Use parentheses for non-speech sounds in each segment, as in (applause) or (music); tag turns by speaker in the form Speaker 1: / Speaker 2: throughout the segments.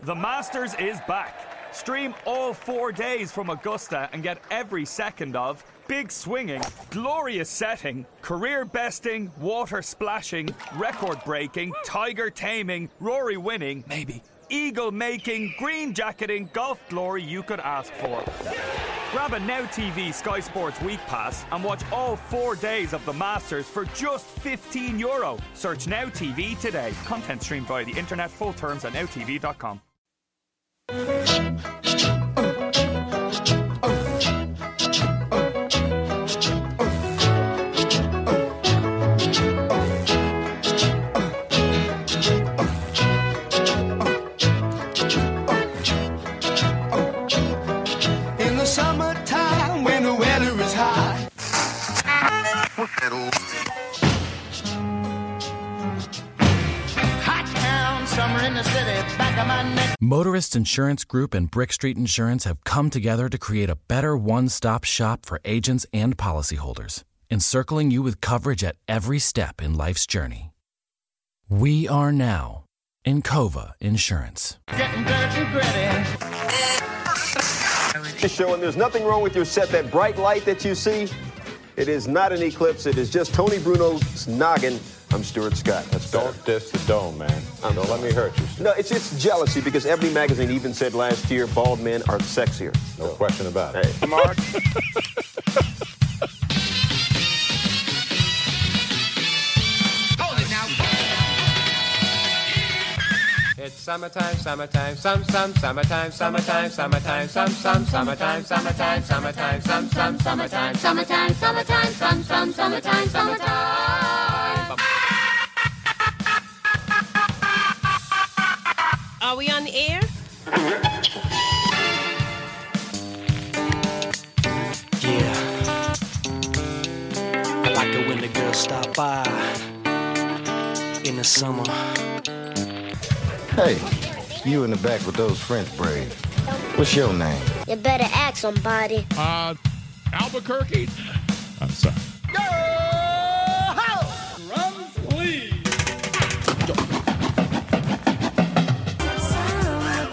Speaker 1: The Masters is back. Stream all four days from Augusta and get every second of big swinging, glorious setting, career besting, water splashing, record breaking, tiger taming, Rory winning, maybe, eagle making, green jacketing, golf glory you could ask for. Grab a Now TV Sky Sports Week Pass and watch all four days of the Masters for just 15 euro. Search Now TV today. Content streamed via the internet, full terms at nowtv.com.
Speaker 2: In the summertime when the weather is high. Hot town, summer in the city, back of my neck.
Speaker 3: Motorist Insurance Group and Brick Street Insurance have come together to create a better one stop shop for agents and policyholders, encircling you with coverage at every step in life's journey. We are now Encova Insurance.
Speaker 2: Getting dirty and gritty.
Speaker 4: show, and there's nothing wrong with your set. That bright light that you see, it is not an eclipse. It is just Tony Bruno's noggin. I'm Stuart Scott. That's better.
Speaker 5: Don't diss the dome, man.
Speaker 4: I'm
Speaker 5: Don't let me hurt you. Stu.
Speaker 4: No, it's just jealousy because every magazine even said last year bald men are sexier.
Speaker 5: No question about it.
Speaker 4: Hey.
Speaker 5: Mark.
Speaker 6: It's summertime, summertime, some, some, summertime, summertime, summertime, some, some, summertime, summertime, summertime, some, some, summertime,
Speaker 7: Summertime, summertime, some, some, summertime, summertime.
Speaker 8: Are we on the air?
Speaker 9: Yeah. I like it when the girls stop by in the summer.
Speaker 10: Hey, you in the back with those French braids. What's your name?
Speaker 7: You better ask somebody.
Speaker 11: Uh, Albuquerque? I'm sorry.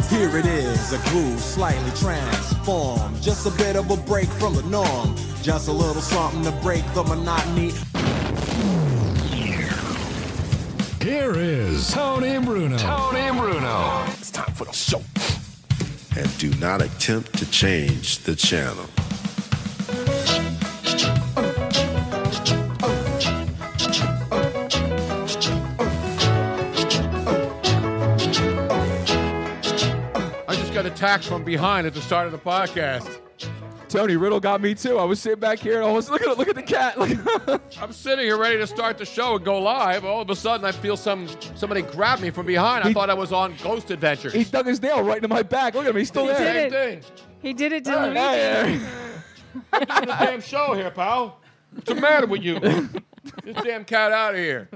Speaker 2: Here it is, a groove slightly transformed. Just a bit of a break from the norm. Just a little something to break the monotony.
Speaker 11: Here is Tony Bruno.
Speaker 2: It's time for the show.
Speaker 12: and do not attempt to change the channel.
Speaker 5: I just got attacked from behind at the start of the podcast.
Speaker 13: Tony Riddle got me too. I was sitting back here and I was look at look at the cat. Look.
Speaker 5: I'm sitting here ready to start the show and go live. All of a sudden, I feel some somebody grab me from behind. I
Speaker 13: He-
Speaker 5: thought I was on Ghost Adventures. (laughs)
Speaker 13: he dug his nail right into my back. Look at him. He's still
Speaker 8: He
Speaker 13: there.
Speaker 8: did
Speaker 5: Same thing.
Speaker 8: He did it to
Speaker 13: Hey,
Speaker 5: Oh,
Speaker 13: hey,
Speaker 8: Luigi.
Speaker 13: hey.
Speaker 5: Doing the damn show here, pal. What's the matter with you? Get this damn cat out of here.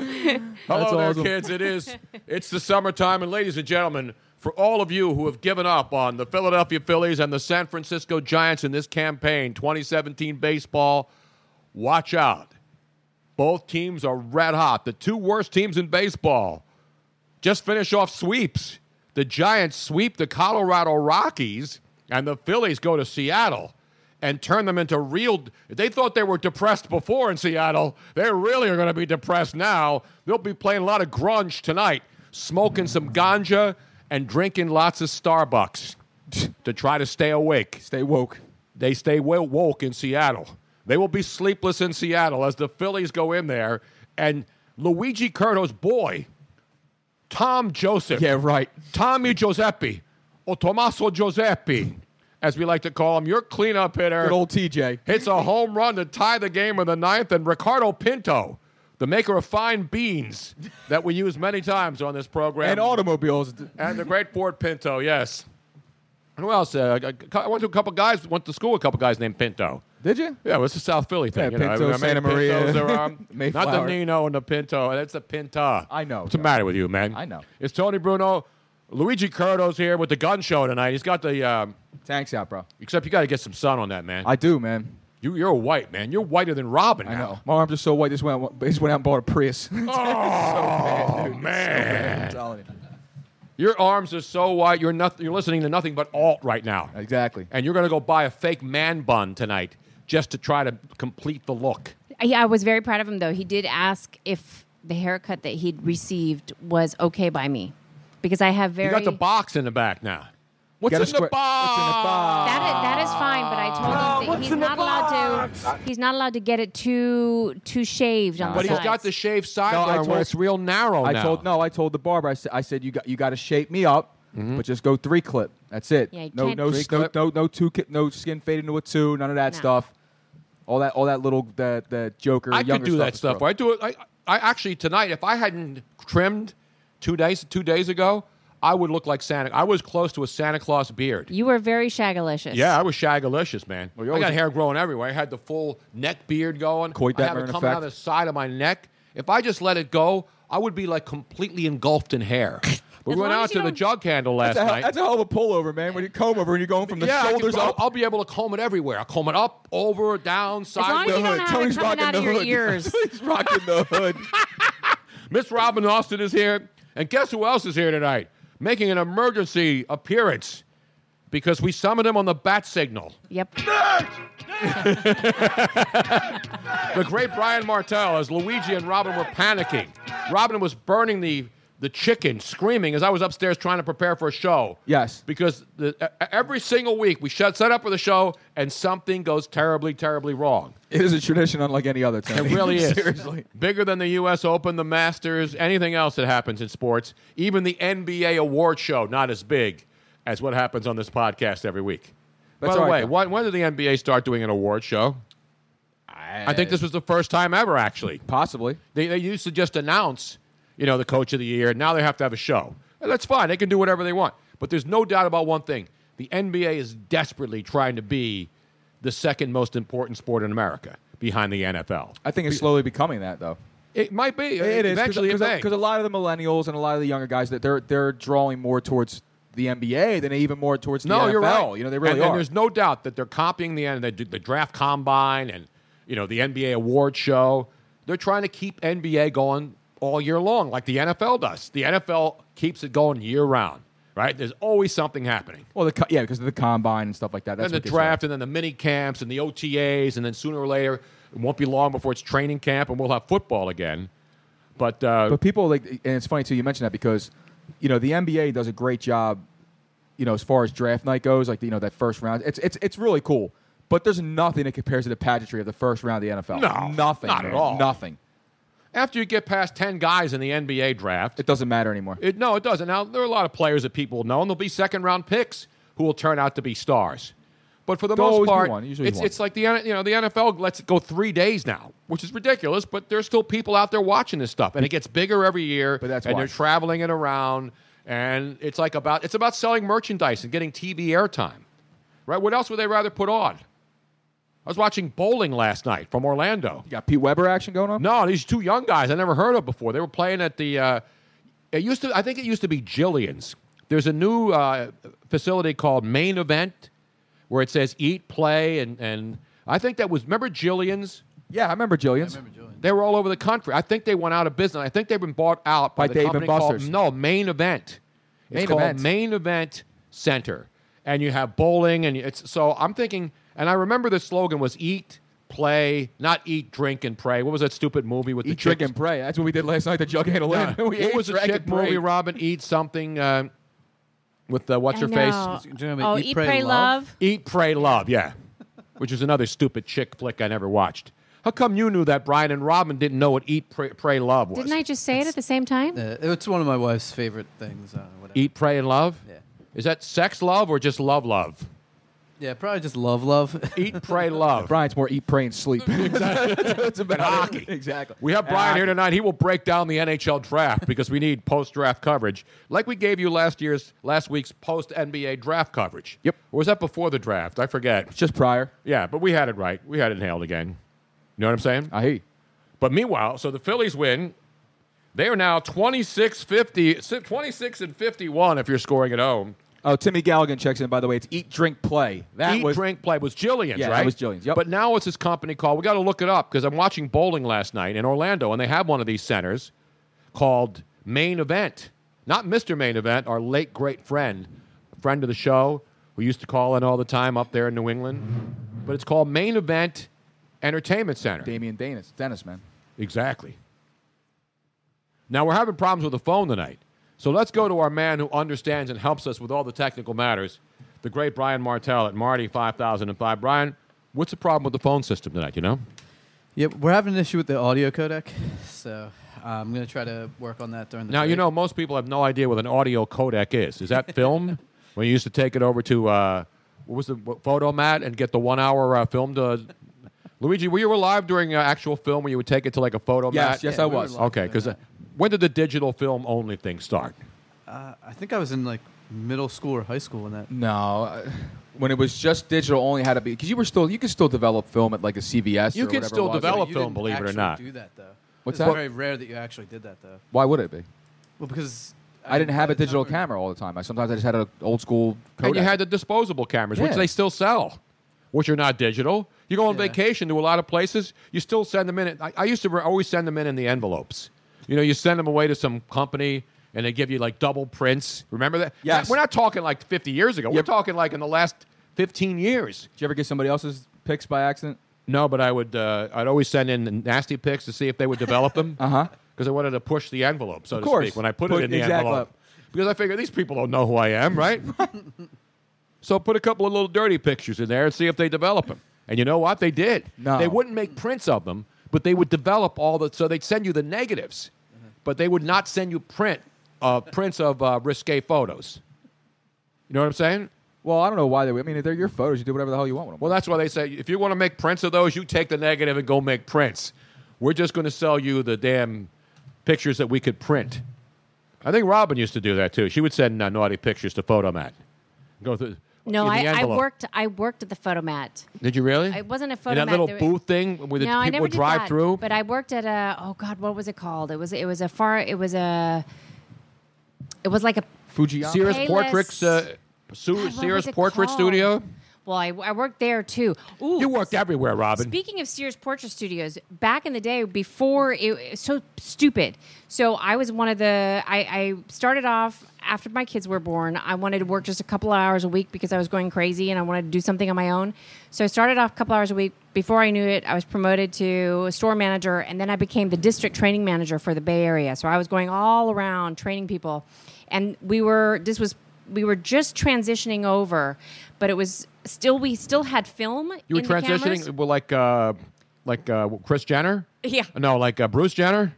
Speaker 5: Hello
Speaker 13: That's
Speaker 5: there,
Speaker 13: awesome.
Speaker 5: kids. It is it's the summertime, and ladies and gentlemen, for all of you who have given up on the Philadelphia Phillies and the San Francisco Giants in this campaign, 2017 baseball, watch out. Both teams are red hot. The two worst teams in baseball just finish off sweeps. The Giants sweep the Colorado Rockies, and the Phillies go to Seattle and turn them into real. They thought they were depressed before in Seattle. They really are going to be depressed now. They'll be playing a lot of grunge tonight, smoking some ganja and drinking lots of Starbucks (laughs) to try to stay awake.
Speaker 13: Stay woke.
Speaker 5: They stay well woke in Seattle. They will be sleepless in Seattle as the Phillies go in there. And Luigi Curto's boy, Tom Joseph.
Speaker 13: Yeah, right.
Speaker 5: Tommy Giuseppe, or Tommaso Giuseppe, as we like to call him, your cleanup hitter.
Speaker 13: Good old TJ.
Speaker 5: hits a home run to tie the game in the ninth, and Ricardo Pinto, the maker of fine beans that we use many times on this program.
Speaker 13: And automobiles.
Speaker 5: And the great Ford Pinto, yes. And who else? Uh, I- I went to a couple guys, went to school with a couple guys named Pinto.
Speaker 13: Did you?
Speaker 5: Yeah, it was the South Philly thing.
Speaker 13: Yeah,
Speaker 5: you know.
Speaker 13: Pinto,
Speaker 5: I mean,
Speaker 13: Santa Maria,
Speaker 5: Pintos there are- Not
Speaker 13: (laughs)
Speaker 5: the
Speaker 13: Mayflower.
Speaker 5: Nino and the Pinto. That's the Pinta.
Speaker 13: I know,
Speaker 5: What's the
Speaker 13: Tony.
Speaker 5: matter with you, man?
Speaker 13: I know.
Speaker 5: It's Tony Bruno. Luigi Curto's here with the gun show tonight. He's got the, um,
Speaker 13: Thanks out, bro.
Speaker 5: except you got to get some sun on that, man.
Speaker 13: I do, man.
Speaker 5: you, you're a white, man. You're whiter than Robin
Speaker 13: I know.
Speaker 5: now.
Speaker 13: My arms are so white. Just (laughs) went, out- just went out and bought a Prius.
Speaker 5: Oh, man.
Speaker 13: (laughs) I'm telling you.
Speaker 5: Your arms are so wide. You're nothing. You're listening to nothing but alt right now.
Speaker 13: Exactly.
Speaker 5: And you're going to go buy a fake man bun tonight just to try to complete the look.
Speaker 8: (laughs) Yeah, I was very proud of him though. He did ask if the haircut that he'd received was okay by me because I have very.
Speaker 5: You got the box in the back now. What's in,
Speaker 8: Got a
Speaker 5: the
Speaker 8: square-
Speaker 5: box? Ah,
Speaker 8: That is, that is fine, but I told him that he's not allowed to. He's not allowed to get it too too shaved on
Speaker 5: But
Speaker 8: the
Speaker 5: he's
Speaker 8: sides.
Speaker 5: got the shaved
Speaker 13: No, I
Speaker 5: sidearm
Speaker 13: told-
Speaker 5: where it's real narrow
Speaker 13: I
Speaker 5: now.
Speaker 13: told no. I told the barber. I said, I said you got you got to shape me up,
Speaker 5: Mm-hmm.
Speaker 13: but just go three clip. That's it.
Speaker 8: Yeah, you
Speaker 13: no,
Speaker 8: can't-
Speaker 13: no,
Speaker 8: Three
Speaker 13: s- no, no, no, two, ki- no skin fade into a two. None of that
Speaker 8: No.
Speaker 13: stuff. All that, all that little that that Joker.
Speaker 5: I could
Speaker 13: younger
Speaker 5: do that
Speaker 13: is
Speaker 5: stuff.
Speaker 13: gross.
Speaker 5: I do it. I, I actually tonight, if I hadn't trimmed two days two days ago, I would look like Santa. I was close to a Santa Claus beard.
Speaker 8: You were very shagalicious.
Speaker 5: Yeah, I was shagalicious, man. I
Speaker 8: always-
Speaker 5: got hair growing everywhere. I had the full neck beard going.
Speaker 13: Coit
Speaker 5: I
Speaker 13: that
Speaker 5: have it
Speaker 13: Maroon
Speaker 5: coming out of the
Speaker 13: effect.
Speaker 5: side of my neck. If I just let it go, I would be like completely engulfed in hair. But we went out to the jug handle last
Speaker 13: That's a, hell-
Speaker 5: night.
Speaker 13: that's a hell of a pullover, man. When you comb over and you're going from the
Speaker 5: yeah, I
Speaker 13: shoulders
Speaker 5: could- I'll,
Speaker 13: up.
Speaker 5: I'll be able to comb it everywhere. I'll comb it up, over, down,
Speaker 13: long as
Speaker 5: sideways.
Speaker 13: you don't have it Tony's coming rocking out of the your hood. (laughs) ears.
Speaker 5: He's rocking the hood. (laughs) Miss Robin Austin is here, and guess who else is here tonight? Making an emergency appearance because we summoned him on the bat signal.
Speaker 8: Yep.
Speaker 5: (laughs) The great Brian Martell, as Luigi and Robin were panicking. Robin was burning the, the chicken, screaming as I was upstairs trying to prepare for a show.
Speaker 13: Yes.
Speaker 5: Because the, e- every single week we shut, set up for the show and something goes terribly, terribly wrong.
Speaker 13: It is a tradition unlike any other. Tony. (laughs)
Speaker 5: It really is.
Speaker 13: Seriously.
Speaker 5: Bigger than the U.S. Open, the Masters, anything else that happens in sports, even the NBA award show, not as big as what happens on this podcast every week.
Speaker 13: That's
Speaker 5: By the
Speaker 13: all right,
Speaker 5: way,
Speaker 13: though.
Speaker 5: when, when did the NBA start doing an award show? I think this was the first time ever, actually.
Speaker 13: Possibly.
Speaker 5: They, they used to just announce, you know, the coach of the year. Now they have to have a show. And that's fine. They can do whatever they want. But there's no doubt about one thing. The NBA is desperately trying to be the second most important sport in America behind the NFL.
Speaker 13: I think it's slowly becoming that though.
Speaker 5: It might be.
Speaker 13: It is
Speaker 5: Eventually it may.
Speaker 13: because a lot of the millennials and a lot of the younger guys that they're they're drawing more towards the NBA than even more towards the
Speaker 5: no,
Speaker 13: NFL.
Speaker 5: you're right.
Speaker 13: You know they really
Speaker 5: and,
Speaker 13: are.
Speaker 5: And there's no doubt that they're copying the end. They do the draft combine and you know the NBA award show. They're trying to keep NBA going all year long, like the NFL does. The NFL keeps it going year round, right? There's always something happening.
Speaker 13: well, the co- yeah, because of the combine and stuff like that. That's
Speaker 5: and the
Speaker 13: what gets
Speaker 5: draft, and then the mini camps, and the OTAs, and then sooner or later, it won't be long before it's training camp, and we'll have football again. But uh,
Speaker 13: but people like, and it's funny too. You mentioned that because, you know, the NBA does a great job. You know, as far as draft night goes, like you know that first round, it's it's it's really cool. But there's nothing that compares to the pageantry of the first round of the NFL.
Speaker 5: No,
Speaker 13: nothing,
Speaker 5: not at
Speaker 13: man.
Speaker 5: all.
Speaker 13: nothing.
Speaker 5: after you get past 10 guys in the NBA draft,
Speaker 13: it doesn't matter anymore.
Speaker 5: It, no, it doesn't. Now, there are a lot of players that people know, and there'll be second round picks who will turn out to be stars. But for the
Speaker 13: There'll
Speaker 5: most
Speaker 13: always be
Speaker 5: part,
Speaker 13: one. Usually
Speaker 5: it's,
Speaker 13: one.
Speaker 5: it's like (laughs) the, N- you know, the NFL lets it go three days now, which is ridiculous, but there's still people out there watching this stuff, and it gets bigger every year, but that's and
Speaker 13: why.
Speaker 5: they're traveling it around, and it's like about, it's about selling merchandise and getting TV airtime, right? What else would they rather put on? I was watching bowling last night from Orlando. You
Speaker 13: got Pete Weber action going on?
Speaker 5: No, these two young guys I never heard of before. They were playing at the. Uh, it used to. I think it used to be Jillian's. There's a new uh, facility called Main Event, where it says eat, play, and and I think that was. Remember Jillian's?
Speaker 13: Yeah, I remember Jillian's.
Speaker 5: They were all over the country. I think they went out of business. I think they've been bought out by,
Speaker 13: By
Speaker 5: the
Speaker 13: Dave
Speaker 5: company
Speaker 13: and
Speaker 5: called-
Speaker 13: Buster's.
Speaker 5: no Main Event. It's
Speaker 13: Main
Speaker 5: called
Speaker 13: Event.
Speaker 5: Main Event Center, and you have bowling, and it's so I'm thinking, and I remember the slogan was eat. Play, not eat, drink, and pray. What was that stupid movie with the
Speaker 13: Eat, drink,
Speaker 5: chicks?
Speaker 13: and pray. That's what we did last night. The jug handle.
Speaker 5: Yeah.
Speaker 13: (laughs) we
Speaker 5: What
Speaker 13: ate,
Speaker 5: was the
Speaker 13: drank,
Speaker 5: chick
Speaker 13: and prayed.
Speaker 5: movie? Robin eat something uh, with uh, what's
Speaker 8: I
Speaker 5: her
Speaker 8: know.
Speaker 5: face?
Speaker 8: Oh, Eat, Eat, Pray, Pray, Love? Love?
Speaker 5: Eat, pray, love. Yeah, which is another stupid chick flick I never watched. How come you knew that, Brian, and Robin didn't know what eat, pray, pray love was?
Speaker 8: Didn't I just say it at the same time?
Speaker 14: Uh, it's one of my wife's favorite things. Uh, whatever.
Speaker 5: Eat, pray, and love. Yeah. Is that sex love or just love love?
Speaker 14: Yeah, probably just love, love.
Speaker 5: (laughs) Eat, pray, love.
Speaker 13: Brian's more eat, pray, and
Speaker 5: (laughs)
Speaker 13: sleep. That's about hockey. Exactly.
Speaker 5: We have Brian here tonight. He will break down the NHL draft because we need post-draft coverage, like we gave you last year's, last week's post-NBA draft coverage. Yep. Or was that before the draft? I forget.
Speaker 13: Just prior.
Speaker 5: Yeah, but we had it right. We had it nailed again. You know what I'm saying?
Speaker 13: I hear. You.
Speaker 5: But meanwhile, so the Phillies win. They are now 26 50, 26 and 51 if you're scoring at home.
Speaker 13: Oh, Timmy Galligan checks in. By the way, it's eat, drink, play. That
Speaker 5: Eat,
Speaker 13: was
Speaker 5: drink, play was Jillian's,
Speaker 13: Yeah, that
Speaker 5: right?
Speaker 13: was Jillian's,
Speaker 5: But now it's this company called. We got to look it up because I'm watching bowling last night in Orlando, and they have one of these centers called Main Event. not Mr. Main Event, our late great friend, friend of the show, who used to call in all the time up there in New England. But it's called Main Event Entertainment Center.
Speaker 13: Damian Dennis, Dennis, man.
Speaker 5: Exactly. Now we're having problems with the phone tonight. So let's go to our man who understands and helps us with all the technical matters, the great Brian Martell at Marty 5005. Brian, what's the problem with the phone system tonight, you know?
Speaker 14: Yep, we're having an issue with the audio codec, so uh, I'm going to try to work on that during the
Speaker 5: Now, you
Speaker 14: break.
Speaker 5: know, most people have no idea what an audio codec is. Is
Speaker 13: (laughs)
Speaker 5: that film? when you used to take it over to, uh, what was the what, photo mat and get the one hour uh, film to. Luigi, were you alive during uh, actual film where you would take it to like a photo
Speaker 13: Yes,
Speaker 5: mat?
Speaker 13: yes, Yeah, I we were was. alive
Speaker 5: Okay,
Speaker 14: during
Speaker 5: because uh, when did the digital film only thing start?
Speaker 14: Uh, I think I was in like middle school or high school when that.
Speaker 13: No, uh, when it was just digital, only had to be because you were still you could still develop film at like a CVS.
Speaker 5: You
Speaker 13: or
Speaker 5: can
Speaker 13: whatever
Speaker 5: still
Speaker 13: it was.
Speaker 5: develop
Speaker 14: You
Speaker 5: film,
Speaker 14: didn't
Speaker 5: believe it or
Speaker 14: actually
Speaker 5: not.
Speaker 14: Do that though.
Speaker 13: What's
Speaker 14: It's
Speaker 13: that?
Speaker 14: Very rare that you actually did that though.
Speaker 13: Why would it be?
Speaker 14: Well, because
Speaker 13: I didn't have a digital camera all the time. I sometimes I just had an old school. Kodak.
Speaker 5: And you had the disposable cameras, which
Speaker 13: Yeah.
Speaker 5: they still sell, which are not digital. You go on vacation to a lot of places, you still send them in. I, I used to re- always send them in in the envelopes. You know, you send them away to some company and they give you like double prints. Remember that?
Speaker 13: Yes.
Speaker 5: We're not talking like 50 years ago. We're talking like in the last 15 years.
Speaker 13: Did you ever get somebody else's pics by accident?
Speaker 5: No, but I would. Uh, I'd always send in nasty pics to see if they would develop
Speaker 13: (laughs)
Speaker 5: them. uh huh. Because I wanted to push the envelope, so
Speaker 13: Uh-huh. Of
Speaker 5: to
Speaker 13: course.
Speaker 5: speak, when I put,
Speaker 13: Put-
Speaker 5: it in the
Speaker 13: exactly.
Speaker 5: envelope. Because I figure these people don't know who I am,
Speaker 13: (laughs)
Speaker 5: right? so put a couple of little dirty pictures in there and see if they develop them. And you know what? They did.
Speaker 13: No.
Speaker 5: They wouldn't make prints of them, but they would develop all the. So they'd send you the negatives, but they would not send you print uh, prints of uh, risque photos. You know what I'm saying?
Speaker 13: Well, I don't know why they. would. I mean, if they're your photos. You do whatever the hell you want with them.
Speaker 5: Well, that's why they say if you want to make prints of those, you take the negative and go make prints. We're just going to sell you the damn pictures that we could print. I think Robin used to do that too. She would send uh, naughty pictures to Photomat. Go through.
Speaker 8: No,
Speaker 5: in the
Speaker 8: I, I
Speaker 5: envelope.
Speaker 8: worked. I worked at the photomat.
Speaker 5: Did you really?
Speaker 8: It wasn't a
Speaker 5: In
Speaker 8: photomat.
Speaker 5: that little
Speaker 8: there-
Speaker 5: booth thing where the
Speaker 8: no, I
Speaker 5: people
Speaker 8: never
Speaker 5: would
Speaker 8: did
Speaker 5: drive
Speaker 8: that.
Speaker 5: through.
Speaker 8: But I worked at a. Oh God, what was it called? It was. It was a far. It was a. It was like a.
Speaker 5: Fujiyama. Sears
Speaker 8: Payless-
Speaker 5: Portraits. Uh, Su-
Speaker 8: God, what
Speaker 5: Sears
Speaker 8: was it
Speaker 5: Portrait
Speaker 8: called?
Speaker 5: Studio.
Speaker 8: Well, I, I worked there too. Ooh,
Speaker 5: You worked everywhere, Robin.
Speaker 8: Speaking of Sears Portrait Studios, back in the day, before it, it was so stupid. So I was one of the. I, I started off after my kids were born. I wanted to work just a couple of hours a week because I was going crazy and I wanted to do something on my own. So I started off a couple hours a week. Before I knew it, I was promoted to a store manager, and then I became the district training manager for the Bay Area. So I was going all around training people, and we were. This was we were just transitioning over, but it was still we still had film.
Speaker 5: You were
Speaker 8: in the cameras.
Speaker 5: transitioning well, like uh, like uh, Chris Jenner.
Speaker 8: Yeah.
Speaker 5: No, like uh, Bruce Jenner.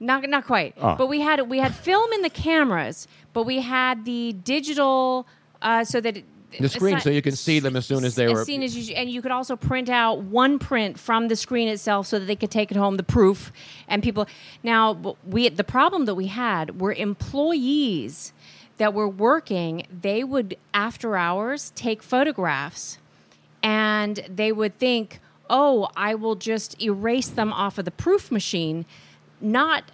Speaker 8: Not not quite.
Speaker 5: Oh.
Speaker 8: But we had we had film in the cameras, but we had the digital uh, so that it,
Speaker 5: The screen,
Speaker 8: aside-
Speaker 5: so you can see them as soon as they
Speaker 8: as
Speaker 5: were.
Speaker 8: seen as you and you could also print out one print from the screen itself so that they could take it home the proof and people now w- we the problem that we had were employees that were working they would after hours take photographs and they would think oh i will just erase them off of the proof machine not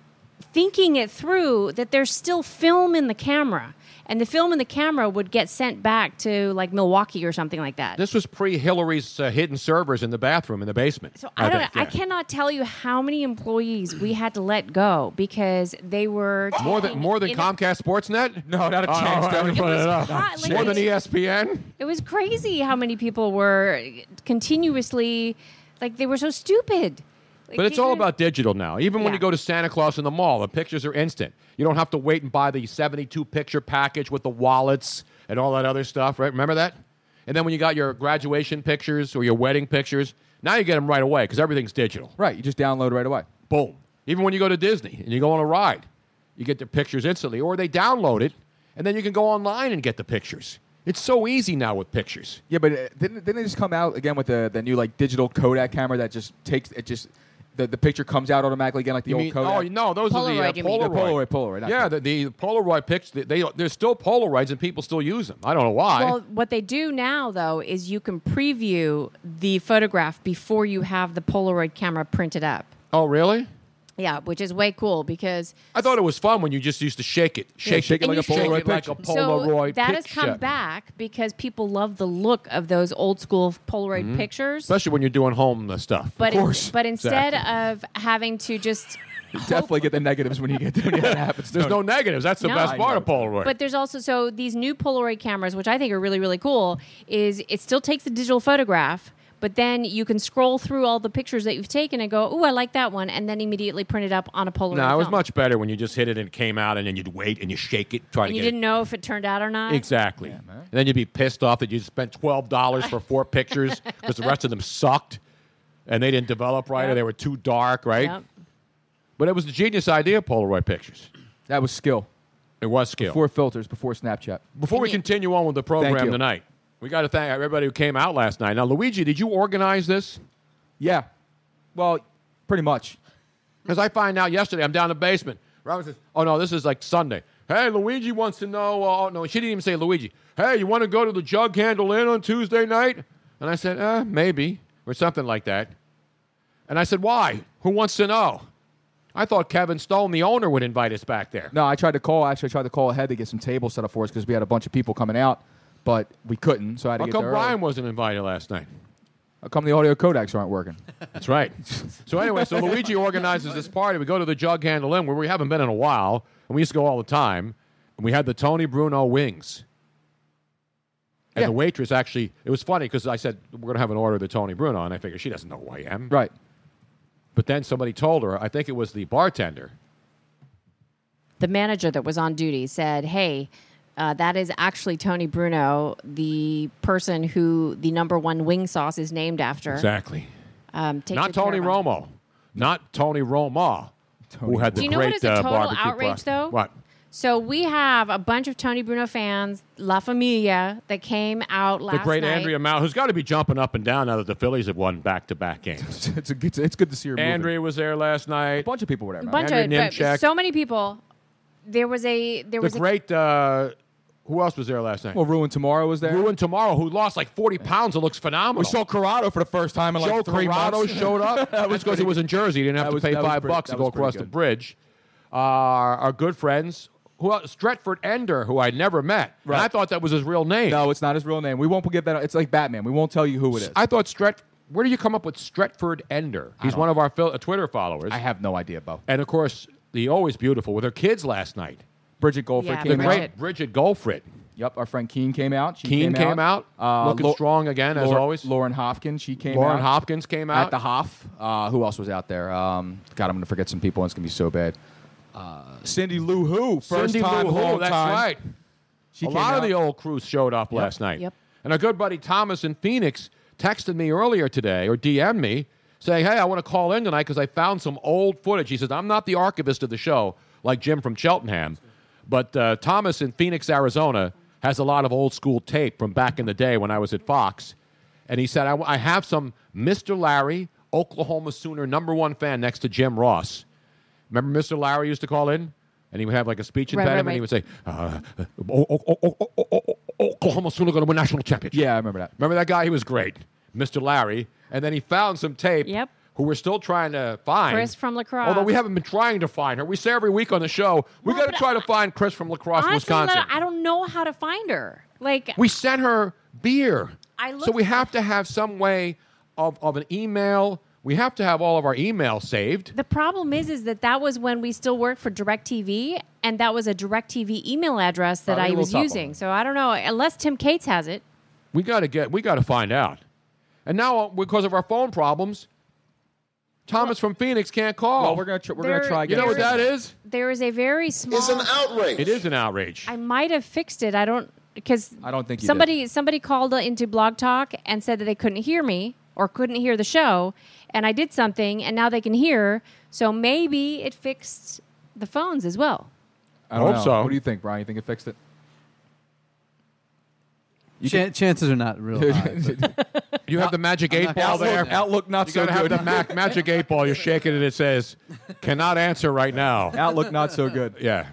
Speaker 8: thinking it through that there's still film in the camera and the film in the camera would get sent back to like milwaukee or something like that
Speaker 5: This was pre Hillary's uh, hidden servers in the bathroom in the basement. So
Speaker 8: I don't. I cannot tell you how many employees we had to let go because they were
Speaker 5: More than more than Comcast Sportsnet?
Speaker 13: No, not a
Speaker 5: Oh,
Speaker 13: chance.
Speaker 5: I
Speaker 13: Don't
Speaker 5: put
Speaker 13: put
Speaker 5: it
Speaker 13: it
Speaker 5: up.
Speaker 8: hot, like-
Speaker 5: more than E ESPN.
Speaker 8: It was crazy how many people were continuously like they were so stupid. Like,
Speaker 5: But it's
Speaker 8: they
Speaker 5: all
Speaker 8: couldn't-
Speaker 5: about digital now. Even when
Speaker 8: Yeah.
Speaker 5: you go to Santa Claus in the mall, the pictures are instant. You don't have to wait and buy the 72 picture package with the wallets and all that other stuff, right? Remember that? And then when you got your graduation pictures or your wedding pictures, now you get them right away because everything's digital.
Speaker 13: Right. You just download right away.
Speaker 5: Boom. Even when you go to Disney and you go on a ride, you get the pictures instantly, or they download it and then you can go online and get the pictures. It's so easy now with pictures.
Speaker 13: Yeah, but uh, didn't, didn't they just come out again with the, the new like digital Kodak camera that just takes it just the, the picture comes out automatically again like the
Speaker 5: You
Speaker 13: old
Speaker 5: mean-
Speaker 13: Kodak?
Speaker 5: Oh no, those are the uh,
Speaker 13: The
Speaker 5: Polaroid.
Speaker 13: Polaroid, Polaroid. not
Speaker 5: Yeah, the, the Polaroid pics. They, they they're still Polaroids, and people still use them. I don't know why.
Speaker 8: Well, what they do now though is you can preview the photograph before you have the Polaroid camera printed up.
Speaker 5: oh really?
Speaker 8: Yeah, which is way cool because
Speaker 5: I thought it was fun when you just used to shake it, shake,
Speaker 13: shake it like
Speaker 5: you
Speaker 13: a Polaroid
Speaker 5: shake it like
Speaker 13: picture.
Speaker 5: a Polaroid
Speaker 8: so that has
Speaker 5: picture.
Speaker 8: come back because people love the look of those old school Polaroid
Speaker 5: Mhm.
Speaker 8: pictures.
Speaker 5: especially when you're doing home stuff.
Speaker 8: but
Speaker 5: of course.
Speaker 8: but instead
Speaker 5: Exactly.
Speaker 8: of having to just
Speaker 13: definitely get the negatives when you get when that happens.
Speaker 5: There's no negatives. That's the
Speaker 8: No.
Speaker 5: best part of Polaroid.
Speaker 8: But there's also so these new Polaroid cameras, which I think are really really cool. Is it still takes the digital photograph, but then you can scroll through all the pictures that you've taken and go, "Ooh, I like that one," and then immediately print it up on a Polaroid.
Speaker 5: no, it was
Speaker 8: film.
Speaker 5: much better when you just hit it and it came out, and then you'd wait and you shake it, try
Speaker 8: And
Speaker 5: to
Speaker 8: you
Speaker 5: get
Speaker 8: didn't
Speaker 5: it.
Speaker 8: know if it turned out or not.
Speaker 5: Exactly. and then you'd be pissed off that you spent twelve dollars for four
Speaker 8: (laughs)
Speaker 5: pictures because the rest of them sucked, and they didn't develop right, or
Speaker 8: Yep.
Speaker 5: they were too dark, right?
Speaker 8: Yep.
Speaker 5: But it was a genius idea, Polaroid pictures.
Speaker 13: That was skill.
Speaker 5: It was skill.
Speaker 13: Before filters, before Snapchat.
Speaker 5: Before we continue on with the
Speaker 13: Thank
Speaker 5: program
Speaker 13: you.
Speaker 5: tonight, we got to thank everybody who came out last night. Now, Luigi, did you organize this?
Speaker 13: Yeah. Well, pretty
Speaker 5: (laughs)
Speaker 13: much.
Speaker 5: As I find out yesterday, I'm down in the basement. Robin says, "Oh no, this is like Sunday." Hey, Luigi wants to know. uh, Oh no, she didn't even say Luigi. Hey, you want to go to the Jug Handle Inn on Tuesday night? And I said, uh, maybe or something like that. And I said, why? Who wants to know? I thought Kevin Stone, the owner, would invite us back there.
Speaker 13: No, I tried to call. Actually, I tried to call ahead to get some tables set up for us because we had a bunch of people coming out, but we couldn't. So I had to
Speaker 5: How
Speaker 13: get
Speaker 5: come
Speaker 13: there
Speaker 5: Brian wasn't invited last night?
Speaker 13: How come the audio codecs aren't working?
Speaker 5: That's right. So anyway, so Luigi organizes this party. We go to the Jug Handle Inn where we haven't been in a while, and we used to go all the time. And we had the Tony Bruno wings. And the waitress actually, it was funny because I said we're going to have an order of the Tony Bruno, and I figured she doesn't know who I am.
Speaker 13: Right.
Speaker 5: But then somebody told her, I think it was the bartender.
Speaker 8: The manager that was on duty said, "Hey." Uh, that is actually Tony Bruno, the person who the number one wing sauce is named after.
Speaker 5: Exactly.
Speaker 8: Um, take
Speaker 5: not
Speaker 8: good care
Speaker 5: Tony
Speaker 8: of him.
Speaker 5: Romo, not Tony Roma, who had the
Speaker 8: Do you know what
Speaker 5: great
Speaker 8: is a
Speaker 5: uh,
Speaker 8: total
Speaker 5: barbecue
Speaker 8: outrage,
Speaker 5: process.
Speaker 8: though?
Speaker 5: What?
Speaker 8: So we have a bunch of Tony Bruno fans, La Familia, that came out last
Speaker 5: the great
Speaker 8: night.
Speaker 5: Andrea Mount, who's got to be jumping up and down now that the Phillies have won back-to-back (laughs) games.
Speaker 13: (laughs) it's, a, it's, it's good to see her. moving.
Speaker 5: Andrea was there last night. A
Speaker 13: bunch of people were there.
Speaker 8: a bunch of
Speaker 5: Andrea
Speaker 8: but
Speaker 5: Nimchak.
Speaker 8: so many people. There was a there
Speaker 5: the
Speaker 8: was
Speaker 5: great. Uh, who else was there last night?
Speaker 13: Well, Ruin Tomorrow was there.
Speaker 5: Ruin Tomorrow, who lost like 40 pounds, it looks phenomenal.
Speaker 13: We saw Corrado for the first time in like
Speaker 5: Joe
Speaker 13: three
Speaker 5: Corrado
Speaker 13: months.
Speaker 5: showed
Speaker 13: (laughs)
Speaker 5: up.
Speaker 13: That was
Speaker 5: That's because he
Speaker 13: pretty-
Speaker 5: was in Jersey. He didn't have
Speaker 13: that
Speaker 5: to
Speaker 13: was-
Speaker 5: pay
Speaker 13: that was
Speaker 5: five
Speaker 13: pretty-
Speaker 5: bucks to
Speaker 13: that
Speaker 5: go
Speaker 13: was pretty
Speaker 5: across the
Speaker 13: good.
Speaker 5: bridge. Uh, our good friends. Who else? Stretford Ender, who I'd never met. And I thought that was his real name.
Speaker 13: No, it's not his real name. We won't give that. It's like Batman. We won't tell you who it is.
Speaker 5: I thought Stret. Where do you come up with Stretford Ender? He's one of our Phil- uh, Twitter followers. I
Speaker 13: have no idea, Bo.
Speaker 5: And of course, the always beautiful with her kids last night.
Speaker 13: Bridget Goldfried Yeah,
Speaker 5: the
Speaker 13: came
Speaker 5: great
Speaker 13: out.
Speaker 5: Bridget Goldfried.
Speaker 13: Yep, our friend Keen came Uh, out. She
Speaker 5: Keane came out, looking strong again, as
Speaker 13: Lauren-
Speaker 5: always.
Speaker 13: Lauren Hopkins, she came out.
Speaker 5: Lauren Hopkins came out.
Speaker 13: at the Hoff. Uh, who else was out there? Um, God, I'm going to forget some people. and It's going to be so bad. Uh, Cindy Lou Who, first
Speaker 5: Cindy Lou
Speaker 13: time,
Speaker 5: Who,
Speaker 13: long
Speaker 5: that's
Speaker 13: time.
Speaker 5: right.
Speaker 13: She
Speaker 5: a
Speaker 13: came
Speaker 5: lot of
Speaker 13: out.
Speaker 5: the old crew showed up last night.
Speaker 13: Yep.
Speaker 5: And our good buddy Thomas in Phoenix texted me earlier today or DM'd me saying, Hey, I want to call in tonight because I found some old footage. He says, I'm not the archivist of the show like Jim from Cheltenham, but uh, Thomas in Phoenix, Arizona has a lot of old school tape from back in the day when I was at Fox. And he said, I, I have some Mr. Larry, Oklahoma Sooner number one fan next to Jim Ross. Remember Mr. Larry used to call in? And he would have like a speech
Speaker 13: Right, right,
Speaker 5: impediment.
Speaker 13: right.
Speaker 5: He would say, uh, oh, O- O- O- O- O- O- O- Oklahoma Sooner going to win national championship.
Speaker 13: Yeah, I remember that.
Speaker 5: Remember that guy? He was great, Mr. Larry. And then he found some tape.
Speaker 8: Yep.
Speaker 5: Who we're still trying to find.
Speaker 8: Chris from La Crosse.
Speaker 5: Although we haven't been trying to find her. We say every week on the show, we got to try to find Chris from La Crosse,
Speaker 8: honestly,
Speaker 5: Wisconsin.
Speaker 8: Lana, I don't know how to find her. Like
Speaker 5: we sent her beer.
Speaker 8: I
Speaker 5: so
Speaker 8: looked-
Speaker 5: we have to have some way of, of an email. We have to have all of our emails saved.
Speaker 8: the problem is, is that that was when we still worked for Directv, and that was a Directv email address that
Speaker 5: Probably
Speaker 8: I
Speaker 5: we'll
Speaker 8: was
Speaker 5: top
Speaker 8: using.
Speaker 5: one.
Speaker 8: So I don't know unless Tim Cates has it.
Speaker 5: We got to get. We got to find out. And now, uh, because of our phone problems, Thomas from Phoenix can't call.
Speaker 13: Well, we're gonna tr- we're gonna
Speaker 8: There-
Speaker 13: try
Speaker 5: You know what that is?
Speaker 8: There is a very small.
Speaker 5: It is an outrage.
Speaker 8: I might have fixed it. I don't because
Speaker 13: I don't think you did.
Speaker 8: somebody somebody called into Blog Talk and said that they couldn't hear me or couldn't hear the show, and I did something, and now they can hear. So maybe it fixed the phones as well.
Speaker 13: I don't
Speaker 5: Hope
Speaker 13: know.
Speaker 5: so.
Speaker 13: What do you think, Brian? You think it fixed it?
Speaker 14: Chan- chances are not real.
Speaker 13: (laughs)
Speaker 14: high, but-
Speaker 5: You have the magic eight
Speaker 14: not-
Speaker 5: ball there.
Speaker 14: Outlook- Outlook not
Speaker 5: you
Speaker 14: so
Speaker 5: gotta
Speaker 14: good.
Speaker 5: Have the ma- magic eight ball. You're shaking it. It says, "Cannot answer right now."
Speaker 13: Outlook not so good.
Speaker 5: Yeah.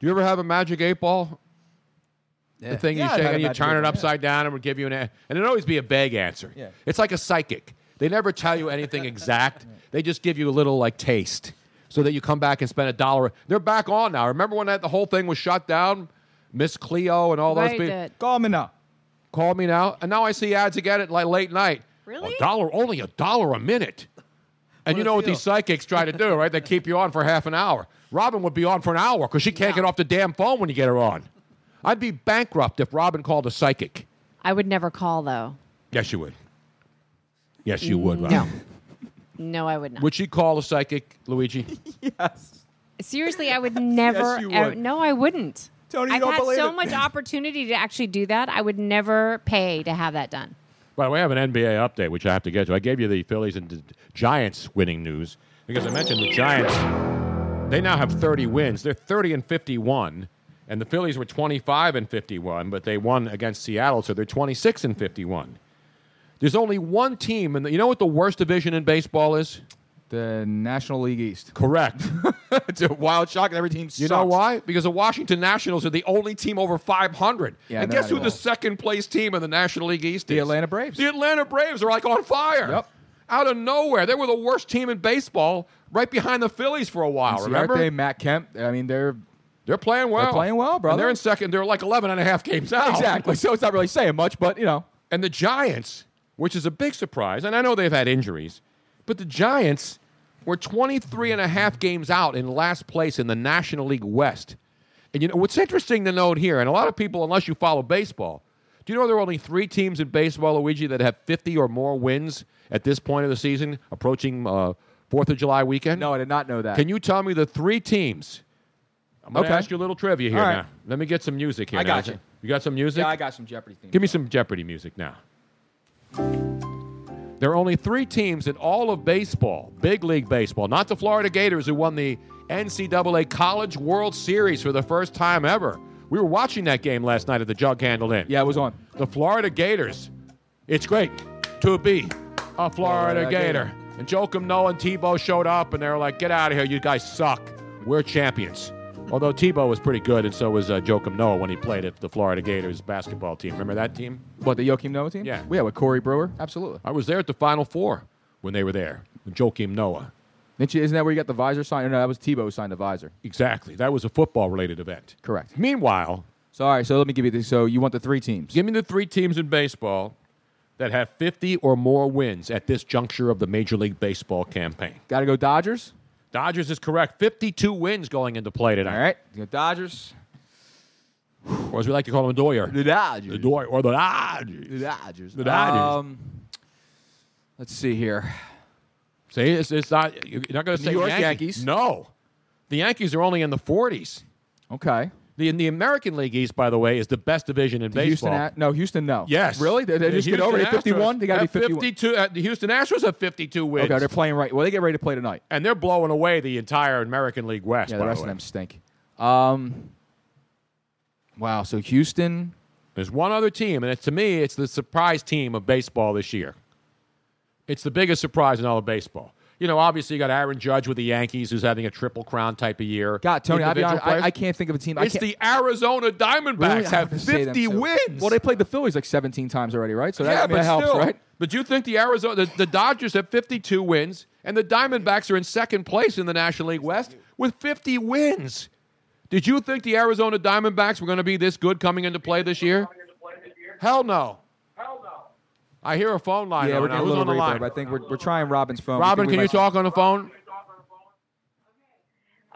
Speaker 5: Do you ever have a magic eight ball? The thing
Speaker 13: Yeah, I've
Speaker 5: you shake
Speaker 13: had a
Speaker 5: and you
Speaker 13: magic
Speaker 5: turn
Speaker 13: eight
Speaker 5: it
Speaker 13: ball,
Speaker 5: upside down and it would give you an a- and it'd always be a vague answer.
Speaker 13: Yeah.
Speaker 5: It's like a psychic. They never tell
Speaker 13: (laughs)
Speaker 5: you anything exact. they just give you a little like taste so that you come back and spend a dollar. They're back on now. Remember when that the whole thing was shut down? Miss Cleo and all
Speaker 13: Right,
Speaker 5: those people.
Speaker 13: that- Call me now.
Speaker 5: Call me now. And now I see ads again at like late night. Really? A dollar only a dollar a minute. And you know what these psychics try to do, right? They keep you on for half an hour. Robin would be on for an hour because she can't get off the damn phone when you get her on. I'd be bankrupt if Robin called a psychic.
Speaker 8: I would never call though.
Speaker 5: Yes, you would. Yes, you would, Robin.
Speaker 8: Mm. No. No, I would not.
Speaker 5: Would she call a psychic, Luigi?
Speaker 8: Seriously,
Speaker 13: (laughs)
Speaker 8: I would never.
Speaker 5: you
Speaker 8: ever-
Speaker 5: would.
Speaker 8: no, I wouldn't.
Speaker 5: Tony, you
Speaker 8: I've
Speaker 5: don't
Speaker 8: had
Speaker 5: believe
Speaker 8: so
Speaker 13: (laughs)
Speaker 5: it.
Speaker 8: much opportunity to actually do that. I would never pay to have that done.
Speaker 5: By the way, I have an NBA update, which I have to get to. I gave you the Phillies and the Giants winning news because I mentioned the Giants. They now have 30 wins. They're 30 and 51, and the Phillies were 25 and 51, but they won against Seattle, so they're 26 and 51. There's only one team, and you know what the worst division in baseball is?
Speaker 13: The National League East.
Speaker 5: Correct.
Speaker 13: (laughs) it's a wild shock, and every team
Speaker 5: You know why? Because (laughs) the Washington Nationals are the only team over 500.
Speaker 13: Yeah,
Speaker 5: and
Speaker 13: they're
Speaker 5: guess
Speaker 13: not
Speaker 5: who the second place team in the National League East is?
Speaker 13: The Atlanta Braves.
Speaker 5: The Atlanta Braves are like on fire. Yep. Out of nowhere, they were the worst team in baseball, right behind the Phillies for a while.
Speaker 13: See, aren't
Speaker 5: remember?
Speaker 13: they Matt Kemp? I mean, they're
Speaker 5: they're playing well.
Speaker 13: They're playing well, brother.
Speaker 5: And they're in second. They're like 11 and a half games out.
Speaker 13: Exactly. So it's not really saying much, but you know.
Speaker 5: And the Giants, which is a big surprise, and I know they've had injuries, but the Giants were 23 and a half games out in last place in the National League West. And you know what's interesting to note here, and a lot of people, unless you follow baseball, do you know there are only three teams in baseball, Luigi, that have 50 or more wins at this point of the season, approaching uh, Fourth of July weekend?
Speaker 13: No, I did not know that.
Speaker 5: Can you tell me the three teams? I'm going to
Speaker 13: Okay.
Speaker 5: ask you a little trivia here
Speaker 13: All right.
Speaker 5: now. Let me get some music here.
Speaker 13: I
Speaker 5: now.
Speaker 13: got you.
Speaker 5: You got some music?
Speaker 13: Yeah, I got some Jeopardy theme.
Speaker 5: Give me some Jeopardy music now. There are only three teams in all of baseball, big league baseball, not the Florida Gators who won the NCAA College World Series for the first time ever. We were watching that game last night at the Jug Handle Inn. Yeah,
Speaker 13: it was on.
Speaker 5: The Florida Gators. It's great to be a Florida
Speaker 13: Florida
Speaker 5: Gator.
Speaker 13: Gator.
Speaker 5: And Joakim Noah and Tebow showed up, and they were like, "Get out of here! You guys suck. We're champions." Although Tebow was pretty good, and so was uh, Joakim Noah when he played at the Florida Gators basketball team. Remember that team?
Speaker 13: What the Joakim Noah team?
Speaker 5: Yeah.
Speaker 13: yeah, with Corey Brewer. Absolutely.
Speaker 5: I was there at the Final Four when they were there. with Joakim Noah.
Speaker 13: Didn't you, isn't that where you got the visor sign? No, that was Tebow who signed the visor.
Speaker 5: Exactly. That was a football-related event.
Speaker 13: Correct.
Speaker 5: Meanwhile,
Speaker 13: sorry. So let me give you this. So you want the three teams?
Speaker 5: Give me the three teams in baseball that have 50 or more wins at this juncture of the Major League Baseball campaign.
Speaker 13: Got to go Dodgers.
Speaker 5: Dodgers is correct. 52 wins going into play tonight. All
Speaker 13: right. The Dodgers.
Speaker 5: Or as we like to call them, Doyer.
Speaker 13: The Dodgers.
Speaker 5: The Doyer. Or the Dodgers.
Speaker 13: The Dodgers.
Speaker 5: The Dodgers.
Speaker 13: Um, let's see here.
Speaker 5: See, it's, it's not, you're not going to
Speaker 13: New
Speaker 5: say
Speaker 13: York
Speaker 5: Yankees. No. The Yankees are only in the 40s.
Speaker 13: Okay.
Speaker 5: The, in the American League East, by the way, is the best division in
Speaker 13: The
Speaker 5: baseball.
Speaker 13: Houston. At, no, Houston. No.
Speaker 5: Yes.
Speaker 13: Really? They, they
Speaker 5: The
Speaker 13: just get
Speaker 5: Houston
Speaker 13: over to
Speaker 5: Astros
Speaker 13: 51. They got to be
Speaker 5: have
Speaker 13: 51.
Speaker 5: 52. uh, the Houston Astros have 52 wins.
Speaker 13: Okay, they're playing right. Well, they get ready to play tonight.
Speaker 5: and they're blowing away the entire American League West.
Speaker 13: Yeah,
Speaker 5: by
Speaker 13: the rest
Speaker 5: way.
Speaker 13: of them stink. Um, wow. So Houston.
Speaker 5: There's one other team, and it's, to me, it's the surprise team of baseball this year. It's the biggest surprise in all of baseball. You know, obviously, you got Aaron Judge with the Yankees, who's having a triple crown type of year.
Speaker 13: God, Tony, I'll be
Speaker 5: Individual
Speaker 13: honest, I,
Speaker 5: players.
Speaker 13: I can't think of a team.
Speaker 5: It's
Speaker 13: I can't,
Speaker 5: the Arizona
Speaker 13: Really?
Speaker 5: Diamondbacks
Speaker 13: I
Speaker 5: have
Speaker 13: was gonna say them
Speaker 5: 50
Speaker 13: too.
Speaker 5: wins.
Speaker 13: Well, they played the Phillies like 17 times already, right? So that, I mean, that helps,
Speaker 5: still.
Speaker 13: right?
Speaker 5: But you think the Arizona, the, the Dodgers have 52 wins, and the Diamondbacks are in second place in the National League West with 50 wins. Did you think the Arizona Diamondbacks were going to be this good coming into play this year? Hell no. I hear a phone line.
Speaker 13: yeah,
Speaker 5: right
Speaker 13: we're
Speaker 5: now.
Speaker 13: getting a
Speaker 5: Who's
Speaker 13: little
Speaker 5: on the line?
Speaker 13: reverb. I think we're, we're trying Robin's phone. We
Speaker 5: Robin,
Speaker 13: think we
Speaker 5: can you
Speaker 13: might-
Speaker 5: talk on the phone?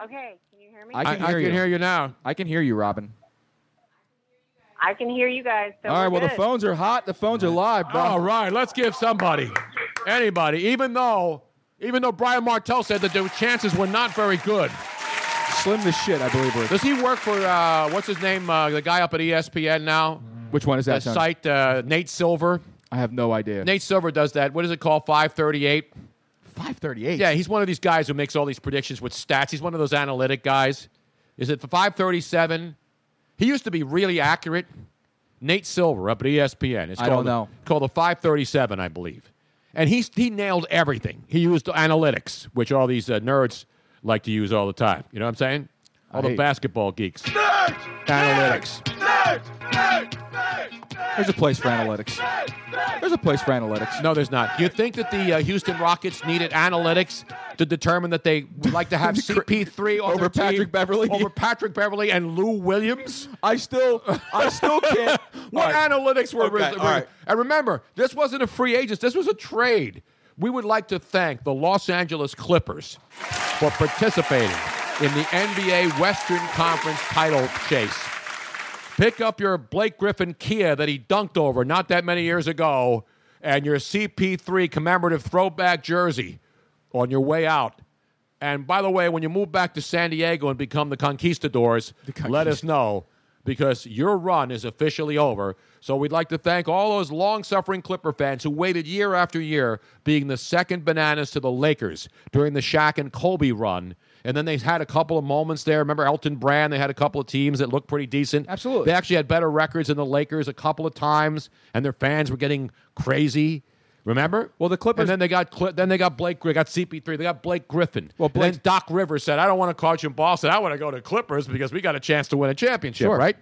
Speaker 15: Okay, can you hear me?
Speaker 13: I can, hear,
Speaker 5: I
Speaker 13: you.
Speaker 5: can hear you now.
Speaker 13: I can hear you, Robin.
Speaker 15: I can hear you guys. So
Speaker 13: All right.
Speaker 15: we're
Speaker 13: Well, the
Speaker 15: good.
Speaker 13: phones are hot. The phones are live, bro.
Speaker 5: All right, let's give somebody, anybody, even though, even though Brian Martell said that their chances were not very good.
Speaker 13: Slim the shit, I believe. We're,
Speaker 5: Does he work for uh, what's his name? Uh, the guy up at ESPN now.
Speaker 13: which one is
Speaker 5: The
Speaker 13: that? Tony?
Speaker 5: site uh, Nate Silver.
Speaker 13: I have no idea.
Speaker 5: Nate Silver does that. What is it called? Five thirty-eight.
Speaker 13: 538.
Speaker 5: Yeah, he's one of these guys who makes all these predictions with stats. He's one of those analytic guys. Is it for five thirty-seven? He used to be really accurate. Nate Silver up at E ESPN. It's
Speaker 13: I
Speaker 5: called
Speaker 13: don't know.
Speaker 5: The, called the five thirty-seven, I believe. And he he nailed everything. He used analytics, which all these uh, nerds like to use all the time. You know what I'm saying? All the
Speaker 13: hate-
Speaker 5: basketball geeks. Analytics.
Speaker 13: There's a place for analytics. There's a place for analytics.
Speaker 5: No, there's not. Do you think that the uh, Houston Rockets needed analytics to determine that they would like to (laughs) have CP3 on
Speaker 13: Over
Speaker 5: their team
Speaker 13: Patrick Beverly?
Speaker 5: over Patrick Beverly and Lou Williams?
Speaker 13: I still, I
Speaker 5: (laughs)
Speaker 13: still can't.
Speaker 5: What
Speaker 13: All right.
Speaker 5: analytics were?
Speaker 13: Okay,
Speaker 5: were-
Speaker 13: all right.
Speaker 5: And remember, this wasn't a free agent. This was a trade. We would like to thank the Los Angeles Clippers for participating in the NBA Western Conference title chase. Pick up your Blake Griffin Kia that he dunked over not that many years ago and your CP3 commemorative throwback jersey on your way out. And by the way, when you move back to San Diego and become the conquistadors, let us know because your run is officially over. So we'd like to thank all those long suffering Clipper fans who waited year after year, being the second bananas to the Lakers during the Shaq and Kobe run. And then they had a couple of moments there. Remember Elton Brand? They had a couple of teams that looked pretty decent.
Speaker 13: Absolutely.
Speaker 5: They actually had better records than the Lakers a couple of times, and their fans were getting crazy. Remember? Well, the Clippers. And then they got Cl- then they got Blake. They got CP3. They got Blake Griffin. Well, Blake, then Doc Rivers said, "I don't want to coach in Boston. I want to go to Clippers because we got a chance to win a championship,
Speaker 13: Sure.
Speaker 5: right?"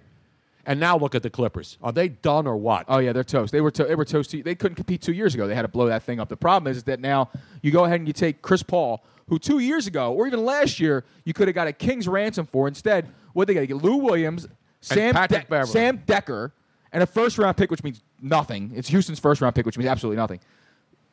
Speaker 5: And now look at the Clippers. Are they done or what?
Speaker 13: Oh yeah, they're toast. They were to- they were toast. They couldn't compete two years ago. They had to blow that thing up. The problem is, is that now you go ahead and you take Chris Paul, who two years ago or even last year you could have got a king's ransom for. Instead, what they got to get Lou Williams, Sam
Speaker 5: Patrick
Speaker 13: De-
Speaker 5: Beverley.
Speaker 13: Sam Decker, and a first round pick, which means nothing. It's Houston's first round pick, which means absolutely nothing,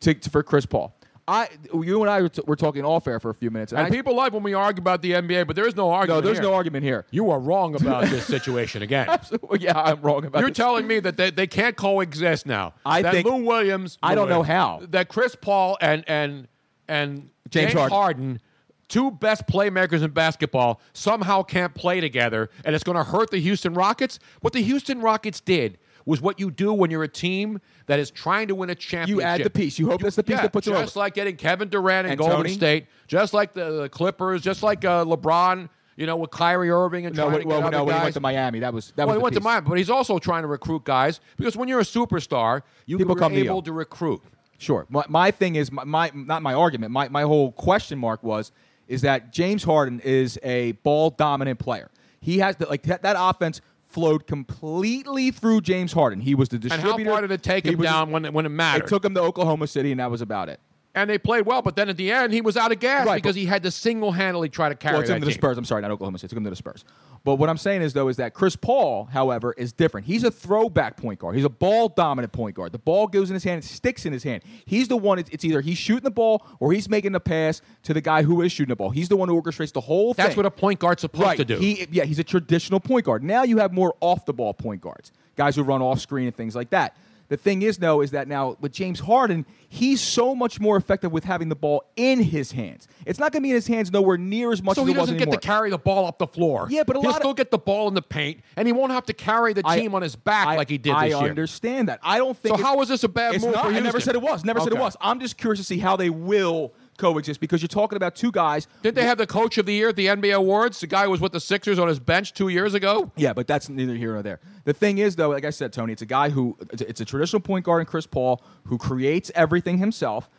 Speaker 13: to, to- for Chris Paul. I you and I were, t- were talking off air for a few minutes,
Speaker 5: And
Speaker 13: I-
Speaker 5: people like when we argue about the NBA, but there is no argument.
Speaker 13: no, there's
Speaker 5: here.
Speaker 13: no argument here.
Speaker 5: You are wrong about
Speaker 13: (laughs)
Speaker 5: this situation again.
Speaker 13: Absolutely, yeah, I'm wrong about.
Speaker 5: You're
Speaker 13: this.
Speaker 5: telling me that they, they can't coexist now.
Speaker 13: I
Speaker 5: that
Speaker 13: think-
Speaker 5: Lou Williams.
Speaker 13: I don't know how.
Speaker 5: That Chris Paul and and and
Speaker 13: James Harden.
Speaker 5: two best playmakers in basketball, somehow can't play together, and it's going to hurt the Houston Rockets. What the Houston Rockets did was what you do when you're a team that is trying to win a championship.
Speaker 13: You add the piece. You hope that's the piece
Speaker 5: Yeah,
Speaker 13: that puts it
Speaker 5: just
Speaker 13: over.
Speaker 5: like getting Kevin Durant and,
Speaker 13: And
Speaker 5: Golden
Speaker 13: Tony.
Speaker 5: State, just like the, the Clippers, just like uh, LeBron. You know, with Kyrie Irving and
Speaker 13: No,
Speaker 5: trying
Speaker 13: wait,
Speaker 5: to
Speaker 13: well,
Speaker 5: get other
Speaker 13: no, when he
Speaker 5: guys.
Speaker 13: went to Miami, that was that
Speaker 5: well,
Speaker 13: was.
Speaker 5: he
Speaker 13: the
Speaker 5: went to
Speaker 13: piece.
Speaker 5: Miami, but he's also trying to recruit guys because when you're a superstar, you
Speaker 13: People
Speaker 5: are
Speaker 13: come to you.
Speaker 5: able to recruit.
Speaker 13: Sure. My, my thing is my, my not my argument. My my whole question mark was is that James Harden is a ball dominant player. He has the, like that, that offense flowed completely through James Harden. He was the
Speaker 5: And how
Speaker 13: distributor.
Speaker 5: far did it take
Speaker 13: He
Speaker 5: him
Speaker 13: was-
Speaker 5: down when it, when it mattered?
Speaker 13: It took him to Oklahoma City, and that was about it.
Speaker 5: and they played well, but then at the end he was out of gas
Speaker 13: Right,
Speaker 5: because
Speaker 13: but-
Speaker 5: he had to single handedly try to carry
Speaker 13: Well, it took
Speaker 5: that
Speaker 13: him to the
Speaker 5: team.
Speaker 13: Spurs. I'm sorry, not Oklahoma City. It took him to the Spurs. But what I'm saying is though is that Chris Paul, however, is different. He's a throwback point guard. He's a ball dominant point guard. The ball goes in his hand, it sticks in his hand. He's the one. It's it's either he's shooting the ball or he's making the pass to the guy who is shooting the ball. He's the one who orchestrates the whole thing.
Speaker 5: That's what a point guard's supposed
Speaker 13: right.
Speaker 5: to do.
Speaker 13: He, yeah, he's a traditional point guard. Now you have more off the ball point guards, guys who run off screen and things like that. The thing is, though, is that now with James Harden, he's so much more effective with having the ball in his hands. It's not going to be in his hands nowhere near as much
Speaker 5: so
Speaker 13: as it
Speaker 5: he
Speaker 13: was
Speaker 5: doesn't get
Speaker 13: anymore.
Speaker 5: to carry the ball up the floor.
Speaker 13: Yeah, but a
Speaker 5: he'll
Speaker 13: lot of-
Speaker 5: still get the ball in the paint, and he won't have to carry the
Speaker 13: I-
Speaker 5: team on his back like he did
Speaker 13: I
Speaker 5: this year.
Speaker 13: understand that. I don't think.
Speaker 5: So how is this a bad
Speaker 13: it's
Speaker 5: move
Speaker 13: not-
Speaker 5: for
Speaker 13: I never
Speaker 5: Houston?
Speaker 13: said it was. Never said it
Speaker 5: Okay.
Speaker 13: was. I'm just curious to see how they will coexist because you're talking about two guys.
Speaker 5: Did they have the coach of the year at the NBA awards? The guy who was with the Sixers on his bench two years ago.
Speaker 13: Yeah, but that's neither here nor there. The thing is, though, like I said, Tony, it's a guy who it's a- it's a traditional point guard in Chris Paul who creates everything himself,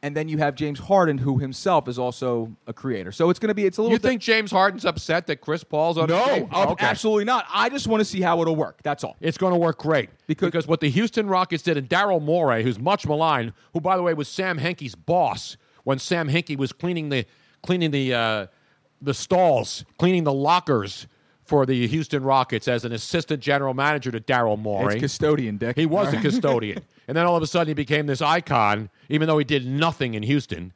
Speaker 13: and then you have James Harden who himself is also a creator. So it's going to be it's a little.
Speaker 5: You think James Harden's upset that Chris Paul's on?
Speaker 13: no,
Speaker 5: his team?
Speaker 13: I'm
Speaker 5: Okay.
Speaker 13: absolutely not. I just want to see how it'll work. That's all.
Speaker 5: It's going to work great because, what the Houston Rockets did, and Daryl Morey, who's much maligned, who by the way was Sam Henke's boss when Sam Henke was cleaning the cleaning the uh, the stalls, cleaning the lockers for the Houston Rockets as an assistant general manager to Daryl Morey.
Speaker 13: It's custodian, Dick.
Speaker 5: He was
Speaker 13: All
Speaker 5: a
Speaker 13: right. (laughs)
Speaker 5: custodian. and then all of a sudden he became this icon, even though he did nothing in Houston.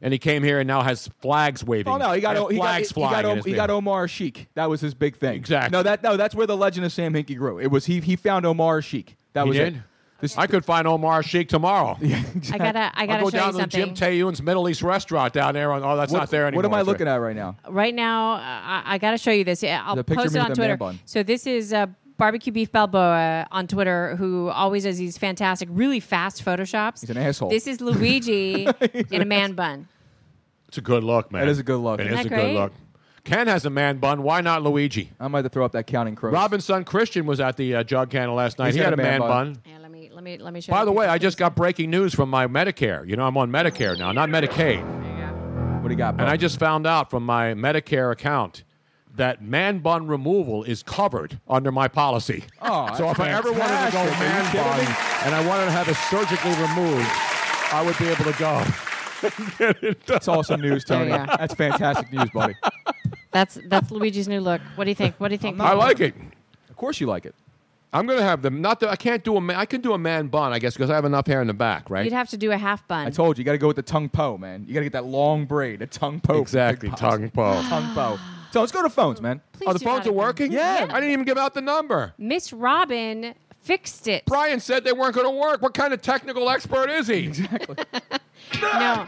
Speaker 5: And he came here and now has flags waving.
Speaker 13: Oh no, he got
Speaker 5: and
Speaker 13: O- he got,
Speaker 5: flags
Speaker 13: he
Speaker 5: flying.
Speaker 13: got,
Speaker 5: in
Speaker 13: O-
Speaker 5: his
Speaker 13: he
Speaker 5: name.
Speaker 13: got Omar Sheik. That was his big thing.
Speaker 5: Exactly.
Speaker 13: No, that no, that's where the legend of Sam Hinkie grew. It was he he found Omar Sheik. That
Speaker 5: He
Speaker 13: was
Speaker 5: did?
Speaker 13: it.
Speaker 5: I could find Omar Sheik tomorrow.
Speaker 8: I gotta,
Speaker 13: (laughs)
Speaker 8: I gotta
Speaker 5: will go
Speaker 8: show
Speaker 5: down
Speaker 8: you
Speaker 5: to
Speaker 8: something.
Speaker 5: Jim Tayun's Middle East restaurant down there. On, oh, that's
Speaker 13: What-
Speaker 5: not there anymore.
Speaker 13: What am I looking at right now?
Speaker 8: right now, uh, I, I got to show you this. Yeah, I'll
Speaker 13: The picture
Speaker 8: post
Speaker 13: me
Speaker 8: it
Speaker 13: with
Speaker 8: on
Speaker 13: the man
Speaker 8: Twitter.
Speaker 13: bun.
Speaker 8: So this is uh, barbecue beef Balboa uh, on Twitter, who always does these fantastic, really fast photoshops.
Speaker 13: He's an asshole.
Speaker 8: This is Luigi in a man bun.
Speaker 5: It's a good look, man.
Speaker 13: That is a good look.
Speaker 5: It
Speaker 8: Isn't
Speaker 5: is
Speaker 8: that
Speaker 5: a good
Speaker 8: great?
Speaker 5: look. Ken has a man bun. Why not Luigi?
Speaker 13: I might have to throw up that counting crow.
Speaker 5: Robinson Christian was at the uh, Jug Cannon last night.
Speaker 13: He's
Speaker 5: he
Speaker 13: got
Speaker 5: had
Speaker 13: a
Speaker 5: a man,
Speaker 13: man
Speaker 5: bun.
Speaker 13: bun.
Speaker 8: Yeah, let me, let me, let me show.
Speaker 5: By
Speaker 8: you
Speaker 5: the way,
Speaker 8: picture.
Speaker 5: I just got breaking news from my Medicare. You know, I'm on Medicare now, not Medicaid.
Speaker 13: What do you got?
Speaker 5: And I just found out from my Medicare account that man bun removal is covered under my policy.
Speaker 13: Oh,
Speaker 5: so if
Speaker 13: that's
Speaker 5: I ever wanted to go
Speaker 13: fantastic. Are you
Speaker 5: man
Speaker 13: kidding
Speaker 5: bun
Speaker 13: me?
Speaker 5: and I wanted to have it surgically removed, I would be able to go. (laughs) Get it done.
Speaker 13: That's awesome news, Tony.
Speaker 8: There you go.
Speaker 13: That's fantastic news, buddy.
Speaker 8: that's that's Luigi's new look. What do you think? What do you think?
Speaker 5: I like it.
Speaker 13: Of course you like it.
Speaker 5: I'm gonna have them. Not that I can't do a man. I can do a man bun, I guess, because I have enough hair in the back, right?
Speaker 8: You'd have to do a half bun.
Speaker 13: I told you, you got to go with the tongue po, man. You got to get that long braid, a tongue po.
Speaker 5: Exactly, tongue po.
Speaker 13: tongue po. So let's go to phones, man.
Speaker 5: oh, the
Speaker 8: do
Speaker 5: phones
Speaker 8: that
Speaker 5: are
Speaker 8: again.
Speaker 5: working.
Speaker 8: Yeah.
Speaker 5: I didn't even give out the number.
Speaker 8: Miss Robin fixed it.
Speaker 5: Brian said they weren't going to work. What kind of technical expert is he? Oh, Exactly. (laughs)
Speaker 8: No,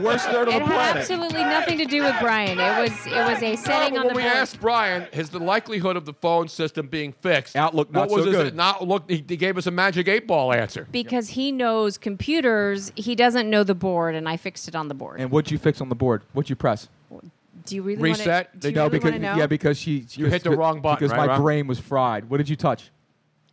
Speaker 13: Worst nerd on
Speaker 8: it
Speaker 13: the
Speaker 8: had
Speaker 13: planet.
Speaker 8: absolutely nothing to do with Brian. It was it was a setting
Speaker 5: But
Speaker 8: on the
Speaker 5: when we
Speaker 8: board.
Speaker 5: asked Brian, is the likelihood of the phone system being fixed? Outlook
Speaker 13: not
Speaker 5: what was
Speaker 13: so
Speaker 5: his-
Speaker 13: good.
Speaker 5: Not look. He, he gave us a magic eight ball answer.
Speaker 8: because he knows computers, he doesn't know the board, and I fixed it on the board.
Speaker 13: and what'd you fix on the board? What'd you press?
Speaker 8: do you really
Speaker 5: Reset?
Speaker 8: Want
Speaker 5: They
Speaker 8: to, do you
Speaker 5: know
Speaker 8: really
Speaker 13: because
Speaker 8: wanna know?
Speaker 13: yeah, because she
Speaker 5: You hit the wrong button,
Speaker 13: because
Speaker 5: right,
Speaker 13: my
Speaker 5: Rob?
Speaker 13: brain was fried. What did you touch?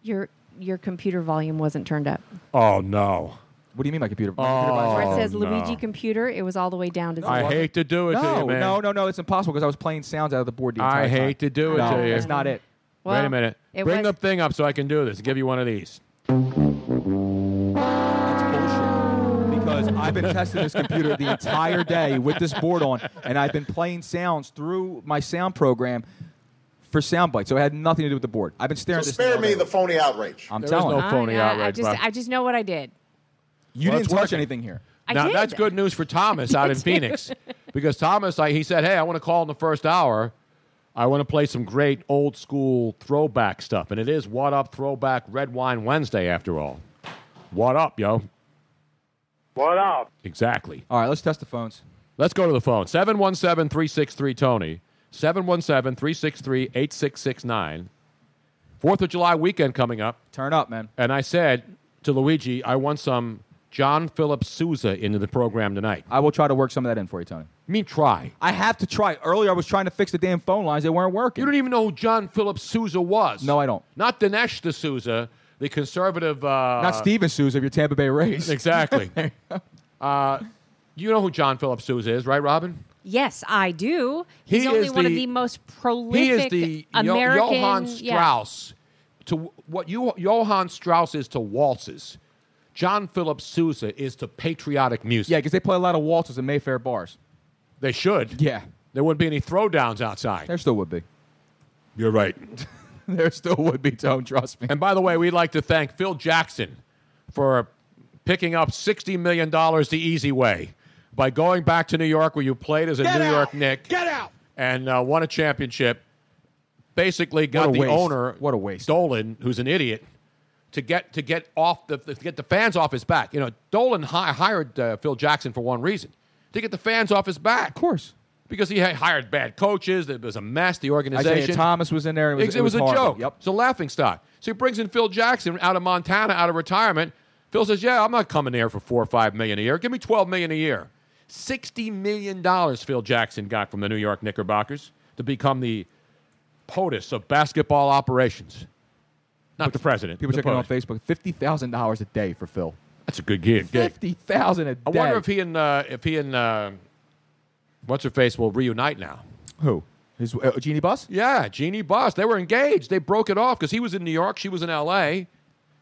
Speaker 8: your your computer volume wasn't turned up.
Speaker 5: Oh no!
Speaker 13: What do you mean my computer?
Speaker 5: Oh,
Speaker 8: Where it says Luigi computer, it was all the way down to zero.
Speaker 5: I hate to do it
Speaker 13: no,
Speaker 5: to you, man.
Speaker 13: No, no, no, it's impossible because I was playing sounds out of the board. The entire
Speaker 5: I
Speaker 13: time.
Speaker 5: hate to do it
Speaker 13: No,
Speaker 5: to you.
Speaker 13: That's not it.
Speaker 8: Well,
Speaker 5: Wait a minute.
Speaker 8: it
Speaker 5: Bring
Speaker 8: was-
Speaker 5: the thing up so I can do this. Give you one of these.
Speaker 13: Because I've been testing this computer the entire day with this board on, and I've been playing sounds through my sound program for sound bites. So it had nothing to do with the board. I've been staring at
Speaker 16: So
Speaker 13: this. thing
Speaker 16: spare
Speaker 13: all
Speaker 16: me
Speaker 13: day.
Speaker 16: the phony outrage.
Speaker 13: I'm
Speaker 5: There is
Speaker 13: telling
Speaker 5: no
Speaker 13: you.
Speaker 5: phony
Speaker 8: I- I
Speaker 5: outrage,
Speaker 8: just
Speaker 5: Bob.
Speaker 8: I just know what I did.
Speaker 13: You
Speaker 5: Well,
Speaker 13: didn't
Speaker 5: it's
Speaker 13: touch
Speaker 5: working.
Speaker 13: anything here.
Speaker 8: I
Speaker 5: now
Speaker 8: did.
Speaker 5: that's good news
Speaker 8: (laughs)
Speaker 5: for Thomas out in Phoenix because Thomas, I, he said, "Hey, I want to call in the first hour. I want to play some great old school throwback stuff, and it is what up throwback Red Wine Wednesday after all. What up, yo?
Speaker 17: What up?
Speaker 5: Exactly.
Speaker 13: All right, let's test the phones.
Speaker 5: Let's go to the phone. 717 363 Tony. 717 363 8669. Fourth of July weekend coming up.
Speaker 13: Turn up, man.
Speaker 5: And I said to Luigi, I want some John Philip Sousa into the program tonight.
Speaker 13: I will try to work some of that in for you, Tony.
Speaker 5: I mean, try.
Speaker 13: I have to try. Earlier, I was trying to fix the damn phone lines; they weren't working.
Speaker 5: You don't even know who John Philip Sousa was.
Speaker 13: No, I don't.
Speaker 5: Not Dinesh D'Souza, the conservative. Uh,
Speaker 13: Not Steven Souza of your Tampa Bay Rays. (laughs)
Speaker 5: Exactly. uh, you know who John Philip Sousa is, right, Robin?
Speaker 8: Yes, I do. He's
Speaker 5: He
Speaker 8: only
Speaker 5: is
Speaker 8: one of
Speaker 5: the-
Speaker 8: the most
Speaker 5: he
Speaker 8: prolific
Speaker 5: is the Yo-
Speaker 8: American
Speaker 5: Johann
Speaker 8: yeah.
Speaker 5: Strauss to what you Johann Strauss is to waltzes. John Philip Sousa is to patriotic music.
Speaker 13: Yeah, because they play a lot of waltzes in Mayfair bars.
Speaker 5: They should.
Speaker 13: Yeah.
Speaker 5: There wouldn't be any throwdowns outside.
Speaker 13: There still would be.
Speaker 5: You're right.
Speaker 13: (laughs) there still would be, Tone. Trust me.
Speaker 5: And by the way, we'd like to thank Phil Jackson for picking up $60 million the easy way by going back to New York where you played as a New York Knick. Get out! And uh, won a championship. Basically got
Speaker 13: a
Speaker 5: the
Speaker 13: waste.
Speaker 5: owner, what a waste. Dolan, who's an idiot, to get to get off the to get the fans off his back. You know, Dolan hi- hired uh, Phil Jackson for one reason to get the fans off his back. Of
Speaker 13: course,
Speaker 5: because he had hired bad coaches. It was a mess. The organization.
Speaker 13: Isaiah Thomas was in there. and It was,
Speaker 5: Ex- it was, a
Speaker 13: horrible.
Speaker 5: joke. It's a laughing stock. So he brings in Phil Jackson out of Montana, out of retirement. Phil says, "Yeah, I'm not coming here for four or five million a year. Give me twelve million a year." Sixty million dollars Phil Jackson got from the New York Knickerbockers to become the POTUS of basketball operations. Not the president.
Speaker 13: People
Speaker 5: the
Speaker 13: checking
Speaker 5: POTUS.
Speaker 13: on Facebook. Fifty thousand dollars a day for Phil.
Speaker 5: That's a good gig. gig.
Speaker 13: Fifty thousand a day.
Speaker 5: I wonder if he and uh, if he and uh, what's her face will reunite now.
Speaker 13: who his uh, Genie Bus.
Speaker 5: Yeah, Jeannie Boss. They were engaged. They broke it off because he was in New York. She was in L.A.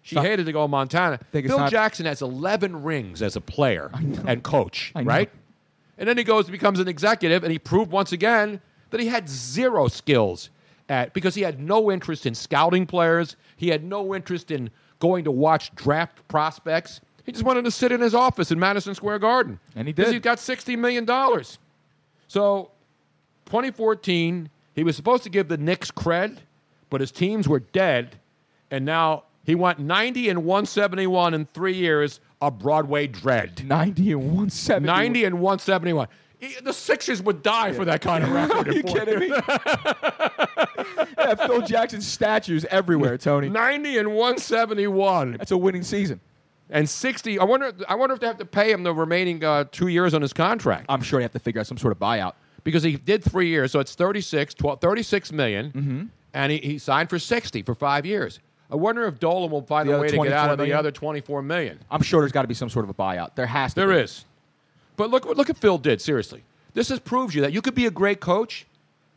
Speaker 5: She hated to go to Montana.
Speaker 13: it's
Speaker 5: Bill
Speaker 13: not-
Speaker 5: Jackson has 11 rings as a player and coach, right? And then he goes and becomes an executive, and he proved once again that he had zero skills at because he had no interest in scouting players. He had no interest in going to watch draft prospects. He just wanted to sit in his office in Madison Square Garden. And he did. Because he got $60 million. So 2014, he was supposed to give the Knicks cred, but his teams were dead, and now he went 90 and 171 in three years of Broadway dread.
Speaker 13: Ninety and one seventy.
Speaker 5: 90 and 171. E- The Sixers
Speaker 13: (laughs)
Speaker 5: would die for that kind of record. Mm-hmm. Are you kidding (laughs) me?
Speaker 13: yeah, Phil Jackson statues everywhere, Tony.
Speaker 5: 90 and 171.
Speaker 13: That's a winning season.
Speaker 5: And 60. I wonder. I wonder if they have to pay him the remaining uh, two years on his contract.
Speaker 13: I'm sure they have to figure out some sort of buyout.
Speaker 5: because he did three years, so it's 36, 12, 36 million, and he, he signed for 60 for five years. I wonder if Dolan will find
Speaker 13: The
Speaker 5: a
Speaker 13: other
Speaker 5: way to get out
Speaker 13: 24
Speaker 5: of the
Speaker 13: million?
Speaker 5: other 24 million.
Speaker 13: I'm sure there's got to be some sort of a buyout. There has to.
Speaker 5: There
Speaker 13: be.
Speaker 5: is. But look, look at Phil did, seriously. This has proved you that you could be a great coach,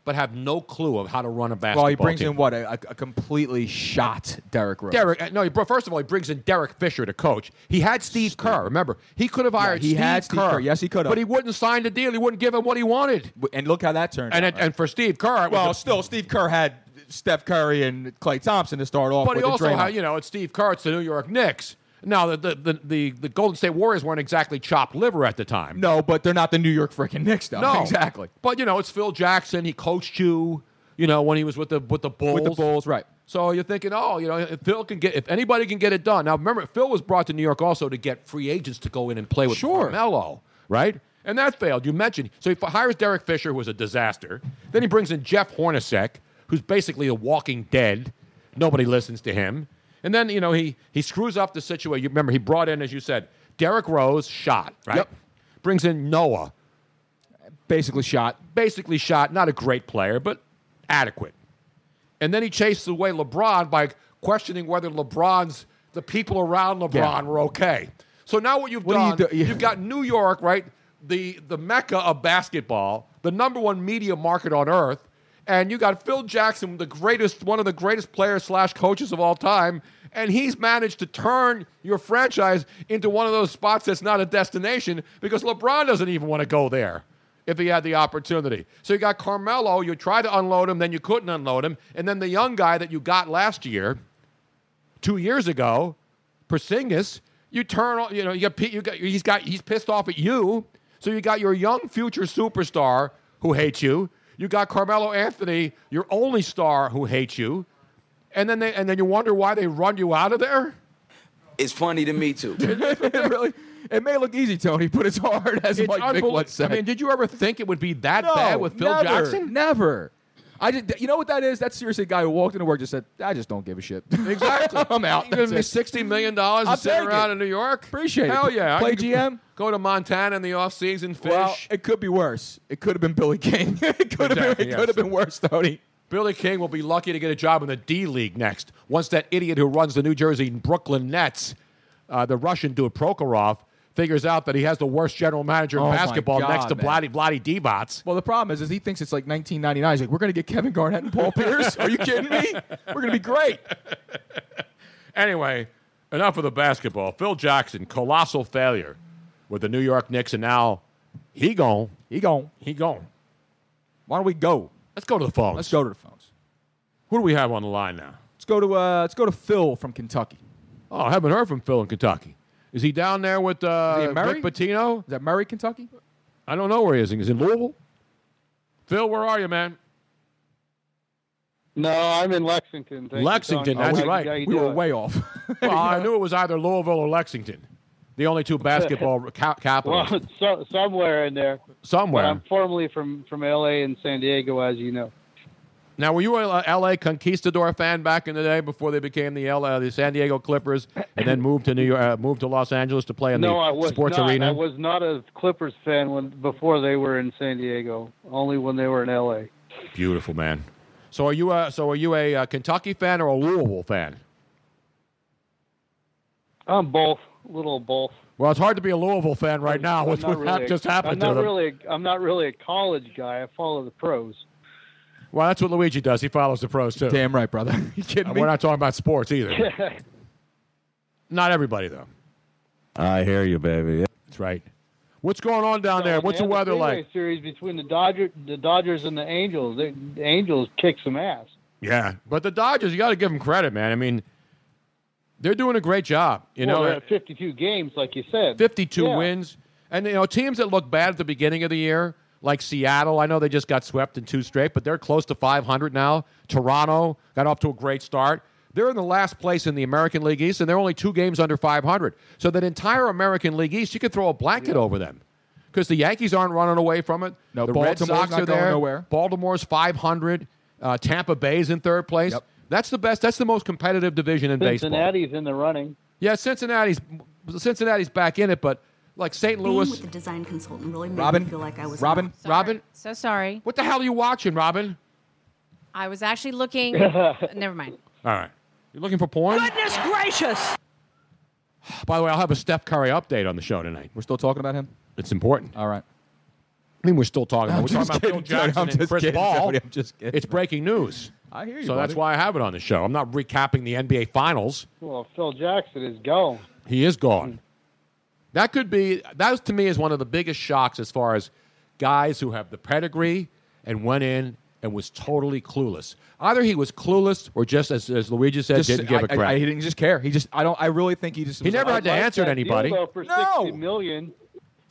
Speaker 5: but have no clue of how to run a basketball
Speaker 13: Well, he brings
Speaker 5: team.
Speaker 13: in what a, a a completely shot Derrick Rose.
Speaker 5: Derek, uh, no, he br- first of all, he brings in Derek Fisher to coach. He had Steve Kerr, remember? He could have hired
Speaker 13: he
Speaker 5: Steve,
Speaker 13: had Steve Kerr. Yes, he could have.
Speaker 5: But he wouldn't sign the deal. He wouldn't give him what he wanted.
Speaker 13: and look how that turned.
Speaker 5: And,
Speaker 13: out.
Speaker 5: it, and for Steve Kerr, it was
Speaker 13: well,
Speaker 5: a-
Speaker 13: still, Steve Kerr had Steph Curry and Clay Thompson to start off.
Speaker 5: But he
Speaker 13: with
Speaker 5: also,
Speaker 13: the Draymond.
Speaker 5: had, you know, it's Steve Kerr, it's the New York Knicks. Now, the, the, the, the, the Golden State Warriors weren't exactly chopped liver at the time.
Speaker 13: no, but they're not the New York freaking Knicks, though. (laughs)
Speaker 5: No.
Speaker 13: exactly.
Speaker 5: But, you know, it's Phil Jackson. He coached you, you know, when he was with the, with the Bulls.
Speaker 13: With the Bulls, right.
Speaker 5: So you're thinking, oh, you know, if Phil can get, if anybody can get it done. Now, remember, Phil was brought to New York also to get free agents to go in and play with
Speaker 13: Sure.
Speaker 5: Carmelo, right? And that failed. You mentioned so he f- hires Derek Fisher, who was a disaster. Then he brings in Jeff Hornacek, who's basically a walking dead. Nobody listens to him. And then you know he he screws up the situation. You remember he brought in, as you said, Derek Rose, shot right. Brings in Noah,
Speaker 13: basically shot.
Speaker 5: Basically shot. Not a great player, but adequate. And then he chases away LeBron by questioning whether LeBron's the people around LeBron
Speaker 13: Yeah.
Speaker 5: were okay. So now what you've
Speaker 13: What do you
Speaker 5: done,
Speaker 13: do- yeah.
Speaker 5: you've got New York, right? The the mecca of basketball, the number one media market on earth, and you got Phil Jackson, the greatest, one of the greatest players slash coaches of all time, and he's managed to turn your franchise into one of those spots that's not a destination because LeBron doesn't even want to go there if he had the opportunity. So you got Carmelo, you tried to unload him, then you couldn't unload him, and then the young guy that you got last year, two years ago, Porzingis, you turn on, you know, you got, Pete- you got, he's got, he's pissed off at you. So you got your young future superstar who hates you. You got Carmelo Anthony, your only star who hates you. And then they, and then you wonder why they run you out of there.
Speaker 16: It's funny to me too.
Speaker 13: it really, it may look easy, Tony, but it's hard, as
Speaker 5: It's
Speaker 13: Mike Vick
Speaker 5: unbelievable.
Speaker 13: once said.
Speaker 5: I mean, did you ever think it would be that
Speaker 13: no,
Speaker 5: bad with Phil
Speaker 13: never,
Speaker 5: Jackson?
Speaker 13: Never. I just, you know what that is? That's seriously a guy who walked into work and just said, "I just don't give a shit." (laughs)
Speaker 5: Exactly.
Speaker 13: I'm out.
Speaker 5: You give
Speaker 13: That's
Speaker 5: me
Speaker 13: it.
Speaker 5: sixty million dollars
Speaker 13: I'll
Speaker 5: to sit
Speaker 13: take
Speaker 5: around
Speaker 13: it.
Speaker 5: in New York.
Speaker 13: Appreciate it.
Speaker 5: Hell yeah. I
Speaker 13: Play
Speaker 5: can go-
Speaker 13: GM.
Speaker 5: Go to Montana in the offseason, fish.
Speaker 13: Well, it could be worse. It could have been Billy King. (laughs) it could have
Speaker 5: Exactly,
Speaker 13: been. It
Speaker 5: yes.
Speaker 13: could have been worse, Tony.
Speaker 5: Billy King will be lucky to get a job in the D League next. Once that idiot who runs the New Jersey Brooklyn Nets, uh, the Russian dude Prokhorov, figures out that he has the worst general manager in
Speaker 13: Oh my
Speaker 5: basketball
Speaker 13: God,
Speaker 5: next to
Speaker 13: man.
Speaker 5: Blatty Blatty Devots.
Speaker 13: Well, the problem is, is he thinks it's like 1999. He's like, "We're gonna get Kevin Garnett and Paul Pierce." Are you kidding
Speaker 5: (laughs)
Speaker 13: me? We're gonna be great.
Speaker 5: Anyway, enough of the basketball. Phil Jackson, colossal failure with the New York Knicks, and now he gone.
Speaker 13: He gone.
Speaker 5: He gone.
Speaker 13: Why don't we go?
Speaker 5: Let's go to the phones.
Speaker 13: Let's go to the phones.
Speaker 5: Who do we have on the line now?
Speaker 13: Let's go to uh, let's go to Phil from Kentucky.
Speaker 5: Oh, I haven't heard from Phil in Kentucky. Is he down there with uh,
Speaker 13: Is he in Murray?
Speaker 5: Rick Pitino?
Speaker 13: Is that Murray, Kentucky?
Speaker 5: I don't know where he is. Is he in Louisville? Phil, where are you, man?
Speaker 17: No, I'm in Lexington. Thank you,
Speaker 5: Lexington,
Speaker 17: Tony.
Speaker 5: that's
Speaker 17: How you- how
Speaker 5: right.
Speaker 17: you doing?
Speaker 13: off.
Speaker 5: (laughs) well, I knew it was either Louisville or Lexington, the only two basketball
Speaker 17: (laughs)
Speaker 5: ca- capitals.
Speaker 17: Well, it's so, somewhere in there.
Speaker 5: Somewhere.
Speaker 17: But I'm formerly from from LA and San Diego, as you know.
Speaker 5: Now, were you a LA Conquistador fan back in the day before they became the LA, the San Diego Clippers, and then moved to New York, uh, moved to Los Angeles to play in
Speaker 17: no,
Speaker 5: the
Speaker 17: I was
Speaker 5: sports
Speaker 17: not.
Speaker 5: arena?
Speaker 17: I was not a Clippers fan when before they were in San Diego. Only when they were in LA.
Speaker 5: Beautiful man. So are you a so are you a, uh Kentucky fan or a Louisville fan?
Speaker 17: I'm both, a little of both.
Speaker 5: Well, it's hard to be a Louisville fan right now
Speaker 17: I'm
Speaker 5: with
Speaker 17: not
Speaker 5: what hap-
Speaker 17: really a-
Speaker 5: just happened
Speaker 17: I'm
Speaker 5: to
Speaker 17: not
Speaker 5: them.
Speaker 17: really. A, I'm not really a college guy. I follow the pros.
Speaker 5: Well, that's what Luigi does. He follows the pros too.
Speaker 13: Damn right, brother. (laughs) you kidding
Speaker 5: And
Speaker 13: me?
Speaker 5: we're not talking about
Speaker 17: (laughs)
Speaker 5: sports either. not everybody though.
Speaker 3: I hear you, baby.
Speaker 5: That's right. What's going on down there? What's the
Speaker 17: Man,
Speaker 5: weather
Speaker 17: freeway
Speaker 5: like?
Speaker 17: Series between the Dodger, the Dodgers and the Angels. They, the Angels kick some ass.
Speaker 5: Yeah, but the Dodgers, you got to give them credit, man. I mean, they're doing a great job. You
Speaker 17: Well,
Speaker 5: know,
Speaker 17: they're at 52 games, like you said.
Speaker 5: 52
Speaker 17: Yeah.
Speaker 5: wins. And, you know, teams that look bad at the beginning of the year, like Seattle, I know they just got swept in two straight, but they're close to 500 now. Toronto got off to a great start. They're in the last place in the American League East, and they're only two games under 500. So that entire American League East, you could throw a blanket over them because the Yankees aren't running away from it.
Speaker 13: No,
Speaker 5: the Red
Speaker 13: Baltimore's
Speaker 5: Sox
Speaker 13: not
Speaker 5: are
Speaker 13: going
Speaker 5: there.
Speaker 13: nowhere.
Speaker 5: Baltimore's 500. Uh, Tampa Bay's in third place. That's the best. That's the most competitive division in baseball.
Speaker 17: Cincinnati's in the running.
Speaker 5: Yeah, Cincinnati's Cincinnati's back in it, but like St.
Speaker 18: Being
Speaker 5: Louis,
Speaker 18: with the design consultant really made
Speaker 5: Robin,
Speaker 18: me feel like I was
Speaker 5: Robin,
Speaker 18: lost.
Speaker 5: Robin,
Speaker 8: So sorry.
Speaker 5: what the hell are you watching, Robin?
Speaker 8: I was actually
Speaker 5: (laughs)
Speaker 8: looking. never mind.
Speaker 5: All right, you looking for porn?
Speaker 8: Goodness gracious!
Speaker 5: By the way, I'll have a Steph Curry update on the show tonight.
Speaker 13: We're still talking about him.
Speaker 5: It's important.
Speaker 13: All right.
Speaker 5: I mean, we're still talking.
Speaker 13: I'm
Speaker 5: About, we're talking
Speaker 13: just
Speaker 5: about Phil
Speaker 13: kidding, Tony.
Speaker 5: Jackson
Speaker 13: I'm
Speaker 5: and
Speaker 13: just
Speaker 5: Chris
Speaker 13: kidding,
Speaker 5: Paul.
Speaker 13: Tony. I'm just kidding.
Speaker 5: It's breaking news.
Speaker 13: I hear you,
Speaker 5: So that's
Speaker 13: buddy.
Speaker 5: why I have it on the show. I'm not recapping the NBA Finals.
Speaker 17: Well, Phil Jackson is gone.
Speaker 5: He is gone. That could be that is, to me is one of the biggest shocks as far as guys who have the pedigree and went in and was totally clueless. Either he was clueless or just, as, as Luigi said,
Speaker 13: Just-
Speaker 5: didn't give
Speaker 13: I-
Speaker 5: a crap.
Speaker 13: I- I- he didn't just care. He just I don't. I really think he just.
Speaker 5: He never had to answer to anybody.
Speaker 17: no. million.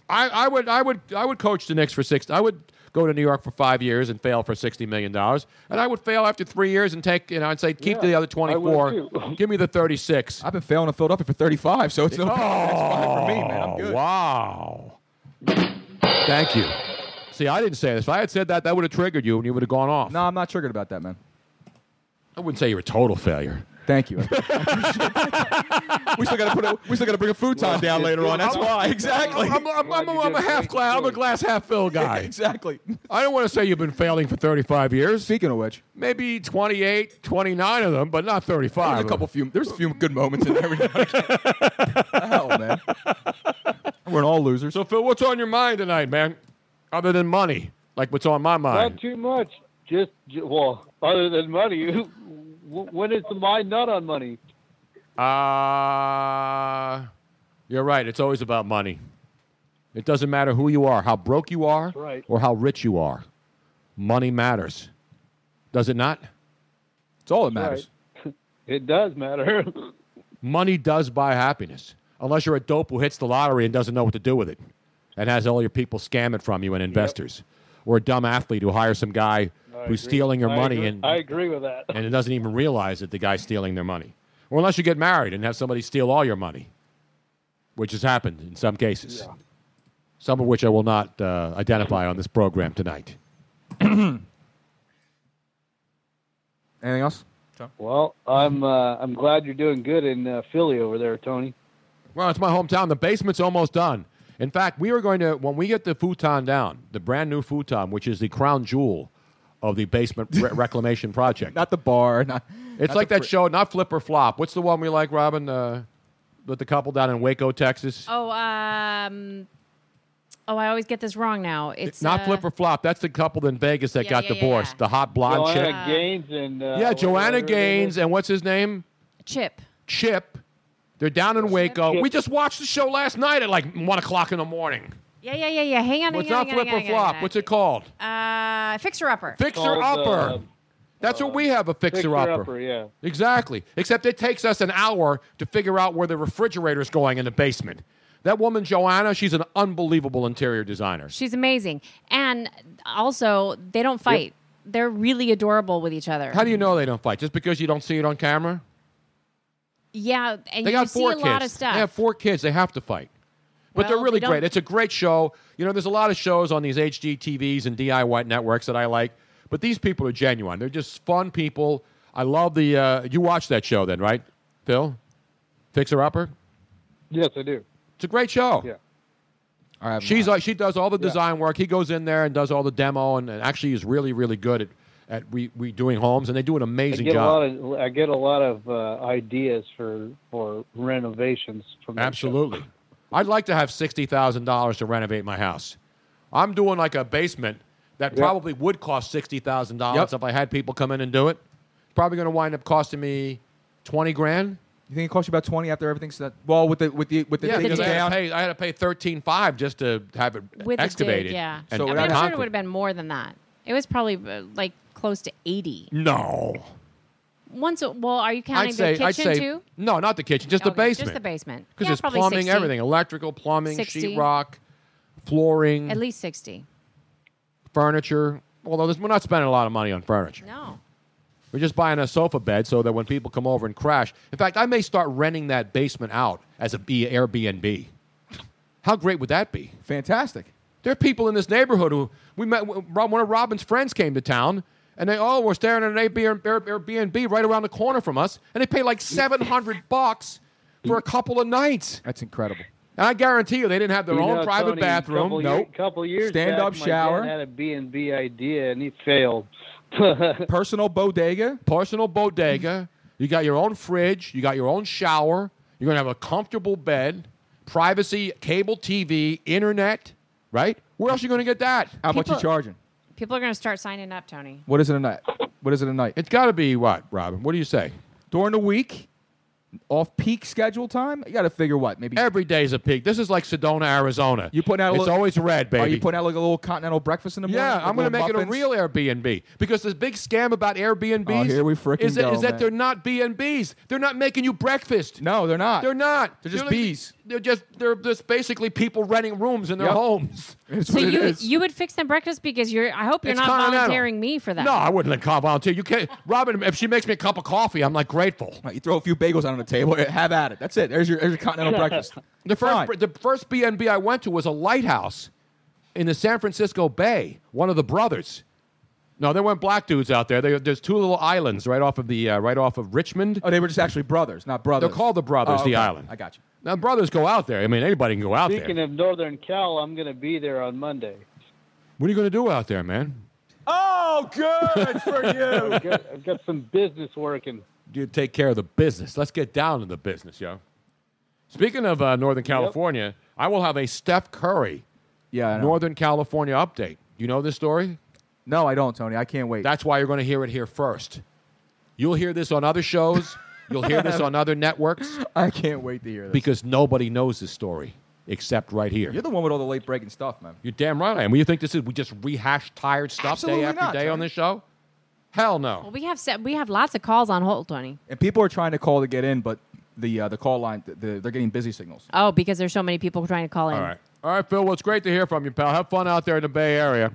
Speaker 5: I, I would I would I would coach the Knicks for six. I would go to New York for five years and fail for sixty million dollars, and I would fail after three years and take you know and say keep
Speaker 13: Yeah,
Speaker 5: the other
Speaker 13: I
Speaker 5: twenty
Speaker 13: would
Speaker 5: four, give me the Oh. thirty six.
Speaker 13: I've been failing in Philadelphia for thirty five, so it's no. It's fine for me, man.
Speaker 5: Oh,
Speaker 13: I'm good.
Speaker 5: Wow. Thank you. See, I didn't say this. If I had said that, that would have triggered you, and you would have gone off. No,
Speaker 13: I'm not triggered about that, man.
Speaker 5: I wouldn't say you're a total failure.
Speaker 13: Thank
Speaker 5: (laughs)
Speaker 13: you. we still got to put. A, we still got to bring a futon down later on. That's why. Exactly.
Speaker 5: I'm, I'm, I'm, I'm a half glass. I'm a glass half full guy.
Speaker 13: exactly.
Speaker 5: I don't want to say you've been failing for 35 years.
Speaker 13: Speaking of which,
Speaker 5: maybe 28, 29 of them, but not 35.
Speaker 13: There's a couple few. There's a few good moments in there. (laughs) We're all losers.
Speaker 5: So Phil, what's on your mind tonight, man? Other than money, like what's on my mind?
Speaker 17: Not too much. Just ju- well, other than money, (laughs) who- wh- when is the mind not on money?
Speaker 5: Uh, you're right. It's always about money. It doesn't matter who you are, how broke you are,
Speaker 17: right.
Speaker 5: or how rich you are. Money matters. Does it not?
Speaker 13: It's all that
Speaker 17: matters. (laughs) It does matter.
Speaker 5: Money does buy happiness, unless you're a dope who hits the lottery and doesn't know what to do with it, and has all your people scam it from you and investors, or a dumb athlete who hires some guy
Speaker 17: I
Speaker 5: who's
Speaker 17: agree.
Speaker 5: stealing your
Speaker 17: I
Speaker 5: money
Speaker 17: agree-
Speaker 5: and
Speaker 17: I agree with that.
Speaker 5: and it doesn't even realize that the guy's stealing their money. Or unless you get married and have somebody steal all your money, which has happened in some cases, some of which I will not uh, identify on this program tonight.
Speaker 13: Anything else?
Speaker 17: Well, I'm uh, I'm glad you're doing good in uh, Philly over there, Tony.
Speaker 5: Well, it's my hometown. The basement's almost done. In fact, we are going to, when we get the futon down, the brand new futon, which is the crown jewel of the basement
Speaker 13: (laughs)
Speaker 5: re- reclamation project.
Speaker 13: Not the bar. Not.
Speaker 5: It's
Speaker 13: not
Speaker 5: like
Speaker 13: the
Speaker 5: that show, not Flip or Flop. What's the one we like, Robin? Uh, with the couple down in Waco, Texas?
Speaker 8: Oh, um, oh, I always get this wrong now. It's
Speaker 5: Not
Speaker 8: uh,
Speaker 5: flip or flop. That's the couple in Vegas that
Speaker 8: Yeah,
Speaker 5: got
Speaker 8: yeah, yeah,
Speaker 5: divorced. The hot blonde chick.
Speaker 17: Joanna Gaines and uh,
Speaker 5: yeah, Joanna
Speaker 17: whatever her name
Speaker 5: Gaines
Speaker 17: is.
Speaker 5: and what's his name?
Speaker 8: Chip.
Speaker 5: Chip. They're down in Waco. We just watched the show last night at like one o'clock in the morning.
Speaker 8: Yeah, yeah, yeah, yeah. Hang on,
Speaker 5: Well, it's
Speaker 8: hang on,
Speaker 5: not
Speaker 8: hang on,
Speaker 5: flip or
Speaker 8: hang on, hang on,
Speaker 5: flop.
Speaker 8: hang on.
Speaker 5: What's it called?
Speaker 8: Uh, fixer upper.
Speaker 5: Fixer upper. That's what we have a fixer, upper.
Speaker 17: Uh, Fixer-upper, yeah.
Speaker 5: Exactly. Except it takes us an hour to figure out where the refrigerator's going in the basement. That woman Joanna, she's an unbelievable interior designer.
Speaker 8: She's amazing, and also they don't fight. They're really adorable with each other.
Speaker 5: How do you know they don't fight? Just because you don't see it on camera?
Speaker 8: Yeah, and
Speaker 5: they
Speaker 8: you
Speaker 5: got
Speaker 8: see
Speaker 5: four
Speaker 8: a
Speaker 5: kids.
Speaker 8: lot of stuff.
Speaker 5: They have four kids. They have to fight. But they're
Speaker 8: Well,
Speaker 5: really
Speaker 8: they
Speaker 5: great.
Speaker 8: don't-
Speaker 5: It's a great show. You know, there's a lot of shows on these HGTVs and DIY networks that I like, but these people are genuine. They're just fun people. I love the. Uh, you watch that show then, right, Phil? Fixer Upper.
Speaker 17: Yes, I do.
Speaker 5: It's a great show.
Speaker 17: Yeah.
Speaker 5: She's uh, she does all the design work. He goes in there and does all the demo, and, and actually is really really good at at re- redoing homes, and they do an
Speaker 17: I
Speaker 5: amazing
Speaker 17: get a
Speaker 5: job.
Speaker 17: lot of I get a lot of uh, ideas for for renovations from that show.
Speaker 5: Absolutely. I'd like to have $60,000 to renovate my house. I'm doing like a basement that
Speaker 17: Yep.
Speaker 5: probably would cost $60,000
Speaker 13: Yep.
Speaker 5: if I had people come in and do it. It's probably going to wind up costing me 20 grand.
Speaker 13: You think it cost you about twenty after everything's set? Well, with the with the with the
Speaker 5: yeah,
Speaker 13: digging
Speaker 5: because I had,
Speaker 13: down.
Speaker 5: to pay, I had to pay 13.5 just to have it
Speaker 8: with
Speaker 5: excavated.
Speaker 8: The dig, yeah.
Speaker 5: and-
Speaker 8: I
Speaker 5: and
Speaker 8: mean, I'm sure
Speaker 5: concrete.
Speaker 8: it would have been more than that. It was probably uh, like close to eighty.
Speaker 5: No.
Speaker 8: Once, a- well, are you counting
Speaker 5: I'd say,
Speaker 8: the kitchen
Speaker 5: I'd say,
Speaker 8: too?
Speaker 5: No, not the kitchen, just the
Speaker 8: Okay,
Speaker 5: basement.
Speaker 8: Just the basement.
Speaker 5: Because
Speaker 8: yeah,
Speaker 5: there's
Speaker 8: probably
Speaker 5: plumbing,
Speaker 8: 60.
Speaker 5: everything electrical, plumbing,
Speaker 8: 60.
Speaker 5: sheetrock, flooring,
Speaker 8: At least sixty.
Speaker 5: furniture. Although this, we're not spending a lot of money on furniture.
Speaker 8: No.
Speaker 5: We're just buying a sofa bed so that when people come over and crash. In fact, I may start renting that basement out as a B- Airbnb. How great would that be?
Speaker 13: Fantastic.
Speaker 5: There are people in this neighborhood who we met. Rob- One of Robin's friends came to town, and they oh, we're staring at an Airbnb Airbnb right around the corner from us, and they pay like seven hundred bucks for a couple of nights.
Speaker 13: That's incredible.
Speaker 5: And I guarantee you, they didn't have their
Speaker 17: You
Speaker 5: own
Speaker 17: know,
Speaker 5: private
Speaker 17: Tony,
Speaker 5: bathroom.
Speaker 17: Couple year- couple years
Speaker 13: Stand
Speaker 17: back,
Speaker 13: up
Speaker 17: my
Speaker 13: shower.
Speaker 17: Dad had a B and B idea and he failed. (laughs)
Speaker 13: Personal bodega.
Speaker 5: Personal bodega. You got your own fridge. You got your own shower. You're going to have a comfortable bed, privacy, cable TV, internet, right? Where else are you going to get that?
Speaker 13: How much you
Speaker 8: People-
Speaker 13: charging?
Speaker 8: People are going to start signing up, Tony.
Speaker 13: What is it a night? What is it a night?
Speaker 5: It's got to be what, Robin? What do you say?
Speaker 13: During the week, off peak schedule time, you got to figure what maybe
Speaker 5: every day's a peak. This is like Sedona, Arizona.
Speaker 13: You putting out. a
Speaker 5: it's
Speaker 13: little,
Speaker 5: always red, baby.
Speaker 13: Are you putting out like a little continental breakfast in the morning?
Speaker 5: yeah,
Speaker 13: Like
Speaker 5: I'm going to
Speaker 13: little
Speaker 5: make it a
Speaker 13: muffins?
Speaker 5: real Airbnb because this big scam about Airbnbs
Speaker 13: Oh, here we frickin'
Speaker 5: is, that,
Speaker 13: go,
Speaker 5: is that
Speaker 13: man.
Speaker 5: they're not B&Bs. They're not making you breakfast.
Speaker 13: No, they're not.
Speaker 5: They're not.
Speaker 13: They're just
Speaker 5: like-
Speaker 13: bees.
Speaker 5: They're just they're just basically people renting rooms in their
Speaker 13: Yep.
Speaker 5: homes. (laughs)
Speaker 13: It's
Speaker 8: So you you would fix them breakfast because you're. I hope you're
Speaker 5: It's
Speaker 8: not
Speaker 5: continental.
Speaker 8: volunteering me for that.
Speaker 5: No, I wouldn't let Cobb volunteer. You can't, Robin. If she makes me a cup of coffee, I'm like grateful.
Speaker 13: Right, you throw a few bagels out on the table. (laughs) Have at it. That's it. There's your, there's your continental breakfast.
Speaker 5: (laughs) The first, the first BNB I went to was a lighthouse in the San Francisco Bay. One of the brothers. No, there weren't black dudes out there. They, there's two little islands right off of the uh, right off of Richmond.
Speaker 13: Oh, they were just actually brothers, not brothers.
Speaker 5: They're called the brothers.
Speaker 13: Oh,
Speaker 5: The
Speaker 13: okay.
Speaker 5: island.
Speaker 13: I got you.
Speaker 5: Now brothers go out there. I mean, anybody can go out there.
Speaker 17: Speaking of Northern Cal, I'm going to be there on Monday.
Speaker 5: What are you going to do out there, man?
Speaker 13: Oh, good
Speaker 17: (laughs)
Speaker 13: for
Speaker 17: I've got, I've got some business working.
Speaker 5: You take care of the business. Let's get down to the business, yo. Speaking of uh, Northern California, I will have a Steph Curry
Speaker 13: Yeah. I know.
Speaker 5: Northern California update. You know this story?
Speaker 13: No, I don't, Tony. I can't wait.
Speaker 5: That's why you're going to hear it here first. You'll hear this on other shows. You'll hear
Speaker 13: (laughs)
Speaker 5: this on other networks
Speaker 13: I can't wait to hear this.
Speaker 5: because nobody knows this story except right here.
Speaker 13: You're the one with all the late breaking stuff, man.
Speaker 5: You're damn right I am. Well, you think this is we just rehash tired stuff
Speaker 13: Absolutely
Speaker 5: day after
Speaker 13: not,
Speaker 5: day on
Speaker 13: Tony.
Speaker 5: this show? Hell no.
Speaker 8: Well, we have se- we have lots of calls on hold, Tony.
Speaker 13: And people are trying to call to get in, but the uh, the call line, th- the, they're getting busy signals.
Speaker 8: Oh, because there's so many people trying to call in.
Speaker 5: All right. All right, Phil. Well, it's great to hear from you, pal. Have fun out there in the Bay Area.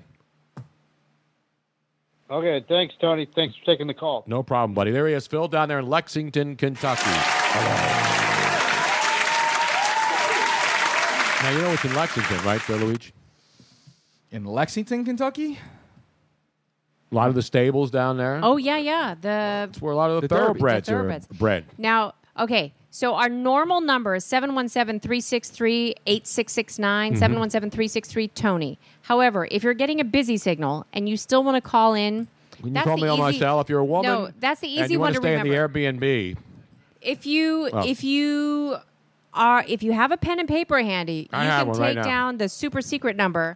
Speaker 17: Okay, thanks, Tony. Thanks for taking the call.
Speaker 5: No problem, buddy. There he is, Phil, down there in Lexington, Kentucky. Now, you know it's in Lexington, right, Phil Luigi?
Speaker 13: In Lexington, Kentucky?
Speaker 5: A lot of the stables down there.
Speaker 8: Oh yeah, yeah. The
Speaker 5: It's where a lot of the,
Speaker 8: The derbies, the
Speaker 5: thoroughbreds,
Speaker 8: thoroughbreds.
Speaker 5: are bred.
Speaker 8: now okay. So our normal number is 717-363-8669,
Speaker 5: Mm-hmm.
Speaker 8: 717-363-TONY. However, if you're getting a busy signal and you still want to call in,
Speaker 5: Can you
Speaker 8: that's
Speaker 5: call
Speaker 8: the
Speaker 5: me on my
Speaker 8: easy-
Speaker 5: cell if you're a woman?
Speaker 8: No, that's the
Speaker 5: and
Speaker 8: easy
Speaker 5: you
Speaker 8: one
Speaker 5: want
Speaker 8: to
Speaker 5: to stay
Speaker 8: remember.
Speaker 5: in the Airbnb.
Speaker 8: If you
Speaker 5: Oh.
Speaker 8: if you are if you have a pen and paper handy,
Speaker 5: I
Speaker 8: you
Speaker 5: have
Speaker 8: can
Speaker 5: one
Speaker 8: take
Speaker 5: right now.
Speaker 8: down the super secret number.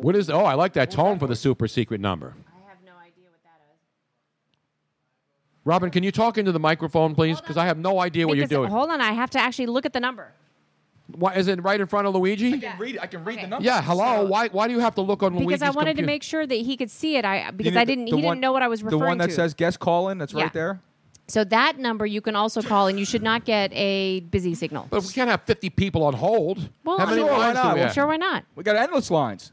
Speaker 5: What is? Oh, I like that tone for the super secret number. I have no idea what that is. Robin, can you talk into the microphone, please? Because I have no idea what you're
Speaker 8: Because-
Speaker 5: doing.
Speaker 8: Hold on, I have to actually look at the number.
Speaker 5: Why is it right in front of Luigi?
Speaker 13: I can read, I can read the number.
Speaker 5: Yeah. Hello. why? Why do you have to look on Luigi's
Speaker 8: Because I wanted to
Speaker 5: computer?
Speaker 8: make sure that he could see it. I
Speaker 13: You
Speaker 8: because
Speaker 13: need
Speaker 8: I
Speaker 13: the-
Speaker 8: didn't.
Speaker 13: the
Speaker 8: he
Speaker 13: one-
Speaker 8: didn't know what I was referring
Speaker 13: The one that
Speaker 8: to.
Speaker 13: says guest call in, that's
Speaker 8: Yeah.
Speaker 13: right there.
Speaker 8: so that number you can also call, and you should not get a busy signal.
Speaker 5: But we can't have 50 people on hold.
Speaker 8: Well,
Speaker 5: How many
Speaker 8: sure, why
Speaker 5: lines do
Speaker 13: not?
Speaker 5: we
Speaker 13: Well,
Speaker 5: have?
Speaker 8: Sure, why not?
Speaker 13: We got endless lines.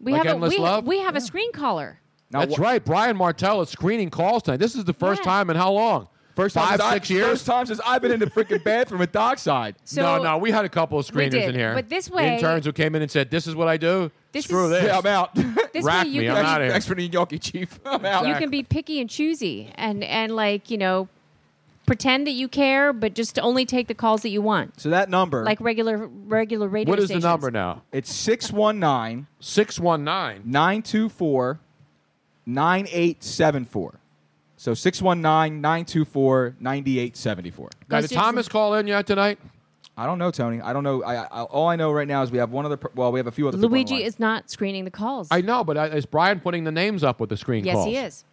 Speaker 8: We
Speaker 5: Like
Speaker 8: have a
Speaker 5: Endless
Speaker 8: we,
Speaker 5: Love?
Speaker 8: we have a screen caller.
Speaker 5: That's right. Brian Martell is screening calls tonight. This is the first time in how long? First
Speaker 13: time
Speaker 5: Five,
Speaker 13: since I-
Speaker 5: six years?
Speaker 13: First time since I've been in the freaking bathroom at Dockside.
Speaker 8: So-
Speaker 5: no, no, we had a couple of
Speaker 8: We
Speaker 5: screeners
Speaker 8: did,
Speaker 5: in here.
Speaker 8: but this way-
Speaker 5: interns who came in and said, "This is what I do.
Speaker 8: This
Speaker 5: Screw
Speaker 8: is-
Speaker 5: this.
Speaker 13: Yeah, I'm out.
Speaker 8: This
Speaker 5: Rack
Speaker 8: way you
Speaker 5: me.
Speaker 8: can
Speaker 5: I'm out of here."
Speaker 13: Thanks for the gnocchi, chief. I'm out.
Speaker 8: you can be picky and choosy, and and like you know, pretend that you care, but just only take the calls that you want,
Speaker 13: So that number,
Speaker 8: like regular regular radio.
Speaker 5: What is
Speaker 8: stations.
Speaker 5: the number now?
Speaker 13: it's 619
Speaker 5: Six one nine.
Speaker 13: 924 9874. So 619 924 9874.
Speaker 5: Now, did Thomas call in yet tonight?
Speaker 13: I don't know, Tony. I don't know. I, I, all I know right now is we have one other. Per- well, we have a few other. people
Speaker 8: Luigi
Speaker 13: online.
Speaker 8: is not screening the calls.
Speaker 5: I know, but I, is Brian putting the names up with the screen
Speaker 8: yes,
Speaker 5: calls?
Speaker 8: he is.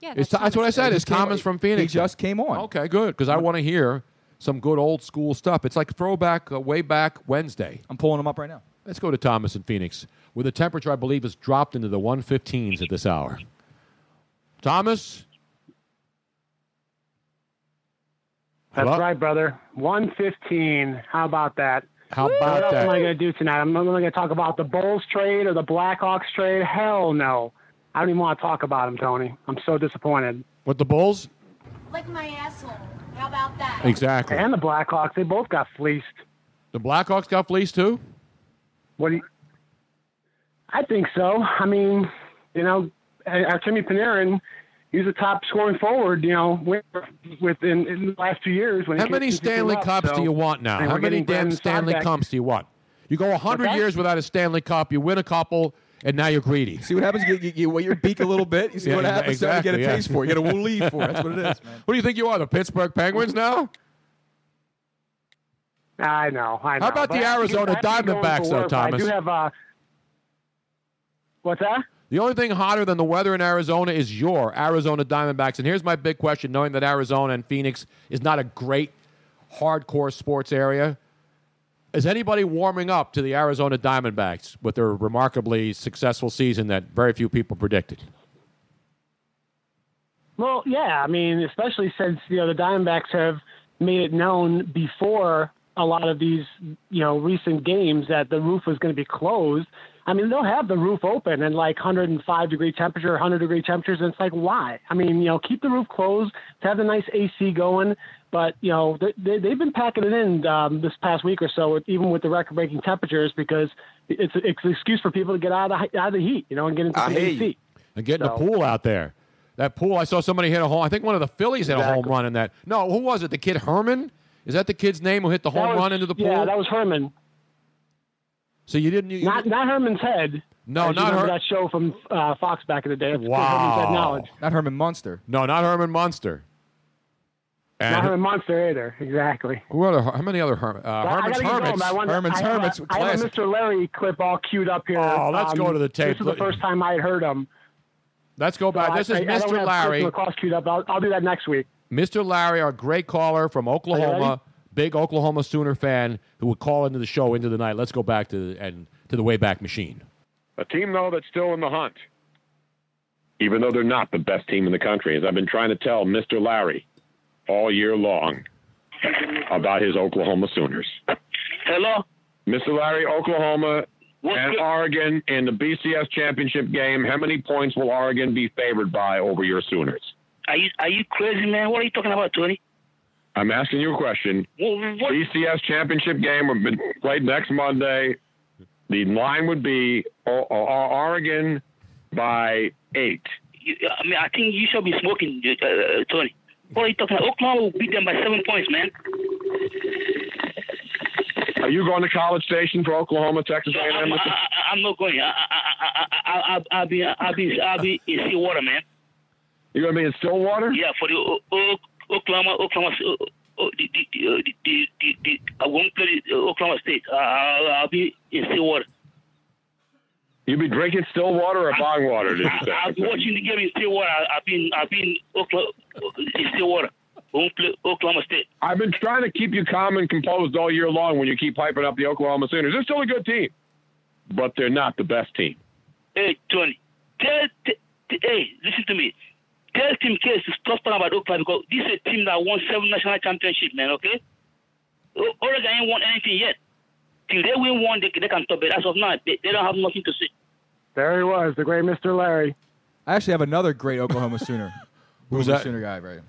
Speaker 8: Yeah,
Speaker 5: It's- that's what I said.
Speaker 13: He
Speaker 5: It's
Speaker 13: just came-
Speaker 5: Thomas from Phoenix.
Speaker 13: He just came on.
Speaker 5: Okay, good. Because I want to hear some good old school stuff. It's like throwback, uh, way back Wednesday.
Speaker 13: I'm pulling him up right now.
Speaker 5: Let's go to Thomas in Phoenix, where the temperature, I believe, has dropped into the 115s at this hour. Thomas?
Speaker 18: That's
Speaker 5: Hello?
Speaker 18: right, brother. 115. How about that?
Speaker 5: How
Speaker 18: what
Speaker 5: about
Speaker 18: else am I
Speaker 5: that?
Speaker 18: going to do tonight? I'm not going to talk about the Bulls trade or the Blackhawks trade. Hell no. I don't even want to talk about them, Tony. I'm so disappointed.
Speaker 5: With the Bulls?
Speaker 7: Lick my asshole. How about that?
Speaker 5: Exactly.
Speaker 18: And the Blackhawks, they both got fleeced.
Speaker 5: The Blackhawks got fleeced too?
Speaker 18: What do you, I think so. I mean, you know, our Timmy Panarin, he's a top scoring forward, you know, with- within in the last two years. When he
Speaker 5: How many
Speaker 18: kicked people
Speaker 5: Stanley
Speaker 18: up,
Speaker 5: Cups
Speaker 18: so-
Speaker 5: do you want now?
Speaker 18: and
Speaker 5: How
Speaker 18: we're
Speaker 5: many
Speaker 18: getting
Speaker 5: damn
Speaker 18: Brandon
Speaker 5: Stanley
Speaker 18: Saad back.
Speaker 5: Cups do you want? You go 100
Speaker 18: that-
Speaker 5: years without a Stanley Cup, you win a couple, and now you're greedy.
Speaker 13: See what happens? You, you, you wet your beak a little bit. You see
Speaker 5: (laughs) Yeah,
Speaker 13: what
Speaker 5: exa-
Speaker 13: happens. (laughs) Now You
Speaker 5: exactly,
Speaker 13: get a
Speaker 5: yeah.
Speaker 13: taste for it. You get a wooly for it. That's what it
Speaker 5: (laughs)
Speaker 13: is, man.
Speaker 5: What do you think you are, the Pittsburgh Penguins now?
Speaker 18: I know. Oh, I know.
Speaker 5: How about
Speaker 18: But
Speaker 5: the
Speaker 18: I have to
Speaker 5: Arizona
Speaker 18: give- I have uh, to go in
Speaker 5: Diamondbacks,
Speaker 18: for
Speaker 5: though,
Speaker 18: work, but I
Speaker 5: Thomas?
Speaker 18: do have. Uh, what's that?
Speaker 5: The only thing hotter than the weather in Arizona is your Arizona Diamondbacks. And here's my big question knowing that Arizona and Phoenix is not a great hardcore sports area, is anybody warming up to the Arizona Diamondbacks with their remarkably successful season that very few people predicted?
Speaker 18: Well, yeah. I mean, especially since you know the Diamondbacks have made it known before a lot of these you know recent games that the roof was going to be closed. I mean, they'll have the roof open and like 105 degree temperature, 100 degree temperatures, and it's like why? I mean, you know, keep the roof closed to have the nice AC going. But you know, they, they, they've been packing it in um, this past week or so, even with the record breaking temperatures, because it's, it's an excuse for people to get out of the, out of the heat, you know, and get into
Speaker 5: I
Speaker 18: some
Speaker 5: hear
Speaker 18: AC.
Speaker 5: you. And get in
Speaker 18: So-
Speaker 5: the pool out there. That pool, I saw somebody hit a home. I think one of the Phillies hit a home run in that. No, who was it? The kid Herman? Is that the kid's name who hit the
Speaker 18: That
Speaker 5: home
Speaker 18: was-
Speaker 5: run into the pool?
Speaker 18: Yeah, that was Herman.
Speaker 5: So you didn't. You,
Speaker 18: not not Herman's head.
Speaker 5: No,
Speaker 18: As you
Speaker 5: not
Speaker 18: remember
Speaker 5: Her-
Speaker 18: that show from uh, Fox back in the day. It's called Herman's head knowledge.
Speaker 13: Not Herman Munster.
Speaker 5: No, not Herman Munster. And
Speaker 18: Not Herman Monster either. Exactly.
Speaker 5: who other, how many other Herman? Uh, Herman's
Speaker 18: I- I gotta get
Speaker 5: Hermits.
Speaker 18: going, but I wanted-
Speaker 5: Herman's
Speaker 18: I have
Speaker 5: Hermits.
Speaker 18: A, I have a
Speaker 5: classic.
Speaker 18: Mr. Larry clip all queued up here. Um,
Speaker 5: Oh, let's go to the tape.
Speaker 18: This is the first time I had heard him.
Speaker 5: Let's go back.
Speaker 18: I-
Speaker 5: This is
Speaker 18: I- I don't
Speaker 5: Mr.
Speaker 18: have
Speaker 5: Larry.
Speaker 18: personal calls queued up. I'll, I'll do that next week.
Speaker 5: Mr. Larry, our great caller from Oklahoma, big Oklahoma Sooner fan who would call into the show into the night. Let's go back to the, and to the Wayback Machine.
Speaker 19: A team, though, that's still in the hunt, even though they're not the best team in the country, as I've been trying to tell Mr. Larry all year long about his Oklahoma Sooners. Hello? Mr. Larry, Oklahoma and Oregon in the BCS championship game, how many points will Oregon be favored by over your Sooners?
Speaker 20: Are you are you crazy, man? What are you talking about, Tony?
Speaker 19: I'm asking you a question. BCS championship game would be played next Monday. The line would be O- O- Oregon by eight.
Speaker 20: You, I mean, I think you should be smoking, uh, uh, Tony. What are you talking about? Oklahoma will beat them by seven points, man.
Speaker 19: Are you going to College Station for Oklahoma, Texas A&M?
Speaker 20: I'm, I,
Speaker 19: Mr.
Speaker 20: I- I'm not going. I, I, I, I, I, I'll be, I'll be, I'll be in Stillwater, man.
Speaker 19: You gonna be in Stillwater?
Speaker 20: Yeah, for the o- o- Oklahoma, Oklahoma, uh, uh, the, the, the, the, the, the, I won't play the uh, Oklahoma State. I, I'll, I'll be in Stillwater.
Speaker 19: You'll be drinking still water or bong water, did you say?
Speaker 20: I'll be watching the game in Stillwater. I- I've been, I've been Oklahoma, in Stillwater. I won't play Oklahoma State.
Speaker 19: I've been trying to keep you calm and composed all year long when you keep hyping up the Oklahoma Sooners. They're still a good team, but they're not the best team.
Speaker 20: Hey, Tony, tell, t- t- hey, listen to me. Tell Team Case to stop talking about Oklahoma because this is a team that won seven national championship, man, okay? O- Oregon ain't won anything yet. Till they win one, they, they can top it. As of now, they, they don't have nothing to say.
Speaker 18: (laughs) There he was, the great Mr. Larry.
Speaker 13: I actually have another great Oklahoma Sooner.
Speaker 5: Who's
Speaker 13: Oklahoma
Speaker 5: that?
Speaker 13: Sooner guy, right?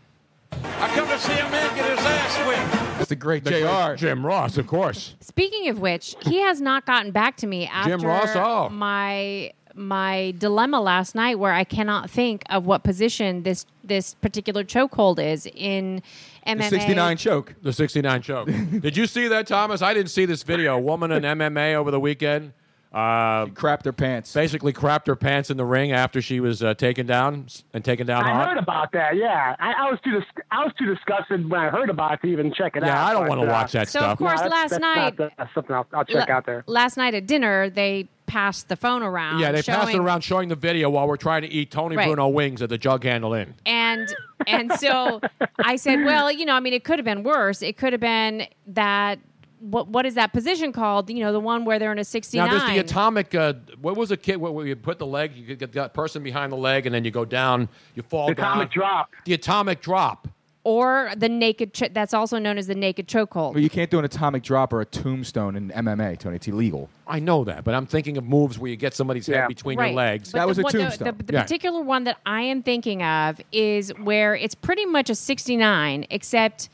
Speaker 1: I come to see a man get his ass whipped.
Speaker 13: That's the great
Speaker 5: The
Speaker 13: JR.
Speaker 5: great Jim Ross, of course.
Speaker 8: Speaking of which, he has not gotten back to me after
Speaker 5: Jim Ross, oh.
Speaker 8: my my dilemma last night, where I cannot think of what position this this particular chokehold is in MMA.
Speaker 13: choke.
Speaker 5: The
Speaker 13: (laughs)
Speaker 5: 69 choke. Did you see that, Thomas? I didn't see this video. A woman in MMA over the weekend. Uh,
Speaker 13: crapped her pants.
Speaker 5: Basically, crapped her pants in the ring after she was uh, taken down s- and taken down
Speaker 18: I
Speaker 5: hard.
Speaker 18: heard about that. Yeah, I, I was too dis- I was too disgusted when I heard about it to even check it out.
Speaker 5: Yeah, I don't
Speaker 18: but,
Speaker 5: wanna
Speaker 18: uh,
Speaker 5: watch that So, of stuff.
Speaker 8: course,
Speaker 18: that's-
Speaker 8: last
Speaker 18: that's
Speaker 8: night-
Speaker 18: not- that's something I'll, I'll check
Speaker 8: La-
Speaker 18: out there.
Speaker 8: Last night at dinner, they passed the phone around.
Speaker 5: yeah, they passed it
Speaker 8: um, showing-
Speaker 5: around showing the video while we're trying to eat Tony
Speaker 8: Right.
Speaker 5: Bruno wings at the Jug Handle Inn.
Speaker 8: and and so I said, well, you know, I mean, it could have been worse. It could have been that what what is that position called? You know, the one where they're in a sixty
Speaker 5: Now
Speaker 8: nine.
Speaker 5: there's the atomic. Uh, what was a kid where where you put the leg, you get that person behind the leg, and then you go down, you fall
Speaker 8: The
Speaker 5: down.
Speaker 8: atomic
Speaker 18: drop.
Speaker 5: The atomic drop.
Speaker 8: or the naked. Cho- that's also known as the naked chokehold.
Speaker 13: Well, you can't do an atomic drop or a tombstone in MMA, Tony. It's illegal.
Speaker 5: I know that, but I'm thinking of moves where you get somebody's head between your legs.
Speaker 8: But the one- the- The, the
Speaker 5: Yeah.
Speaker 8: particular one that I am thinking of is where it's pretty much a 69, except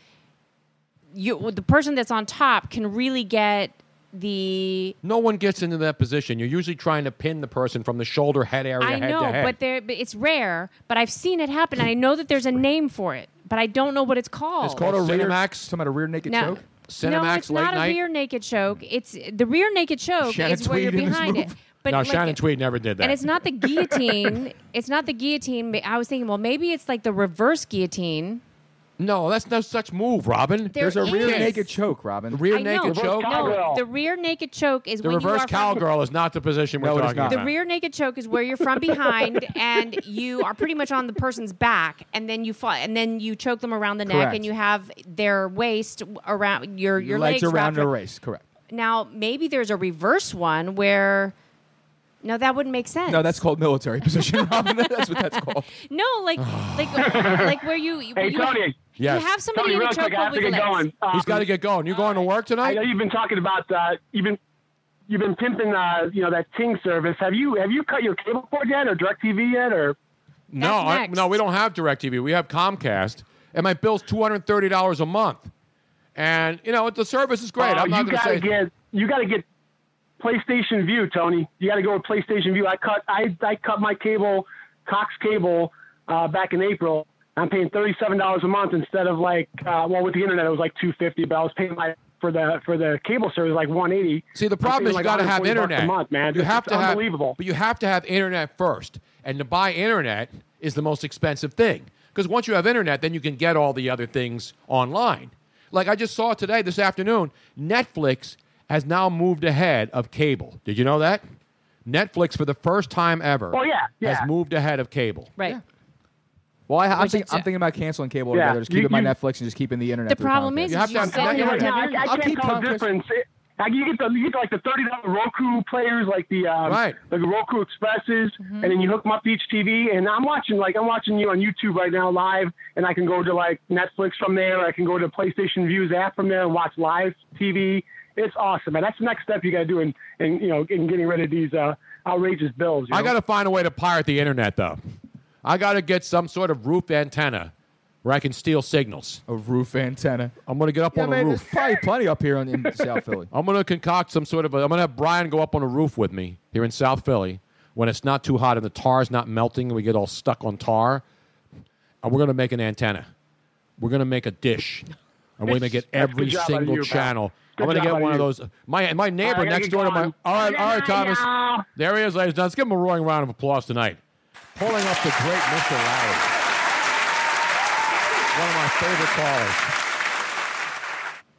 Speaker 8: you the person that's on top can really get the.
Speaker 5: No one gets into that position. You're usually trying to pin the person from the shoulder, head area,
Speaker 8: I
Speaker 5: head
Speaker 8: know,
Speaker 5: to head.
Speaker 8: but there, but it's rare. But I've seen it happen, and I know that there's a name for it, but I don't know what it's called.
Speaker 5: it's called a Cinemax.
Speaker 13: Talking about a rear naked
Speaker 8: No, no, it's
Speaker 5: Cinemax late
Speaker 8: not a
Speaker 5: night.
Speaker 8: rear naked choke. It's the rear naked choke
Speaker 5: Shannon
Speaker 8: is where you're
Speaker 5: Tweed in this
Speaker 8: behind it.
Speaker 5: move. no,
Speaker 8: like,
Speaker 5: Shannon Tweed never did that.
Speaker 8: And it's not the (laughs) guillotine. it's not the guillotine. I was thinking, well, maybe it's like the reverse guillotine,
Speaker 5: No, that's no such move, Robin.
Speaker 8: There There's a rear is. naked
Speaker 5: choke, Robin. Rear
Speaker 8: I know.
Speaker 5: naked choke.
Speaker 8: No, the rear naked choke is
Speaker 5: The
Speaker 8: when you
Speaker 5: reverse
Speaker 8: are
Speaker 5: cowgirl is not the position we're
Speaker 8: it is
Speaker 5: talking
Speaker 8: From,
Speaker 5: about.
Speaker 8: the rear naked choke is where you're from
Speaker 5: (laughs)
Speaker 8: behind, and you are pretty much on the person's back, and then you fall, and then you choke them around the neck,
Speaker 13: Correct.
Speaker 8: and you have their waist around your your legs,
Speaker 13: around
Speaker 8: wrapped
Speaker 13: the
Speaker 8: ar-
Speaker 13: race. Correct.
Speaker 8: Now maybe there's a reverse one where. No, that wouldn't make sense.
Speaker 13: No, that's
Speaker 8: (laughs)
Speaker 13: called military position, Robin. That's what that's called.
Speaker 8: No,
Speaker 5: (sighs)
Speaker 8: like like like where you where
Speaker 13: Hey,
Speaker 8: you,
Speaker 13: Tony.
Speaker 5: Yes.
Speaker 8: you have somebody
Speaker 18: Tony,
Speaker 8: in a
Speaker 18: real quick, I
Speaker 8: chokehold
Speaker 18: have to
Speaker 8: with
Speaker 18: get
Speaker 8: legs.
Speaker 18: going. Um,
Speaker 5: He's got to get going. You going to work
Speaker 18: I
Speaker 5: tonight?
Speaker 18: know you've been talking about uh, you've been you've been pimping uh, you know that Ting service. Have you have you cut your cable cord yet or DirecTV yet or?
Speaker 5: No, I, no, we don't have DirecTV. We have Comcast, and my bill's two hundred thirty dollars a month. And you know the service is
Speaker 8: Uh,
Speaker 5: great.
Speaker 18: Oh,
Speaker 5: I'm not
Speaker 18: you
Speaker 5: going to
Speaker 18: gotta
Speaker 5: say
Speaker 18: get you gotta get PlayStation View, Tony. You gotta go with PlayStation View. I cut I, I cut my cable, Cox cable, uh, back in April. I'm paying thirty seven dollars a month instead of like uh, well with the internet it was like two fifty, but I was paying my for the for the cable service like one eighty.
Speaker 5: See, the problem is you got to have internet.
Speaker 18: a month, man.
Speaker 5: You
Speaker 18: It's-
Speaker 5: have
Speaker 18: it's
Speaker 5: to have,
Speaker 18: unbelievable.
Speaker 5: but you have to have internet first. And to buy internet is the most expensive thing because once you have internet, then you can get all the other things online. Like I just saw today, this afternoon, Netflix has now moved ahead of cable. Did you know that? Netflix, for the first time ever,
Speaker 18: Oh, yeah, yeah.
Speaker 5: has moved ahead of (laughs) cable.
Speaker 8: Right.
Speaker 13: Well, I, I'm,
Speaker 8: Which
Speaker 13: think,
Speaker 8: is-
Speaker 13: I'm thinking about canceling cable
Speaker 5: Yeah.
Speaker 13: altogether. Just
Speaker 5: You-
Speaker 13: keeping my
Speaker 5: you-
Speaker 13: Netflix and just keeping the internet.
Speaker 8: The
Speaker 13: through
Speaker 8: problem
Speaker 13: Comcast.
Speaker 8: is You have is to you have said
Speaker 18: telling you right
Speaker 8: Yeah.
Speaker 18: now, I,
Speaker 8: I'll
Speaker 18: I can't
Speaker 8: keep
Speaker 18: tell the
Speaker 8: Comcast.
Speaker 18: difference. It- I- you get the you get like the thirty dollar Roku players, like the um,
Speaker 5: Right.
Speaker 18: like the Roku Expresses,
Speaker 8: Mm-hmm.
Speaker 18: and then you hook them up to each TV. And I'm watching like I'm watching you on YouTube right now live, and I can go to like Netflix from there. I can go to PlayStation Views app from there and watch live TV. It's awesome, and that's the next step you got to do in, in you know in getting rid of these uh, outrageous bills. you
Speaker 5: I
Speaker 18: know?
Speaker 5: got to find a way to pirate the internet, though. I got to get some sort of roof antenna where I can steal signals.
Speaker 13: A roof antenna.
Speaker 5: I'm going to get up
Speaker 13: Yeah,
Speaker 5: on
Speaker 13: man,
Speaker 5: a
Speaker 13: there's
Speaker 5: roof.
Speaker 13: probably plenty up here on, in South Philly.
Speaker 5: I'm going to concoct some sort of. A, I'm going to have Brian go up on a roof with me here in South Philly when it's not too hot and the tar's not melting and we get all stuck on tar. And we're going to make an antenna. We're going to make a dish. And we're going to get
Speaker 19: That's good
Speaker 5: every
Speaker 19: job out of
Speaker 5: single
Speaker 19: you, pal.
Speaker 5: channel.
Speaker 19: Good
Speaker 5: I'm going to
Speaker 19: job
Speaker 5: get
Speaker 19: out of
Speaker 5: one of
Speaker 19: you.
Speaker 5: those. My my neighbor
Speaker 19: I gotta
Speaker 5: next
Speaker 19: get
Speaker 5: door to my.
Speaker 19: going.
Speaker 5: All right, all right,
Speaker 19: Good night,
Speaker 5: Thomas.
Speaker 19: y'all.
Speaker 5: There he is, ladies and gentlemen. Let's give him a roaring round of applause tonight. Pulling up the great Mr. Larry. One of my favorite callers.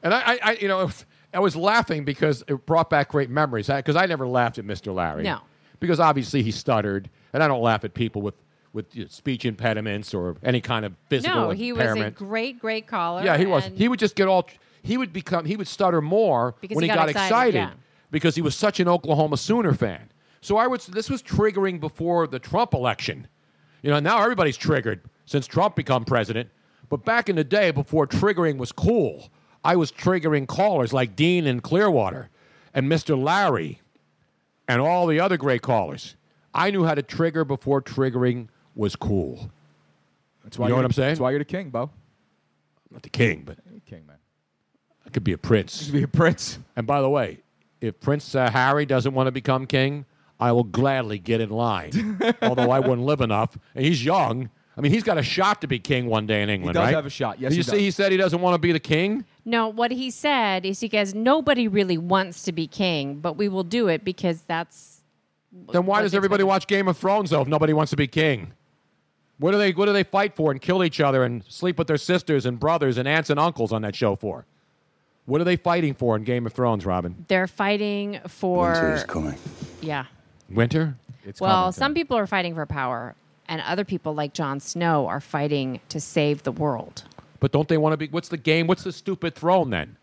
Speaker 5: And I, I, I you know, I was laughing because it brought back great memories. Because I never laughed at Mr. Larry.
Speaker 8: No.
Speaker 5: Because obviously he stuttered, and I don't laugh at people with with you know, speech impediments or any kind of physical
Speaker 8: No, he was a
Speaker 5: impairment.
Speaker 8: great, great caller.
Speaker 5: Yeah, he was.
Speaker 8: and-
Speaker 5: He would just get all. He would become. He would stutter more
Speaker 8: Because
Speaker 5: when
Speaker 8: he
Speaker 5: he got,
Speaker 8: got
Speaker 5: excited,
Speaker 8: excited, yeah.
Speaker 5: because he was such an Oklahoma Sooner fan. So I would. This was triggering before the Trump election. You know, now everybody's triggered since Trump become president. But back in the day, before triggering was cool, I was triggering callers like Dean and Clearwater, and Mr. Larry, and all the other great callers. I knew how to trigger before triggering was cool.
Speaker 13: That's why
Speaker 5: you know
Speaker 13: you're-
Speaker 5: what I'm saying?
Speaker 13: That's why you're the king, Bo.
Speaker 5: Not the king, but
Speaker 13: King, man.
Speaker 5: I could be a prince.
Speaker 13: could be a prince.
Speaker 5: And by the way, if Prince uh, Harry doesn't want to become king, I will gladly get in line.
Speaker 13: (laughs)
Speaker 5: Although I wouldn't live enough, and he's young. I mean, he's got a shot to be king one day in England,
Speaker 13: does
Speaker 5: right?
Speaker 13: have a shot. Yes,
Speaker 5: Did
Speaker 13: he
Speaker 5: you see,
Speaker 13: does.
Speaker 5: he said he doesn't want to be the king.
Speaker 8: No, what he said is he goes, nobody really wants to be king, but we will do it because that's.
Speaker 5: Then why does everybody watch Game of Thrones though? If nobody wants to be king, what do they? What do they fight for and kill each other and sleep with their sisters and brothers and aunts and uncles on that show for? What are they fighting for in Game of Thrones, Robin?
Speaker 8: They're fighting for.
Speaker 5: coming.
Speaker 8: Yeah.
Speaker 5: Winter. It's
Speaker 8: well, some people are fighting for power, and other people, like Jon Snow, are fighting to save the world.
Speaker 5: But don't they want to be? What's the game? What's the stupid throne then?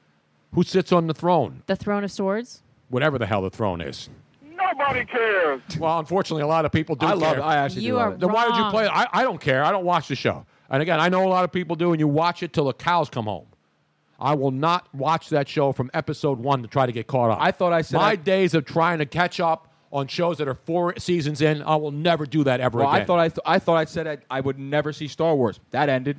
Speaker 5: Who sits on the throne?
Speaker 8: The Throne of Swords?
Speaker 5: Whatever the hell the throne is.
Speaker 10: Nobody cares.
Speaker 5: Well, unfortunately, a lot of people do.
Speaker 10: I love
Speaker 5: care.
Speaker 10: it. I actually
Speaker 8: You do love are it.
Speaker 5: Then why did you
Speaker 8: wrong.
Speaker 5: play it? I, I don't care. I don't watch the show. And again, I know a lot of people do, and you watch it till the cows come home. I will not watch that show from episode one to try to get caught up. I
Speaker 13: thought I said
Speaker 5: my
Speaker 13: I-
Speaker 5: days of trying to catch up on shows that are four seasons in. I will never do that ever
Speaker 13: Well,
Speaker 5: again.
Speaker 13: I thought I, th- I thought I said I, I would never see Star Wars. That ended.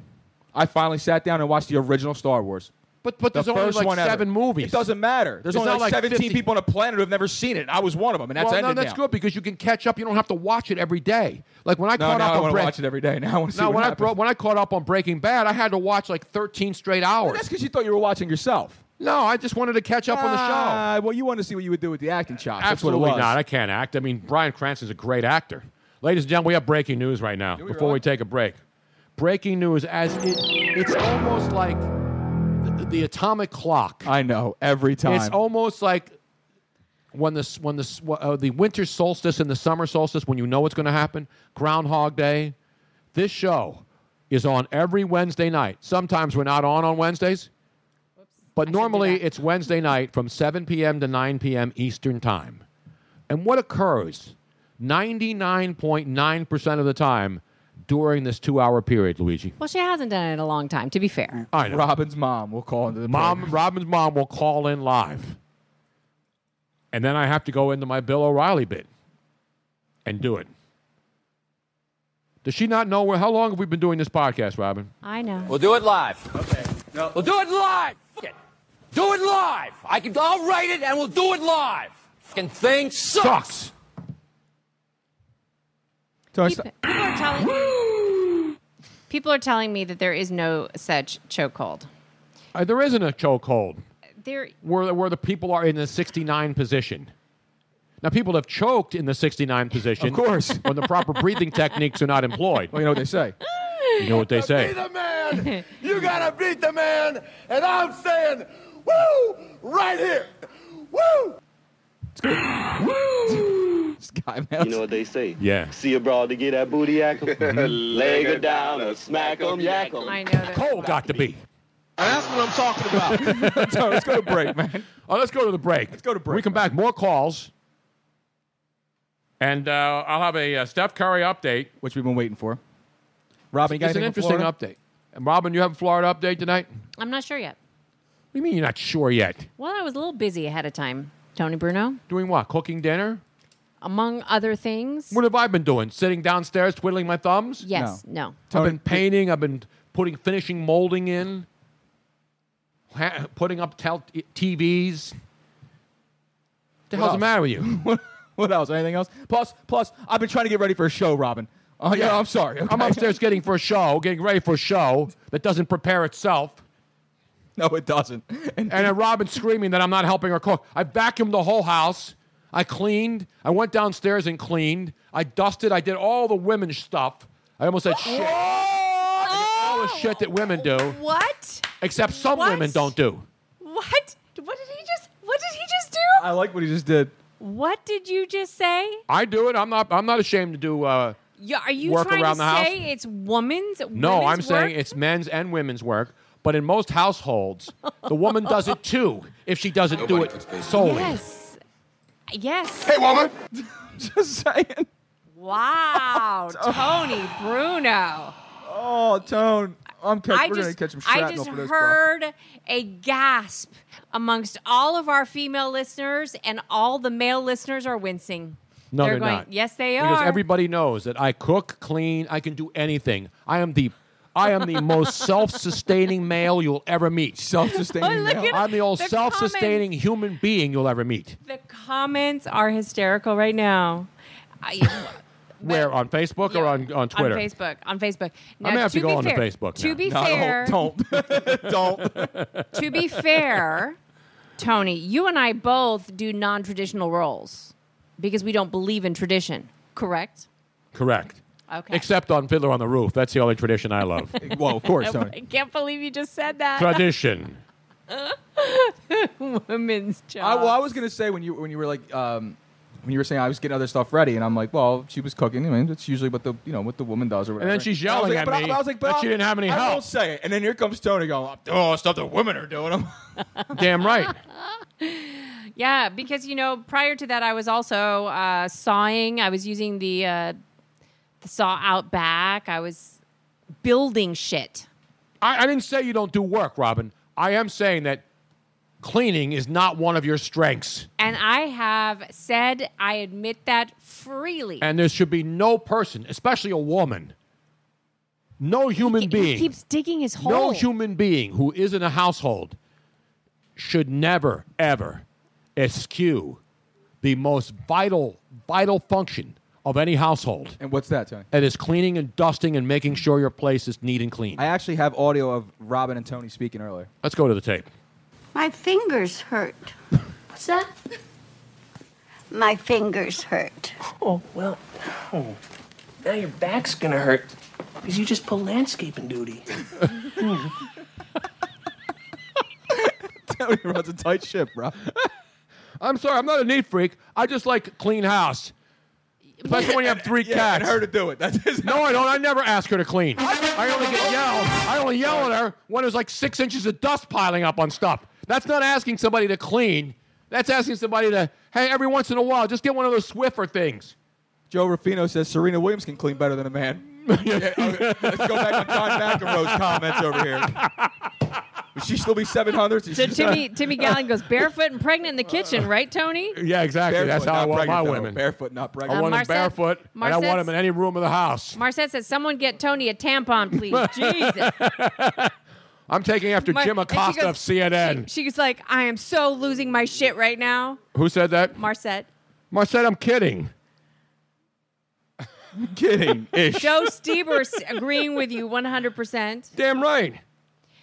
Speaker 13: I finally sat down and watched the original Star Wars.
Speaker 5: But but
Speaker 13: the
Speaker 5: there's only
Speaker 13: first
Speaker 5: like
Speaker 13: one ever.
Speaker 5: seven movies.
Speaker 13: It doesn't matter. There's
Speaker 5: It's
Speaker 13: only
Speaker 5: not
Speaker 13: like,
Speaker 5: like
Speaker 13: 17
Speaker 5: 50
Speaker 13: people on a planet who have never seen it. I was one of them, and that's
Speaker 5: well,
Speaker 13: ended
Speaker 5: no, that's
Speaker 13: now.
Speaker 5: good because you can catch up. You don't have to watch it every day. Like when I
Speaker 13: No,
Speaker 5: caught
Speaker 13: now I
Speaker 5: up on
Speaker 13: wanna
Speaker 5: Breaking
Speaker 13: watch it every day. Now (laughs) I wanna see what
Speaker 5: when I
Speaker 13: happens.
Speaker 5: bro- when I caught up on Breaking Bad, I had to watch like 13 straight hours.
Speaker 13: That's because you thought you were watching yourself.
Speaker 5: No, I just wanted to catch up on the show.
Speaker 13: Ah, well, you wanted to see what you would do with the acting chops.
Speaker 5: Absolutely
Speaker 13: that's what it was.
Speaker 5: not. I can't act. I mean, Brian Cranston's a great actor. Ladies and gentlemen, we have breaking news right now before we take a break. Breaking news as it It's almost like the, the atomic clock.
Speaker 13: I know every time.
Speaker 5: It's almost like when the s- when the s- uh, the winter solstice and the summer solstice, when you know what's going to happen. Groundhog Day. This show is on every Wednesday night. Sometimes we're not on on Wednesdays, but normally it's Wednesday night from 7 p.m. to 9 p.m. Eastern Time. And what occurs 99.9% of the time during this two hour period, Luigi?
Speaker 8: Well, she hasn't done it in a long time, to be fair.
Speaker 5: I know.
Speaker 13: Robin's mom will call into the
Speaker 5: mom. Robin's mom will call in live, and then I have to go into my Bill O'Reilly bit and do it. Does she not know where? How long have we been doing this podcast, Robin?
Speaker 8: I know.
Speaker 16: We'll do it live. Okay. No. We'll do it live. F- it. Do it live. I can. I'll write it and we'll do it live. Fucking thing sucks.
Speaker 13: So I
Speaker 8: Keep-
Speaker 13: st-
Speaker 8: people are telling
Speaker 13: (gasps)
Speaker 8: people are telling me that there is no such chokehold.
Speaker 5: Uh, there isn't a chokehold
Speaker 8: There,
Speaker 5: where where the people are in the sixty nine position. Now, people have choked in the sixty nine position,
Speaker 13: Of course.
Speaker 5: (laughs) when the proper breathing techniques are not employed.
Speaker 13: Well, you know what they
Speaker 5: (laughs)
Speaker 13: say.
Speaker 5: You know what they say.
Speaker 4: the man. You gotta beat the man. And I'm saying, woo, right here. Woo.
Speaker 6: You know what they say.
Speaker 5: Yeah.
Speaker 6: See a broad to get that booty
Speaker 5: (laughs)
Speaker 6: yackle. Leg her down or smack 'em yackle.
Speaker 8: I know that.
Speaker 5: Cole got
Speaker 13: (laughs)
Speaker 5: to be.
Speaker 4: That's what I'm talking about.
Speaker 13: So let's go to break, man.
Speaker 5: Oh, let's go to the break. Let's
Speaker 13: go to break.
Speaker 5: We come back. More calls. And uh, I'll have a uh, Steph Curry update.
Speaker 13: Which we've been waiting for. Robin, you got
Speaker 5: It's an
Speaker 13: anything from
Speaker 5: interesting
Speaker 13: Florida?
Speaker 5: update. And Robin, you have a Florida update tonight? What
Speaker 8: I'm not sure yet.
Speaker 5: do you mean you're not sure yet?
Speaker 8: Well, I was a little busy ahead of time, Tony Bruno.
Speaker 5: Doing what? Cooking dinner?
Speaker 8: Among other things,
Speaker 5: What have I been doing? Sitting downstairs twiddling my thumbs?
Speaker 8: yes, no.
Speaker 5: I've been painting. I've been putting finishing molding in. Ha- putting up tel- TVs. What the hell's the
Speaker 13: else?
Speaker 5: matter with you?
Speaker 13: (laughs) what, what else? Anything else? Plus, plus, I've been trying to get ready for a show, Robin. Oh yeah, I'm sorry.
Speaker 5: I'm
Speaker 13: okay?
Speaker 5: upstairs getting for a show, getting ready for a show that doesn't prepare itself.
Speaker 13: No, it doesn't. (laughs) And
Speaker 5: and then Robin's screaming that I'm not helping her cook. I vacuumed the whole house. I cleaned. I went downstairs and cleaned. I dusted. I did all the women's stuff. I almost said shit. All the shit that women do,
Speaker 8: What?
Speaker 5: except some
Speaker 8: What?
Speaker 5: women don't do.
Speaker 8: What? What did he just? What did he just do?
Speaker 13: I like what he just did.
Speaker 8: What did you just say?
Speaker 5: I do it. I'm not. I'm not ashamed to do. Uh,
Speaker 8: Yeah, are you
Speaker 5: Work
Speaker 8: trying
Speaker 5: around
Speaker 8: to
Speaker 5: the house?
Speaker 8: say it's woman's?
Speaker 5: no, I'm
Speaker 8: women's
Speaker 5: saying
Speaker 8: work?
Speaker 5: it's men's and women's work. But in most households, the woman does it too if she doesn't do
Speaker 4: Nobody puts
Speaker 5: it
Speaker 4: babies in
Speaker 5: solely.
Speaker 8: Yes. Yes.
Speaker 4: hey,
Speaker 5: (laughs)
Speaker 4: woman.
Speaker 13: Just saying.
Speaker 5: (laughs)
Speaker 8: Wow, Tony Bruno.
Speaker 13: Oh, Tone, I'm catch-
Speaker 8: I
Speaker 13: we're gonna
Speaker 8: just,
Speaker 13: catch some shrapnel
Speaker 8: I just
Speaker 13: for this. bro. (laughs)
Speaker 8: heard a gasp amongst all of our female listeners, and all the male listeners are wincing.
Speaker 5: No, they're,
Speaker 8: going,
Speaker 5: not.
Speaker 8: Yes, they
Speaker 5: because
Speaker 8: are.
Speaker 5: everybody knows that I cook, clean, I can do anything. I am the, I am the
Speaker 8: (laughs)
Speaker 5: most self-sustaining male you'll ever
Speaker 8: (laughs)
Speaker 5: meet.
Speaker 13: Self-sustaining.
Speaker 8: Oh, look
Speaker 13: male.
Speaker 8: at-
Speaker 5: I'm the old
Speaker 8: The
Speaker 5: self-sustaining human being you'll ever meet.
Speaker 8: the comments are hysterical right now. I,
Speaker 5: Where on Facebook or on, on Twitter?
Speaker 8: On Facebook. On Facebook. Now,
Speaker 5: I may have to
Speaker 8: be
Speaker 5: go onto
Speaker 8: fair-
Speaker 5: Facebook
Speaker 8: To
Speaker 5: now.
Speaker 8: be
Speaker 13: No,
Speaker 8: fair,
Speaker 13: don't, don't, (laughs)
Speaker 8: (laughs)
Speaker 13: don't.
Speaker 8: to be fair, Tony, you and I both do non-traditional roles because we don't believe in tradition. Correct?
Speaker 5: Correct.
Speaker 8: Okay.
Speaker 5: Except on Fiddler on the Roof. That's the only tradition I love.
Speaker 13: (laughs) Well, of
Speaker 8: (laughs)
Speaker 13: course,
Speaker 8: I
Speaker 13: Tony.
Speaker 8: can't believe you just said that.
Speaker 5: Tradition.
Speaker 8: Women's job.
Speaker 13: I, well, I was gonna say when you when you were like um, when you were saying I was getting other stuff ready, and I'm like, well, she was cooking. I mean, that's usually what the you know what the woman does or whatever.
Speaker 5: then she's
Speaker 13: I was
Speaker 5: yelling
Speaker 13: like-
Speaker 5: at
Speaker 13: but I-
Speaker 5: me
Speaker 13: but I was like,
Speaker 5: that
Speaker 13: but
Speaker 5: she
Speaker 13: I'll-
Speaker 5: didn't have any
Speaker 13: I
Speaker 5: help.
Speaker 13: won't say it. And then here comes Tony going, oh, stuff that women are doing. I'm-
Speaker 5: (laughs) Damn right.
Speaker 8: (laughs) yeah, because you know, prior to that, I was also uh, sawing. I was using the uh, the saw out back. I was building shit.
Speaker 5: I, I didn't say you don't do work, Robin. I am saying that cleaning is not one of your strengths.
Speaker 8: And I have said, I admit that freely.
Speaker 5: And there should be no person, especially a woman, no human
Speaker 8: he
Speaker 5: being,
Speaker 8: keeps digging his hole.
Speaker 5: no human being who is in a household should never, ever eschew the most vital, vital function of any household.
Speaker 13: and what's that, Tony?
Speaker 5: That is cleaning and dusting and making sure your place is neat and clean.
Speaker 13: I actually have audio of Robin and Tony speaking earlier.
Speaker 5: Let's go to the tape.
Speaker 21: My fingers hurt.
Speaker 22: What's that?
Speaker 21: My fingers hurt.
Speaker 22: Oh, well. Oh. Now your back's gonna hurt.
Speaker 9: Because you just pull landscaping duty.
Speaker 13: (laughs)
Speaker 5: Tony runs a tight ship, bro. (laughs) I'm sorry, I'm not a neat freak. I just like clean house. Especially when
Speaker 13: (laughs)
Speaker 5: you have three
Speaker 13: Yeah,
Speaker 5: cats.
Speaker 13: and her to do it. That is
Speaker 5: no, I don't. I never ask her to clean. I only get yelled. I only yell at her when there's like six inches of dust piling up on stuff. That's not asking somebody to clean. That's asking somebody to, hey, every once in a while, just get one of those Swiffer things.
Speaker 13: Joe Rufino says Serena Williams can clean better than a
Speaker 5: (laughs)
Speaker 13: man. Yeah, okay. Let's go back to John McEnroe's comments over here. Would she still be 700?
Speaker 8: So
Speaker 13: (laughs)
Speaker 5: (laughs)
Speaker 8: Timmy Timmy Gallen goes barefoot and pregnant in the kitchen, right, Tony?
Speaker 5: Yeah, exactly. That's
Speaker 13: Barefoot,
Speaker 5: how I
Speaker 13: not
Speaker 5: want my
Speaker 13: pregnant, though.
Speaker 5: women.
Speaker 13: Barefoot, not
Speaker 5: I
Speaker 13: pregnant.
Speaker 8: Uh,
Speaker 5: want them
Speaker 8: Marcette-
Speaker 5: barefoot, and I want
Speaker 8: Marcette's-
Speaker 5: them in any room of the house.
Speaker 8: Marcette said, "Someone get Tony a tampon,
Speaker 5: (laughs)
Speaker 8: please." Jesus.
Speaker 5: I'm taking after
Speaker 8: Mar-
Speaker 5: Jim
Speaker 8: and she
Speaker 5: Acosta
Speaker 8: goes-
Speaker 5: of CNN.
Speaker 8: She was like, "I am so losing my shit right now."
Speaker 5: Who said that?
Speaker 8: Marcette.
Speaker 5: Marcette, I'm kidding. kidding ish.
Speaker 8: Joe Stieber s- agreeing with you 100%.
Speaker 5: Damn right.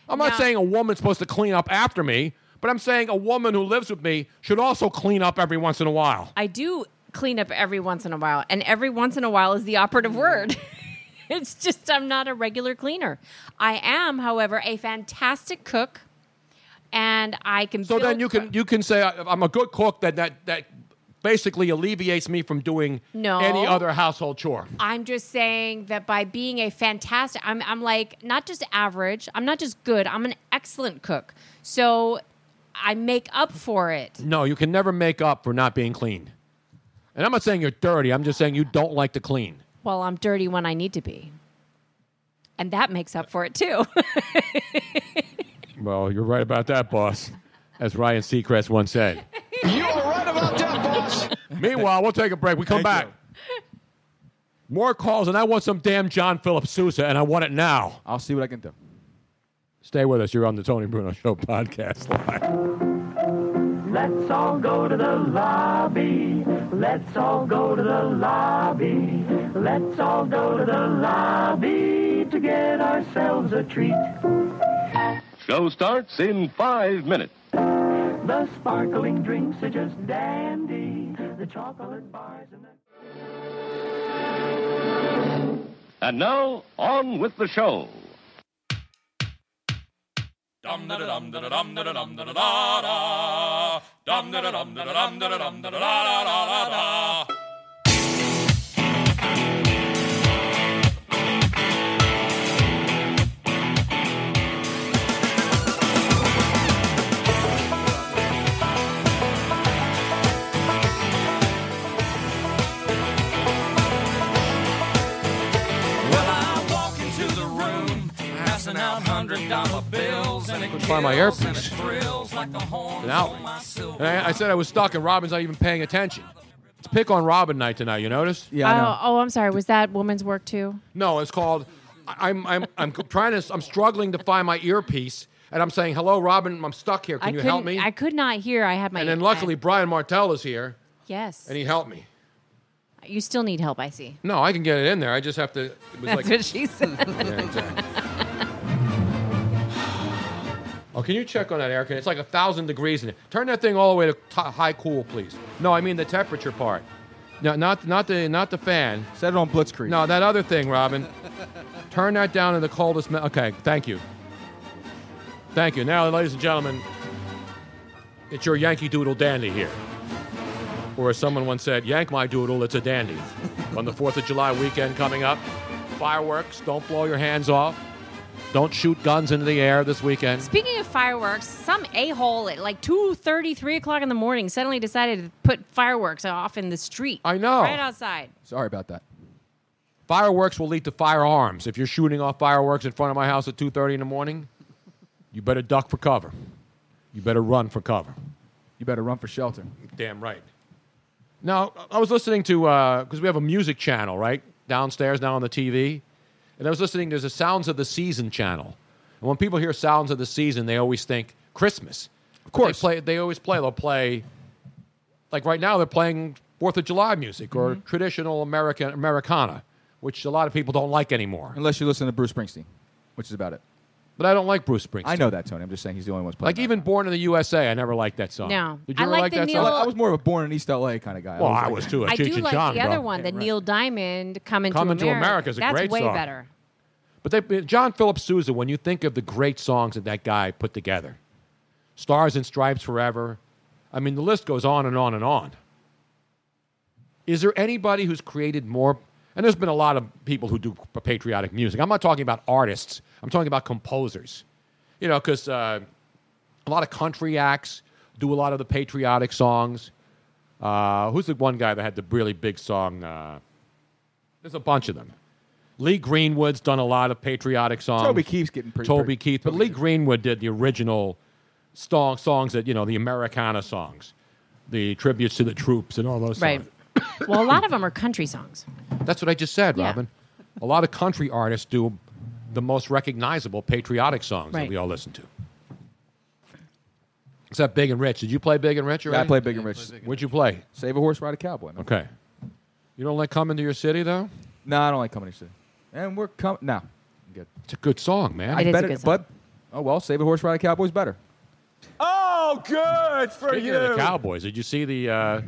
Speaker 5: I'm not
Speaker 8: No.
Speaker 5: saying a woman's supposed to clean up after me, but I'm saying a woman who lives with me should also clean up every once in a while.
Speaker 8: I do clean up every once in a while, and every once in a while is the operative word. (laughs) it's just I'm not a regular cleaner. I am, however, a fantastic cook, and I can.
Speaker 5: So then you can you can say I, I'm a good cook that that that basically alleviates me from doing
Speaker 8: No.
Speaker 5: any other household chore.
Speaker 8: I'm just saying that by being a fantastic, I'm, I'm like not just average. I'm not just good. I'm an excellent cook. So I make up for it.
Speaker 5: No, you can never make up for not being clean. And I'm not saying you're dirty. I'm just saying you don't like to clean.
Speaker 8: Well, I'm dirty when I need to be. And that makes up for it too. (laughs)
Speaker 5: Well, you're right about that, boss. As Ryan Seacrest once said. Meanwhile, we'll take a break. We come back. More calls, and I want some damn John Philip Sousa, and I want it now.
Speaker 13: I'll see what I can do.
Speaker 5: Stay with us. You're on the Tony Bruno Show podcast live.
Speaker 2: Let's all go to the lobby. Let's all go to the lobby. Let's all go to the lobby to get ourselves a treat.
Speaker 11: Show starts in five minutes.
Speaker 2: The sparkling drinks are just dandy. The chocolate bars and the
Speaker 11: And now, on with the show.
Speaker 22: Dum da da dum da da dum da da dum da da da da. Dum da da dum da da dum da da dum da da da da da da. Well, I walk into the room, passing out hundred dollar bills, and it
Speaker 5: Couldn't find my
Speaker 22: kills and it
Speaker 5: earpiece.
Speaker 22: thrills like the horns
Speaker 5: An hour.
Speaker 22: on my silver.
Speaker 5: And I, I said I was stuck, and Robin's not even paying attention. It's pick on Robin night tonight. You notice?
Speaker 8: oh, oh, I'm sorry. Was that woman's work too?
Speaker 5: No, it's called. I- I'm I'm I'm trying to. I'm struggling to find my earpiece, and I'm saying, "Hello, Robin. I'm stuck here. Can
Speaker 8: I
Speaker 5: you
Speaker 8: couldn't.
Speaker 5: help me?"
Speaker 8: I could not hear. I had my.
Speaker 5: and then luckily, Brian Martell is here,
Speaker 8: yes.
Speaker 5: and he helped me.
Speaker 8: You still need help. I see.
Speaker 5: No, I can get it in there. I just have to. It was
Speaker 8: That's
Speaker 5: like,
Speaker 8: what she said.
Speaker 5: (laughs) Yeah, exactly. Oh, can you check on that air conditioner? It's like a thousand degrees in it. Turn that thing all the way to t- high cool, please. No, I mean the temperature part. No, not not the not the fan.
Speaker 13: Set it on Blitzkrieg.
Speaker 5: No, that other thing, Robin. Turn that down to the coldest. Me- okay, thank you. Thank you. Now, ladies and gentlemen, it's your Yankee Doodle Dandy here. Or as someone once said, Yank my doodle, it's a dandy. On the 4th of July weekend coming up, fireworks, don't blow your hands off. Don't shoot guns into the air this weekend.
Speaker 8: Speaking of fireworks, some a-hole at like 2.30, 3 o'clock in the morning suddenly decided to put fireworks off in the street. I
Speaker 5: know.
Speaker 8: Right outside.
Speaker 5: Sorry about that. Fireworks will lead to firearms. If you're shooting off fireworks in front of my house at 2:30 in the morning, you better duck for cover. You better run for cover.
Speaker 13: You better run for shelter.
Speaker 5: Damn right. Now, I was listening to because we have a music channel right downstairs now on the TV, and I was listening. There's a Sounds of the Season channel, and when people hear Sounds of the Season, they always think Christmas. Of course, they, play, they always play. They'll play like right now they're playing Fourth of July music or traditional American Americana, which a lot of people don't like anymore.
Speaker 13: Unless you listen to Bruce Springsteen, which is about it.
Speaker 5: But I don't like Bruce Springsteen.
Speaker 13: I know that, Tony. I'm just saying he's the only one who's playing.
Speaker 5: Like even Born in the USA, I never liked that song.
Speaker 8: No.
Speaker 5: did you
Speaker 8: I
Speaker 5: ever
Speaker 8: like
Speaker 5: like
Speaker 8: the
Speaker 5: that
Speaker 8: Neil-
Speaker 5: song?
Speaker 13: I was more of a born in East LA kind of guy.
Speaker 5: Well,
Speaker 13: always
Speaker 5: I
Speaker 13: liked
Speaker 5: was
Speaker 13: that.
Speaker 5: too.
Speaker 8: I do like the
Speaker 5: bro.
Speaker 8: other one, the Neil Diamond, Coming,
Speaker 5: Coming
Speaker 8: to
Speaker 5: to
Speaker 8: America.
Speaker 5: America is a
Speaker 8: That's
Speaker 5: great
Speaker 8: way
Speaker 5: song.
Speaker 8: better.
Speaker 5: But they, John Philip Sousa, when you think of the great songs that that guy put together, Stars and Stripes Forever, I mean, the list goes on and on and on. Is there anybody who's created more? And there's been a lot of people who do patriotic music. I'm not talking about artists. I'm talking about composers. You know, because uh, a lot of country acts do a lot of the patriotic songs. Uh, who's the one guy that had the really big song? Uh, there's a bunch of them. Lee Greenwood's done a lot of patriotic songs.
Speaker 13: Toby Keith's getting pretty-
Speaker 5: Um, Toby
Speaker 13: pretty-
Speaker 5: Keith, but Lee Greenwood did the original song, songs that you know the Americana songs, the tributes to the troops, and all those.
Speaker 8: Right.
Speaker 5: songs.
Speaker 8: well, a
Speaker 5: (laughs)
Speaker 8: lot of them are country songs.
Speaker 5: That's what I just said, Robin. A lot of country artists do the most recognizable patriotic songs that
Speaker 8: Right.
Speaker 5: we all listen to. Except Big and Rich. Did you play Big and Rich?
Speaker 13: Yeah, I
Speaker 5: Already?
Speaker 13: played Big and Rich.
Speaker 5: Where'd you play?
Speaker 13: Save a horse, ride a cowboy. man.
Speaker 5: Okay. You don't like coming to your city though.
Speaker 13: No, I don't like coming to your city. And we're coming. No, I'm good.
Speaker 5: It's a good song, man.
Speaker 13: I better, But oh well, save a horse, ride a cowboy's better.
Speaker 5: Oh, good for
Speaker 13: you.
Speaker 5: the Cowboys, did you see the? Uh,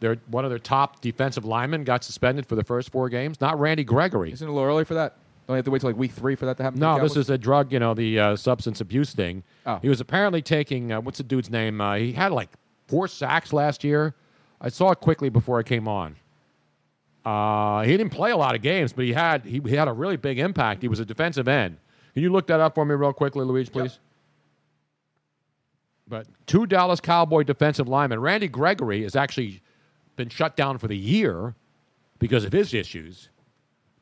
Speaker 5: their, one of their top defensive linemen got suspended for the first four games. Not Randy Gregory.
Speaker 13: Isn't it a little early for that? Don't you have to wait till like week three for that to happen? to
Speaker 5: No,
Speaker 13: the
Speaker 5: this
Speaker 13: Cowboys?
Speaker 5: is a drug, you know, the uh, substance abuse thing.
Speaker 13: Oh.
Speaker 5: He was apparently taking, uh, what's the dude's name? Uh, he had like four sacks last year. I saw it quickly before I came on. Uh, he didn't play a lot of games, but he had he, he had a really big impact. He was a defensive end. Can you look that up for me real quickly, Luigi, please? But two Dallas Cowboy defensive linemen, Randy Gregory, has actually been shut down for the year because of his issues.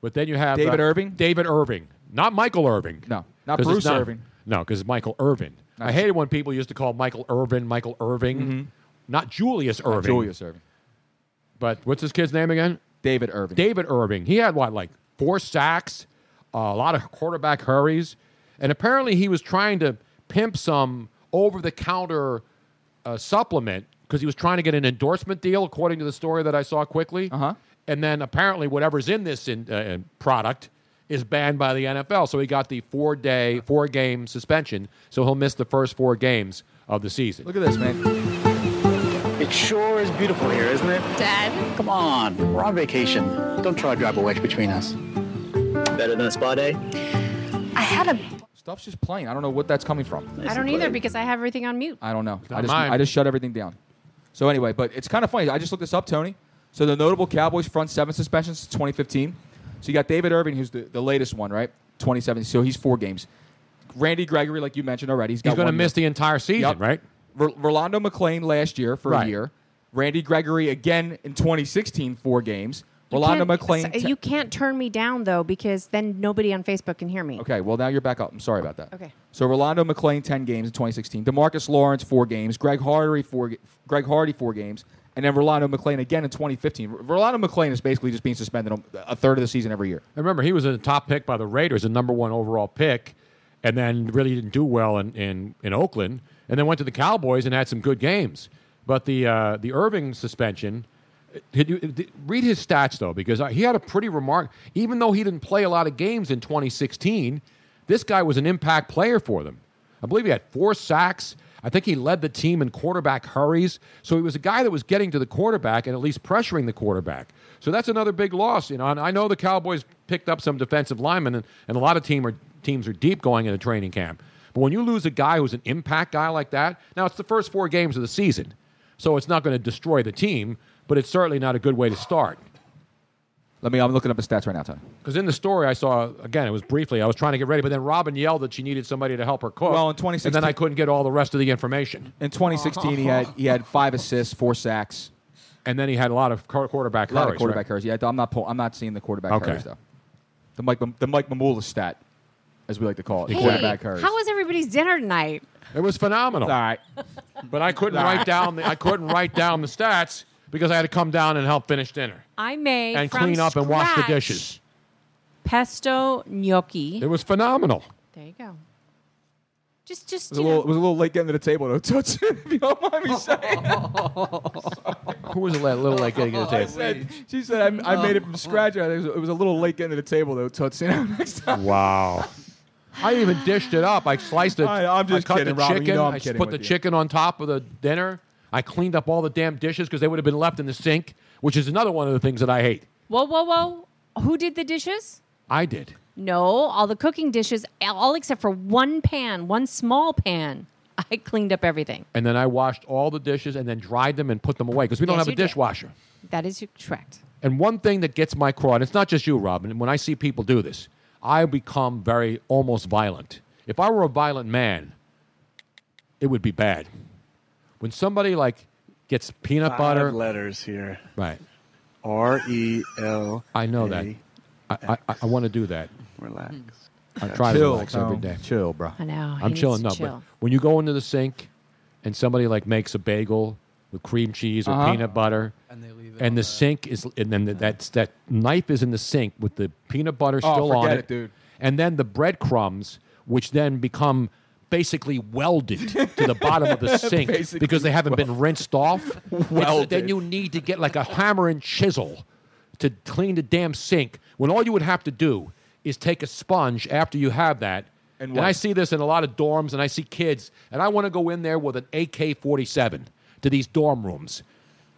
Speaker 5: But then you have
Speaker 13: David
Speaker 5: Irving. David Irving, not Michael Irving.
Speaker 13: No, not
Speaker 5: 'Cause it's
Speaker 13: Bruce Irving.
Speaker 5: No, because it's Michael Irvin. I hated when people used to call Michael Irvin Michael Irving, not Julius Irving.
Speaker 13: Mm-hmm. Not Julius Irving.
Speaker 5: But what's this kid's name again?
Speaker 13: David Irving.
Speaker 5: David Irving. He had what, like four sacks, uh, a lot of quarterback hurries, and apparently he was trying to pimp some over-the-counter uh, supplement because he was trying to get an endorsement deal, according to the story that I saw quickly. Uh-huh. And then apparently whatever's in this in, uh, uh, product is banned by the NFL, so he got the four-day, four-game suspension, so he'll miss the first four games of the season.
Speaker 13: Look at this, man.
Speaker 23: It sure is beautiful here, isn't it? Dad. Come on, we're on vacation. Don't try to drive a wedge between us. Better than a spa day?
Speaker 22: I had a
Speaker 13: Stuff's just playing. I don't know what that's coming from.
Speaker 8: I don't either because I have everything on mute.
Speaker 13: I don't know.
Speaker 5: not
Speaker 13: I just
Speaker 5: mine.
Speaker 13: I just shut everything down. So anyway, but it's kind of funny. I just looked this up, Tony. So the notable Cowboys front seven suspensions since 2015. So you got David Irving, who's the, the latest one, right? 27. So he's four games. Randy Gregory, like you mentioned already, he's got
Speaker 5: He's going to
Speaker 13: one year.
Speaker 5: miss the entire season,
Speaker 13: Yep.
Speaker 5: right?
Speaker 13: Ver- Rolando McClain last year for
Speaker 5: Right.
Speaker 13: a year. Randy Gregory again in 2016, four games. Rolando
Speaker 8: Can't-
Speaker 13: McClain.
Speaker 8: so-
Speaker 13: te-
Speaker 8: you can't turn me down though because then nobody on Facebook can hear me.
Speaker 13: okay, well, now you're back up. I'm sorry about that.
Speaker 8: Okay.
Speaker 13: So Rolando McClain, 10 games in 2016. Demarcus Lawrence, four games. Greg Hardy, four, ga- Greg Hardy, four games. And then Rolando McClain again in 2015. R- Rolando McClain is basically just being suspended a- a third of the season every year.
Speaker 5: And remember, he was a top pick by the Raiders, a number one overall pick, and then really didn't do well in, in, in Oakland, and then went to the Cowboys and had some good games. But the, uh, the Irving suspension, did you, did- read his stats, though, because uh, he had a pretty remark. Even though he didn't play a lot of games in 2016, this guy was an impact player for them. I believe he had four sacks. I think he led the team in quarterback hurries. So he was a guy that was getting to the quarterback and at least pressuring the quarterback. So that's another big loss. You know, and I know the Cowboys picked up some defensive linemen, and, and a lot of team are, teams are deep going into training camp. But when you lose a guy who's an impact guy like that, now it's the first four games of the season. So it's not going to destroy the team, but it's certainly not a good way to start.
Speaker 13: Let me, I'm looking up his stats right now, Tony.
Speaker 5: Because in the story I saw, again, it was briefly, I was trying to get ready, but then Robin yelled that she needed somebody to help her cook.
Speaker 13: Well, in
Speaker 5: And
Speaker 13: 2016
Speaker 5: then I couldn't get all the rest of the information.
Speaker 13: In 2016, he had he had five assists, four sacks.
Speaker 5: And then he had a lot of quar- quarterback
Speaker 13: A lot
Speaker 5: hurries,
Speaker 13: of quarterback
Speaker 5: right?
Speaker 13: hurries. Yeah, I'm not pull, I'm not seeing the quarterback
Speaker 5: Okay.
Speaker 13: hurries though. The Mike the Mike Mamula stat, as we like to call it,
Speaker 8: Hey,
Speaker 13: quarterback hurries.
Speaker 8: how was everybody's dinner tonight?
Speaker 5: It was phenomenal.
Speaker 13: All right.
Speaker 5: But I couldn't
Speaker 13: All right.
Speaker 5: write down the, I couldn't write down the stats because I had to come down and help finish dinner
Speaker 8: I made
Speaker 5: and
Speaker 8: from
Speaker 5: clean up and wash the
Speaker 8: scratch
Speaker 5: dishes.
Speaker 8: Pesto gnocchi.
Speaker 5: It was phenomenal.
Speaker 8: There you go. Just, just
Speaker 13: It was, a
Speaker 8: you know.
Speaker 13: little, it was a little late getting to the table, though. (laughs) Toots, if you don't mind me saying.
Speaker 5: Who was a little late getting to the
Speaker 13: (laughs) I said, she said, I, I made it from scratch. I- It was, it was a little late getting to the table, though, Toots. You know, (laughs) next time.
Speaker 5: Wow. I even dished it up. I sliced it.
Speaker 13: I- I'm just
Speaker 5: cut
Speaker 13: kidding,
Speaker 5: the
Speaker 13: Robin. You
Speaker 5: chicken.
Speaker 13: know I'm
Speaker 5: I s-
Speaker 13: kidding
Speaker 5: put
Speaker 13: with
Speaker 5: the
Speaker 13: you.
Speaker 5: chicken on top of the dinner. I cleaned up all the damn dishes because they would have been left in the sink, which is another one of the things that I hate.
Speaker 8: Whoa, whoa, whoa! Who did the dishes?
Speaker 5: I did.
Speaker 8: No, all the cooking dishes, all except for one pan, one small pan. I cleaned up everything.
Speaker 5: And then I washed all the dishes and then dried them and put them away because we don't
Speaker 8: Yes,
Speaker 5: have a
Speaker 8: you did.
Speaker 5: dishwasher.
Speaker 8: That is correct.
Speaker 5: And one thing that gets my craw, and it's not just you, Robin, when I see people do this, I become very almost violent. If I were a violent man, it would be bad. When somebody like gets peanut
Speaker 12: Five
Speaker 5: butter,
Speaker 12: letters here.
Speaker 5: right?
Speaker 12: R E L.
Speaker 5: I know that. I, I, I want to do that.
Speaker 12: Relax.
Speaker 5: I try to
Speaker 13: Chill,
Speaker 5: relax every
Speaker 13: Tom.
Speaker 5: day.
Speaker 13: Chill, bro. I know. He
Speaker 5: I'm
Speaker 13: needs
Speaker 5: chilling.
Speaker 13: to
Speaker 5: No, but
Speaker 13: chill.
Speaker 5: when you go into the sink and somebody like makes a bagel with cream cheese or
Speaker 13: Uh-huh.
Speaker 5: peanut butter, and they leave it and the sink is, and then that's that knife is in the sink with the peanut butter
Speaker 13: Oh,
Speaker 5: still on
Speaker 13: forget
Speaker 5: it,
Speaker 13: it, dude.
Speaker 5: And then the breadcrumbs, which then become basically welded to the bottom of
Speaker 13: (laughs)
Speaker 5: the sink
Speaker 13: Basically
Speaker 5: because they haven't been rinsed off. It's- Then
Speaker 13: Welded.
Speaker 5: you need to get like a hammer and chisel to clean the damn sink when all you would have to do is take a sponge after you have that.
Speaker 13: And
Speaker 5: I
Speaker 13: wipe.
Speaker 5: see this in a lot of dorms, and I see kids, and I want to go in there with an AK 47 to these dorm rooms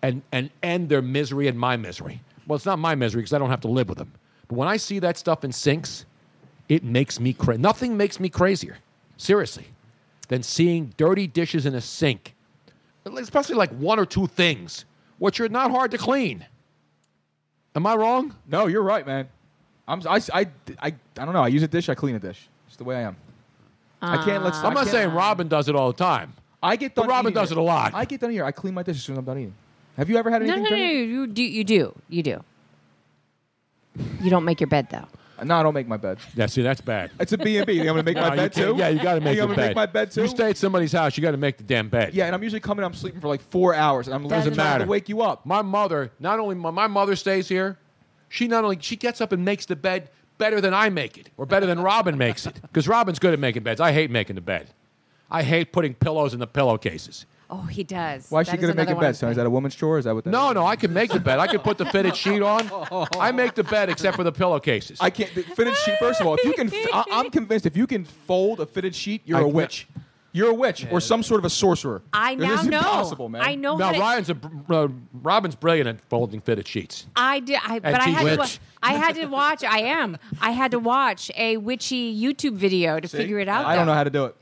Speaker 5: and, and end their misery and my misery. Well, it's not my misery because I don't have to live with them. But when I see that stuff in sinks, it makes me crazy. Nothing makes me crazier, seriously, than seeing dirty dishes in a sink, especially like one or two things, which are not hard to clean. Am I wrong?
Speaker 13: No, you're right, man. I'm, I, I, I, I don't know. I use a dish, I clean a dish. It's the way I am. I can't let.
Speaker 5: I'm not saying Robin does it all the time.
Speaker 13: I get done.
Speaker 5: But Robin
Speaker 13: eating
Speaker 5: does it a lot.
Speaker 13: I get done here. I clean my dish as soon as I'm done eating. Have you ever had
Speaker 8: No,
Speaker 13: anything?
Speaker 8: no, no,
Speaker 13: dirty?
Speaker 8: you do, you do, you do. You don't make your bed though.
Speaker 13: No, I don't make my bed.
Speaker 5: Yeah, see, that's bad.
Speaker 13: It's a B and B. I'm gonna make
Speaker 5: No,
Speaker 13: my
Speaker 5: you
Speaker 13: bed
Speaker 5: can't-
Speaker 13: too.
Speaker 5: Yeah, you got to make
Speaker 13: Think
Speaker 5: your
Speaker 13: I'm gonna
Speaker 5: bed.
Speaker 13: make my bed too.
Speaker 5: You stay at somebody's house, you got to make the damn bed.
Speaker 13: Yeah, and I'm usually coming. I'm sleeping for like four hours, and I'm
Speaker 5: doesn't
Speaker 13: losing time
Speaker 5: matter.
Speaker 13: to wake you up.
Speaker 5: My mother, not only my, my mother stays here, she not only she gets up and makes the bed better than I make it, or better than Robin makes it, because Robin's good at making beds. I hate making the bed. I hate putting pillows in the pillowcases.
Speaker 8: Oh, he does.
Speaker 13: Why is she
Speaker 8: That is
Speaker 13: gonna make
Speaker 8: another
Speaker 13: a
Speaker 8: one
Speaker 13: bed?
Speaker 8: of
Speaker 13: So is that a woman's chore? Is that what? That
Speaker 5: No, no, I could make the bed. I could put the fitted sheet on. I make the bed except for the pillowcases.
Speaker 13: I can't the fitted sheet. First of all, if you can, I, I'm convinced if you can fold a fitted sheet, you're
Speaker 5: I-
Speaker 13: a witch. You're a witch or some sort of a sorcerer.
Speaker 8: I
Speaker 13: This
Speaker 8: now
Speaker 13: is
Speaker 8: know.
Speaker 13: impossible, man.
Speaker 8: I know
Speaker 5: Now
Speaker 8: how to-
Speaker 5: Ryan's a br- uh, Robin's brilliant at folding fitted sheets.
Speaker 8: I did, I, but I
Speaker 5: Antique
Speaker 8: had, to, wa-
Speaker 5: witch.
Speaker 8: I had to watch. I am. I had to watch a witchy YouTube video to
Speaker 13: See?
Speaker 8: figure it out.
Speaker 13: I don't
Speaker 8: though.
Speaker 13: know how to do it.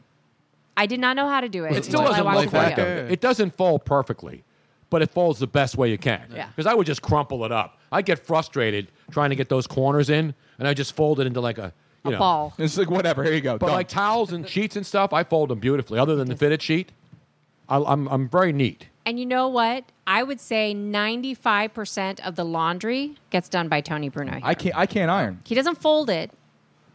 Speaker 8: I did not know how to do it.
Speaker 5: It still
Speaker 8: until I
Speaker 5: doesn't
Speaker 8: watched
Speaker 5: look
Speaker 8: the
Speaker 5: like
Speaker 8: video.
Speaker 5: that. It doesn't fold perfectly, but it folds the best way you can.
Speaker 8: Yeah.
Speaker 5: Because I would just crumple it up. I get frustrated trying to get those corners in, and I just fold it into like a you
Speaker 8: A
Speaker 5: know.
Speaker 8: ball.
Speaker 13: It's like whatever. Here you go.
Speaker 5: But
Speaker 13: Done.
Speaker 5: like towels and sheets and stuff, I fold them beautifully. Other than the fitted sheet, I, I'm I'm very neat.
Speaker 8: And you know what? I would say 95% of the laundry gets done by Tony Bruno. here.
Speaker 13: I can't. I can't iron.
Speaker 8: He doesn't fold it,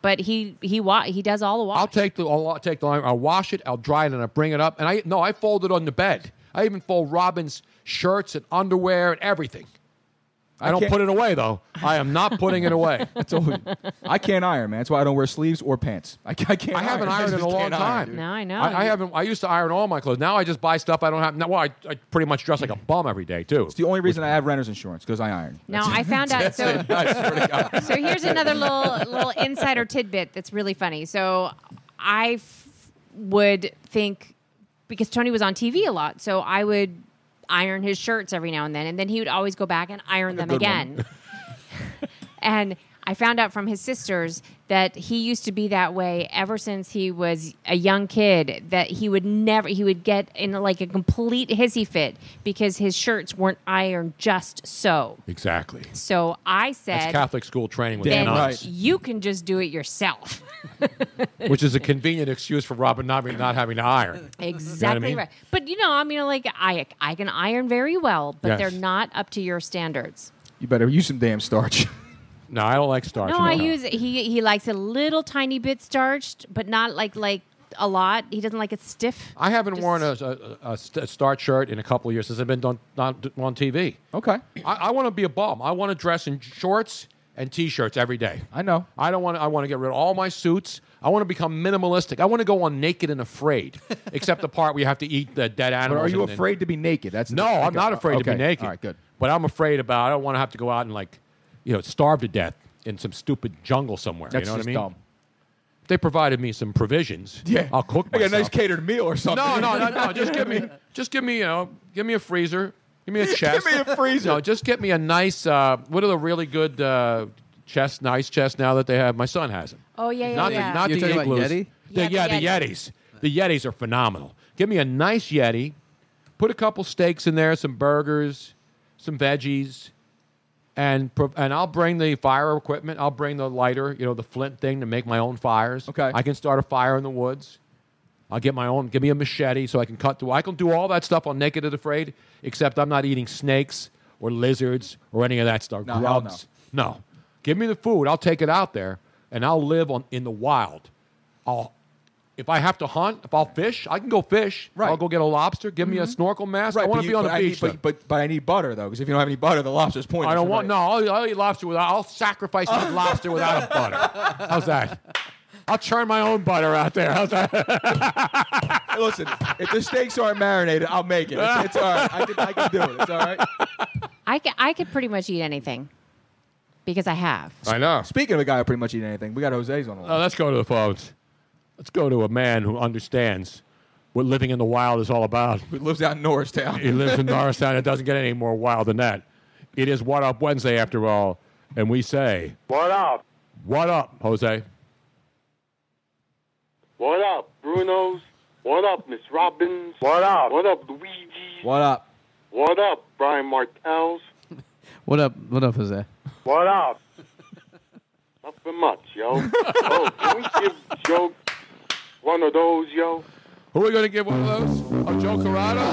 Speaker 8: but he he wa- he does all the wash.
Speaker 5: I'll take the I'll take the line. I'll wash it. I'll dry it, and I bring it up. And I no, I fold it on the bed. I even fold Robin's shirts and underwear and everything. I,
Speaker 13: I
Speaker 5: don't
Speaker 13: can't-
Speaker 5: put it away though. I am not putting it away.
Speaker 13: (laughs) That's all. I can't iron, man. That's why I don't wear sleeves or pants. I, ca- I can't.
Speaker 5: I haven't
Speaker 13: iron.
Speaker 5: ironed in a
Speaker 13: just
Speaker 5: long
Speaker 13: can't iron,
Speaker 5: time.
Speaker 13: dude.
Speaker 8: No, I know.
Speaker 5: I, I
Speaker 8: You-
Speaker 5: haven't. I used to iron all my clothes. Now I just buy stuff I don't have. Now, well, I, I pretty much dress like a bum every day too.
Speaker 13: It's the only reason I have renter's insurance because I iron.
Speaker 8: Now I found out. So, (laughs) so here's another little little insider tidbit that's really funny. So I f- would think because Tony was on TV a lot, so I would iron his shirts every now and then, and then he would always go back and iron them
Speaker 24: good one.
Speaker 8: again. (laughs) and I found out from his sisters that he used to be that way ever since he was a young kid. That he would never, he would get in like a complete hissy fit because his shirts weren't ironed just so.
Speaker 5: Exactly.
Speaker 8: So I
Speaker 5: That's
Speaker 8: said,
Speaker 5: Catholic school training with
Speaker 8: then
Speaker 5: nuns,
Speaker 8: you can just do it yourself. (laughs)
Speaker 5: which is a convenient excuse for Robin not not having to iron.
Speaker 8: exactly
Speaker 5: mean?
Speaker 8: right. But you know, I mean, like I I can iron very well, but
Speaker 5: Yes.
Speaker 8: they're not up to your standards.
Speaker 13: You better use some damn starch. (laughs)
Speaker 5: No, I don't like starch.
Speaker 8: no, I use he he likes a little tiny bit starched, but not like like a lot. He doesn't like it stiff.
Speaker 5: I haven't
Speaker 8: Just-
Speaker 5: worn a, a, a st- a starch shirt in a couple of years since I've been on, on, on TV.
Speaker 13: Okay.
Speaker 5: I, I want to be a bum. I want to dress in shorts and t-shirts every day.
Speaker 13: I know.
Speaker 5: I don't want. I want to get rid of all my suits. I want to become minimalistic. I want to go on naked and
Speaker 13: (laughs)
Speaker 5: afraid, except the part where you have to eat the dead
Speaker 13: But
Speaker 5: animals.
Speaker 13: are you
Speaker 5: and- and-
Speaker 13: afraid to be naked? That's
Speaker 5: no, I'm not afraid to be
Speaker 13: okay.
Speaker 5: naked.
Speaker 13: All right, good.
Speaker 5: But I'm afraid about. I don't want to have to go out and like, you know, starve to death in some stupid jungle somewhere.
Speaker 13: That's
Speaker 5: you know
Speaker 13: just
Speaker 5: what I mean?
Speaker 13: dumb.
Speaker 5: If They provided me some provisions.
Speaker 13: Yeah.
Speaker 5: I'll cook.
Speaker 13: I got a nice
Speaker 5: myself.
Speaker 13: catered meal or something.
Speaker 5: No, no, no, no. Just give
Speaker 13: (laughs)
Speaker 5: me, just give me, you know, give me a freezer. (laughs) Give me a chest.
Speaker 13: Give me a freezer.
Speaker 5: No, just get me a nice. Uh, what are the really good uh, chest, nice chest now that they have. My son has them.
Speaker 8: Oh yeah, yeah,
Speaker 5: Not
Speaker 8: yeah.
Speaker 5: the not the igloos. The- yeah,
Speaker 8: Yeah, the
Speaker 5: the Yetis. The Yetis are phenomenal. Give me a nice Yeti. Put a couple steaks in there, some burgers, some veggies, and pro- and I'll bring the fire equipment. I'll bring the lighter, you know, the flint thing to make my own fires. Okay, I can start a fire in the woods. I'll get my own. Give me a machete so I can cut through. I can do all that stuff on Naked and Afraid, except I'm not eating snakes or lizards or any of that stuff.
Speaker 13: No, hell
Speaker 5: Grubs. No. Give me the food. I'll take it out there and I'll live on in the wild. I'll if I have to hunt, if I'll fish, I can go fish. Right. I'll go get a lobster. Give me a snorkel mask. I
Speaker 13: Mm-hmm. Right,
Speaker 5: want
Speaker 13: but
Speaker 5: to
Speaker 13: you-
Speaker 5: be on
Speaker 13: but
Speaker 5: the
Speaker 13: I need-
Speaker 5: beach.
Speaker 13: but- but I need butter though, because if you don't have any butter, the lobster's pointless.
Speaker 5: I don't
Speaker 13: You're
Speaker 5: want no. I'll, I'll eat lobster without. I'll sacrifice
Speaker 13: (laughs)
Speaker 5: my lobster without a butter. How's that? I'll churn my own butter out there. How's that?
Speaker 13: Hey, (laughs) Listen, if the steaks aren't marinated, I'll make it. It's, it's all right. I can, I can do it. It's all right.
Speaker 8: I could, I could pretty much eat anything because I have.
Speaker 5: (laughs) I know.
Speaker 13: Speaking of a guy who pretty much eat anything, we got Jose's on the line.
Speaker 5: No, let's go to the phones. Let's go to a man who understands what living in the wild is all about.
Speaker 13: Who lives out in Norristown?
Speaker 5: He lives in Norristown. It doesn't get any more wild than that. It is What Up Wednesday, after all, and we say,
Speaker 10: What up?
Speaker 5: What up, Jose?
Speaker 10: What up, Bruno's? What up, Miss Robbins? What up? What up, Luigi?
Speaker 24: What up?
Speaker 10: What up, Brian Martels?
Speaker 24: What up? What up, Jose?
Speaker 10: What up? Nothing much, yo. oh, can we give Joe one of those, yo?
Speaker 5: Who are we going to give one of those? Oh, Joe Corrado?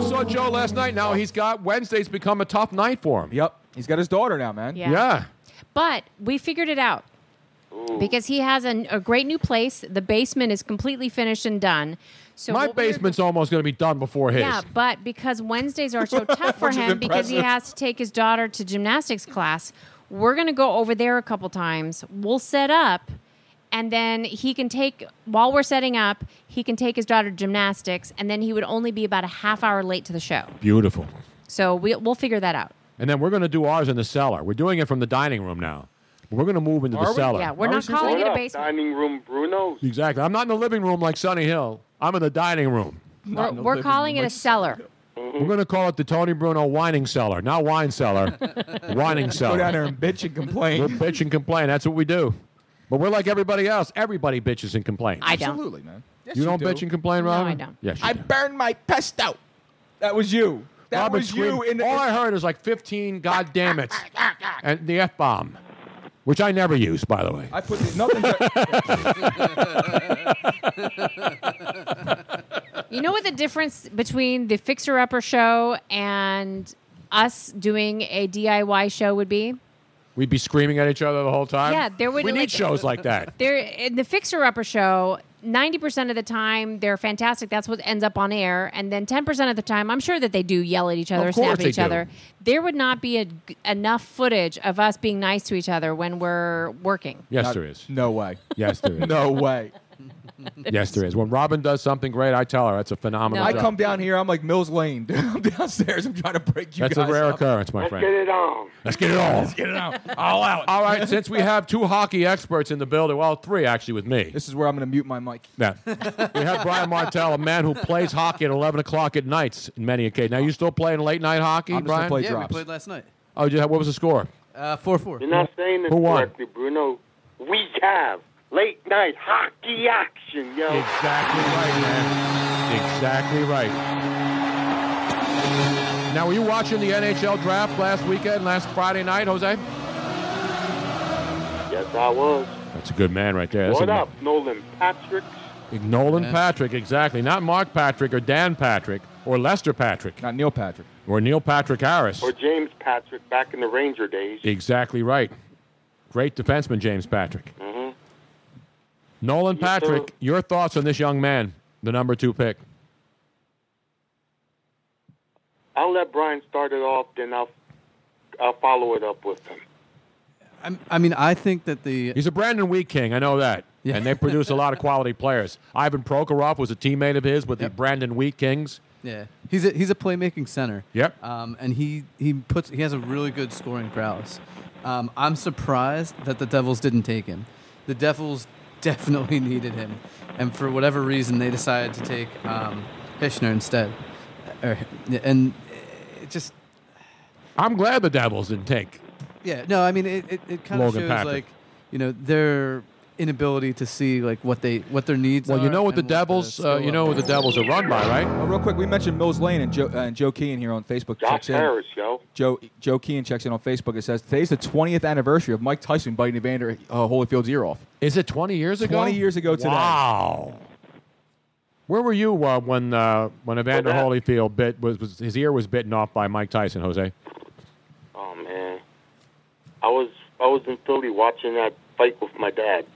Speaker 5: We saw Joe last night. Now he's got Wednesday's become a tough night for him.
Speaker 13: Yep. He's got his daughter now, man.
Speaker 8: Yeah.
Speaker 5: yeah.
Speaker 8: But we figured it out because he has an, a great new place. The basement is completely finished and done. So
Speaker 5: My
Speaker 8: what we're-
Speaker 5: basement's almost going to be done before his.
Speaker 8: Yeah, but because Wednesdays are
Speaker 5: (laughs)
Speaker 8: so tough for
Speaker 5: Which is
Speaker 8: him because he
Speaker 5: impressive.
Speaker 8: has to take his daughter to gymnastics class, we're going to go over there a couple times. We'll set up and then he can take while we're setting up, he can take his daughter to gymnastics and then he would only be about a half hour late to the show.
Speaker 5: Beautiful.
Speaker 8: So we, we'll figure that out.
Speaker 5: And then we're going to do ours in the cellar. We're doing it from the dining room now. We're going to move into the cellar.
Speaker 8: Yeah, we're not calling it a basement.
Speaker 10: Dining room, Bruno.
Speaker 5: Exactly. I'm not in the living room like Sunny Hill. I'm in the dining room.
Speaker 8: We're, we're calling it a cellar.
Speaker 5: We're going to call it the Tony Bruno Whining Cellar, not
Speaker 8: (laughs)
Speaker 5: Wine Cellar, Whining Cellar.
Speaker 13: Go down there and bitch and complain.
Speaker 5: We'll bitch and complain. That's what we do. But we're like everybody else. Everybody bitches and complains.
Speaker 8: I don't.
Speaker 13: Absolutely, man. Yes,
Speaker 5: you, don't bitch and complain, Robin?
Speaker 13: I don't.
Speaker 5: Yes, you
Speaker 13: I burned my pesto. That was you. That
Speaker 5: Robin
Speaker 13: was you
Speaker 5: screamed-
Speaker 13: in the.
Speaker 5: All I heard is like 15 god
Speaker 8: (laughs)
Speaker 5: damn it and the F bomb, which I never use, by the way.
Speaker 13: I put the, nothing.
Speaker 8: You know what the difference between the Fixer Upper show and us doing a DIY show would be?
Speaker 5: (laughs) We'd be screaming at each other the whole time.
Speaker 8: Yeah, there would
Speaker 5: We need
Speaker 8: like-
Speaker 5: shows like
Speaker 13: (laughs)
Speaker 5: that.
Speaker 8: (laughs) There in the Fixer Upper show, 90% of the time they're fantastic. That's what ends up on air. And then 10% of the time, I'm sure that they do yell at each other,
Speaker 14: Of course
Speaker 8: snap at
Speaker 14: they
Speaker 8: each
Speaker 14: do.
Speaker 8: other. There would not be a, enough footage of us being nice to each other when we're working.
Speaker 5: Yes, there is.
Speaker 13: No way.
Speaker 5: Yes, there
Speaker 13: (laughs)
Speaker 5: is.
Speaker 13: No way.
Speaker 5: Yes, there is. When Robin does something great, I tell her that's a (laughs) phenomenal.
Speaker 13: I
Speaker 5: job.
Speaker 13: come down here. I'm like Mills Lane. (laughs) dude. I'm downstairs. I'm trying to break you
Speaker 5: That's a
Speaker 13: guys
Speaker 5: rare
Speaker 13: up.
Speaker 5: occurrence, my friend.
Speaker 10: it on.
Speaker 5: Let's get it on. Let's
Speaker 13: get it on. All out.
Speaker 5: All right, since we have two hockey experts in the building, well, three actually with me.
Speaker 13: This is where I'm going to mute my mic.
Speaker 5: (laughs) Yeah. we have Brian Martell, a man who plays hockey at 11 o'clock at nights in many occasions. Now, you still playing late night hockey,
Speaker 24: I'm just gonna
Speaker 5: Brian?
Speaker 24: play Yeah, we drops. played last night.
Speaker 5: Oh, you, what was the score?
Speaker 24: Uh, four four.
Speaker 10: You're not saying this
Speaker 5: Who won?
Speaker 10: correctly, Bruno. We have late night hockey action, yo.
Speaker 5: Exactly right, man. Exactly right. Now, were you watching the NHL draft last weekend, last Friday night, Jose?
Speaker 10: Yes, I was.
Speaker 5: That's a good man right there. That's
Speaker 10: what
Speaker 5: a-
Speaker 10: up, Nolan Patrick?
Speaker 5: Nolan
Speaker 10: Yeah.
Speaker 5: Patrick, exactly. Not Mark Patrick or Dan Patrick or Lester Patrick.
Speaker 13: Not Neil Patrick.
Speaker 5: Or Neil Patrick Harris.
Speaker 10: Or James Patrick back in the Ranger days.
Speaker 5: Exactly right. Great defenseman, James Patrick.
Speaker 10: Mm-hmm.
Speaker 5: Nolan
Speaker 10: Yes, sir.
Speaker 5: Patrick, your thoughts on this young man, the number two pick?
Speaker 10: I'll let Brian start it off, then I'll, I'll follow it up with him.
Speaker 5: I mean, I think that the he's a Brandon Wheat king. I know that, and they produce a lot of quality players. Ivan Prokhorov was a teammate of his with the Brandon Wheat Kings.
Speaker 24: Yeah, he's a, he's a playmaking center.
Speaker 5: Yep.
Speaker 24: Um, and he he puts he has a really good scoring prowess. Um, I'm surprised that the Devils didn't take him. The Devils (laughs) definitely needed him, and for whatever reason they decided to take um, Hishner instead. Uh, Or, and it just
Speaker 5: I'm glad the Devils didn't take
Speaker 24: Yeah, no, I mean it. It, it kind of shows
Speaker 5: Logan Patrick.
Speaker 24: like you know their inability to see like what they what their needs.
Speaker 5: Well, you
Speaker 24: are
Speaker 5: know what the
Speaker 24: and their
Speaker 5: Devils, uh,
Speaker 24: skill
Speaker 5: you know what the
Speaker 24: level
Speaker 5: Devils are run by, right?
Speaker 13: Oh, real quick, we mentioned Mills Lane and Joe, uh, and Joe Keane here on Facebook. checks
Speaker 10: Harris,
Speaker 13: in.
Speaker 10: yo.
Speaker 13: Joe Joe Keane checks in on Facebook. It says today's the 20th anniversary of Mike Tyson biting Evander uh, Holyfield's ear off.
Speaker 5: Is it 20 years ago?
Speaker 13: 20 years ago today.
Speaker 5: Wow. Where were you uh, when uh, when Evander Holyfield bit was, was his ear was bitten off by Mike Tyson, Jose?
Speaker 10: Oh man, I was I was in Philly watching that fight with my dad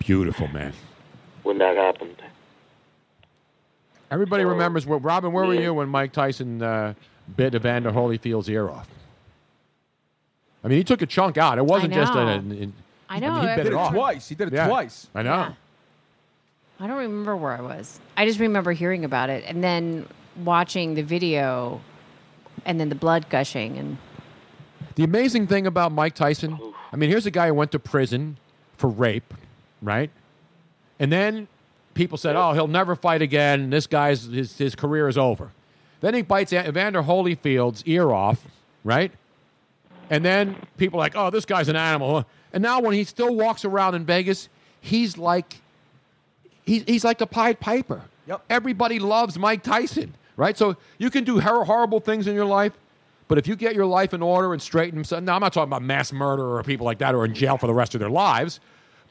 Speaker 5: Beautiful man.
Speaker 10: when that happened.
Speaker 5: Everybody remembers what Robin. Where were you when Mike Tyson uh, bit Evander Holyfield's ear off? I mean, he took a chunk out. It wasn't just
Speaker 8: know.
Speaker 5: an. an, an
Speaker 8: I know,
Speaker 5: mean, he
Speaker 8: I-
Speaker 5: bit
Speaker 8: Did
Speaker 5: it
Speaker 8: it
Speaker 5: off.
Speaker 8: twice. He did it
Speaker 5: Yeah,
Speaker 8: twice.
Speaker 5: I know.
Speaker 8: I don't remember where I was. I just remember hearing about it and then watching the video and then the blood gushing and
Speaker 5: The amazing thing about Mike Tyson, I mean, here's a guy who went to prison for rape, right? And then people said, "Oh, he'll never fight again. This guy's his, his career is over." Then he bites A- Evander Holyfield's ear off, right? And then people are like, "Oh, this guy's an animal." And now when he still walks around in Vegas, he's like he's, he's like the Pied Piper. Yep. Everybody loves Mike Tyson, right? So you can do hor- horrible things in your life, but if you get your life in order and straighten some now I'm not talking about mass murder or people like that who are in jail for the rest of their lives.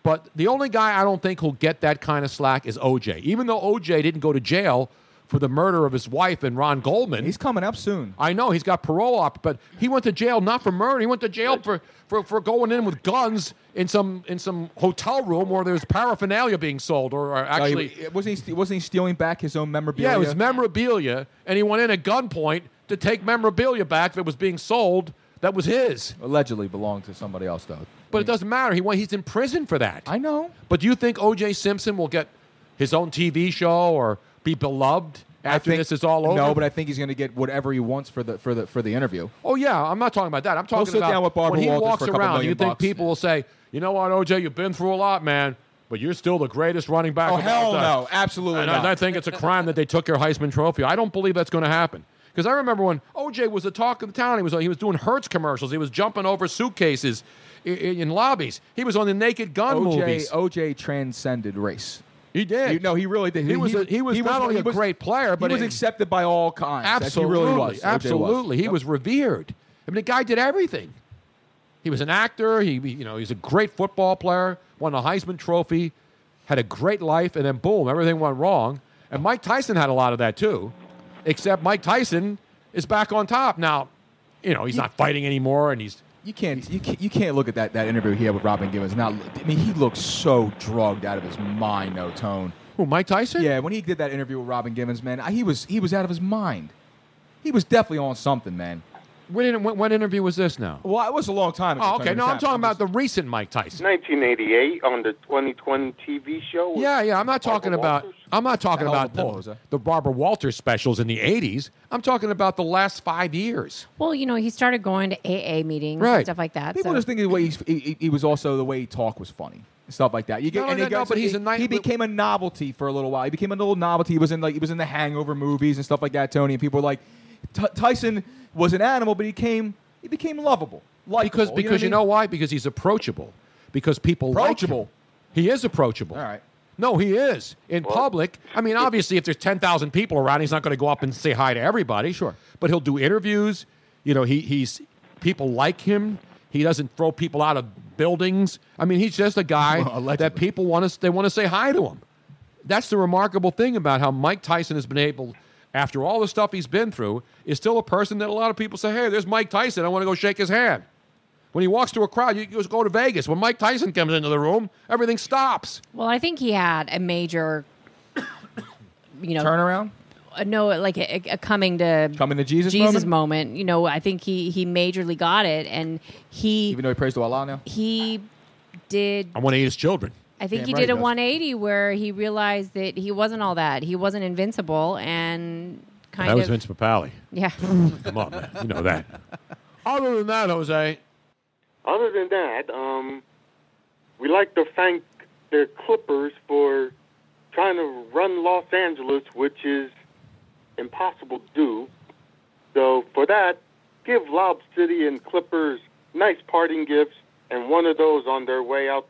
Speaker 5: But the only guy I don't think who'll get that kind of slack is OJ. Even though OJ didn't go to jail for the murder of his wife and Ron Goldman. He's
Speaker 13: coming up soon.
Speaker 5: I know, he's got parole up, but he went to jail not for murder. He went to jail for, for, for going in with guns in some in some hotel room where there's paraphernalia being sold or, or
Speaker 13: No, he-
Speaker 5: actually
Speaker 13: wasn't he st- wasn't he stealing back his own memorabilia?
Speaker 5: yeah, it was memorabilia, and he went in at gunpoint to take memorabilia back that was being sold that was his.
Speaker 13: Allegedly belonged to somebody else, though.
Speaker 5: But it doesn't matter. He went, he's in prison for that. I
Speaker 13: know.
Speaker 5: But do you think O.J. Simpson will get his own TV show or be beloved after this is all over?
Speaker 13: No, but I think he's going to get whatever he wants for the for the for the interview.
Speaker 5: Oh yeah, I'm not talking about that. I'm talking
Speaker 13: sit
Speaker 5: about
Speaker 13: down with Barbara
Speaker 5: when he
Speaker 13: Walters
Speaker 5: walks
Speaker 13: for a couple
Speaker 5: around. You
Speaker 13: million
Speaker 5: think
Speaker 13: bucks.
Speaker 5: people will say, "You know what, OJ, you've been through a lot, man, but you're still the greatest running back."
Speaker 13: Oh,
Speaker 5: of
Speaker 13: hell
Speaker 5: all time."
Speaker 13: no. Absolutely
Speaker 5: And uh, I-
Speaker 13: not.
Speaker 5: I think it's a crime that they took your Heisman Trophy. I don't believe that's going to happen because I remember when OJ was the talk of the town. He was uh, he was doing Hertz commercials. He was jumping over suitcases i- i- in, lobbies. He was on the Naked Gun
Speaker 13: OJ
Speaker 5: movies.
Speaker 13: OJ transcended race.
Speaker 5: He did.
Speaker 13: You, no, he really did.
Speaker 5: He was a- he was not only
Speaker 13: he
Speaker 5: a great player, but
Speaker 13: he was
Speaker 5: it-
Speaker 13: accepted by all kinds.
Speaker 5: Absolutely,
Speaker 13: he really was. OJ was.
Speaker 5: Absolutely, he
Speaker 13: Yep.
Speaker 5: was revered. I mean, the guy did everything. He was an actor. He, he- you know, he's a great football player. Won the Heisman Trophy. Had a great life, and then boom, everything went wrong. And Mike Tyson had a lot of that too, except Mike Tyson is back on top now. You know, he's not fighting anymore, and he's
Speaker 13: You can't you can't, you can't look at that, that interview he had with Robin Gibbons. Not I mean he looked so drugged out of his mind, no tone.
Speaker 5: Who Mike Tyson?
Speaker 13: Yeah, when he did that interview with Robin Gibbons, man, I, he was he was out of his mind. He was definitely on something, man.
Speaker 5: When when, when interview was this now?
Speaker 13: Well, it was a long time. ago.
Speaker 5: Oh, okay.
Speaker 13: Tony.
Speaker 5: No, I'm
Speaker 13: It's
Speaker 5: talking about the recent Mike Tyson.
Speaker 10: 1988 on the 2020 TV show.
Speaker 5: Yeah, yeah. I'm not talking about. I'm not talking
Speaker 10: Hell of a
Speaker 5: about
Speaker 10: ball,
Speaker 5: the, the Barbara Walters specials in the '80s. I'm talking about the last five years.
Speaker 8: well, you know, he started going to AA meetings and
Speaker 13: Right.
Speaker 8: stuff like that.
Speaker 13: People
Speaker 8: so-
Speaker 13: just think the way he's, he, he- he was also the way he talked was funny and stuff like that. You get,
Speaker 5: No,
Speaker 13: and
Speaker 5: no,
Speaker 13: he
Speaker 5: no,
Speaker 13: got-
Speaker 5: but he's
Speaker 13: he,
Speaker 5: a nice-
Speaker 13: he became a novelty for a little while. He became a little novelty. He was in like he was in the Hangover movies and stuff like that. Tony and people were like, "T- Tyson was an animal, but he came he became lovable.
Speaker 5: because
Speaker 13: Likeable,
Speaker 5: because you
Speaker 13: what
Speaker 5: know why? Because he's approachable. Because people like
Speaker 13: Approachable?
Speaker 5: him. He is approachable. All
Speaker 13: right.
Speaker 5: No, he is in public. I mean, obviously, if there's ten thousand people around, he's not going to go up and say hi to everybody. Sure, but he'll do interviews. You know, he he's people like him. He doesn't throw people out of buildings. I mean, he's just a guy that people want to they want to say hi to him. That's the remarkable thing about how Mike Tyson has been able, after all the stuff he's been through, is still a person that a lot of people say, "Hey, there's Mike Tyson. I want to go shake his hand." When he walks to a crowd, you just go to Vegas. When Mike Tyson comes into the room, everything stops.
Speaker 8: Well, I think he had a major, (coughs) you know, Uh,
Speaker 13: turnaround.
Speaker 8: No, like a, a coming to
Speaker 13: Coming to Jesus
Speaker 8: Jesus
Speaker 13: moment?
Speaker 8: moment. You know, I think he he majorly got it, and he
Speaker 13: Even though he prays to Allah now.
Speaker 8: he did
Speaker 5: I want to eat his children.
Speaker 8: I think
Speaker 13: Damn
Speaker 8: he
Speaker 13: right
Speaker 8: did
Speaker 13: he
Speaker 8: a
Speaker 13: does.
Speaker 8: 180 where he realized that he wasn't all that. He wasn't invincible and kind
Speaker 5: that
Speaker 8: of
Speaker 5: was Vince Papali.
Speaker 8: yeah.
Speaker 5: (laughs) Come on, man. You know that. Other than that, Jose,
Speaker 10: Other than that, um, we like to thank the Clippers for trying to run Los Angeles, which is impossible to do. So for that, give Lob City and Clippers nice parting gifts and one of those on their way out.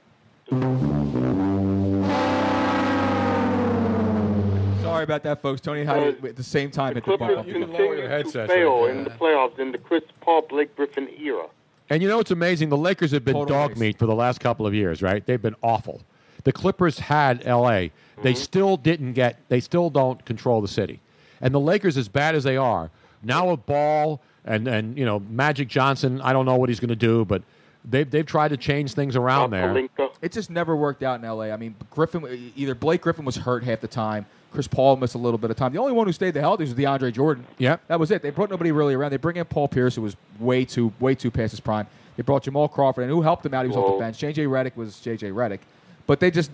Speaker 13: Sorry about that, folks. Tony had it at the same time at the
Speaker 10: Clippers
Speaker 13: bump.
Speaker 10: continue to fail in the playoffs in the Chris Paul Blake Griffin era.
Speaker 5: And you know what's amazing? The Lakers have been dog meat for the last couple of years, right? They've been awful. The Clippers had L.A. They still didn't get. They still don't control the city. And the Lakers, as bad as they are now, with Ball and and you know Magic Johnson, I don't know what he's going to do, but they've they've tried to change things around there.
Speaker 13: It just never worked out in L.A. I mean, Griffin either Blake Griffin was hurt half the time. Chris Paul missed a little bit of time. The only one who stayed the healthiest was DeAndre Jordan.
Speaker 5: Yeah,
Speaker 13: that was it. They brought nobody really around. They bring in Paul Pierce, who was way too way too past his prime. They brought Jamal Crawford, and who helped him out? He was off
Speaker 5: Whoa.
Speaker 13: the bench. J.J. Redick was J.J. Redick, but they just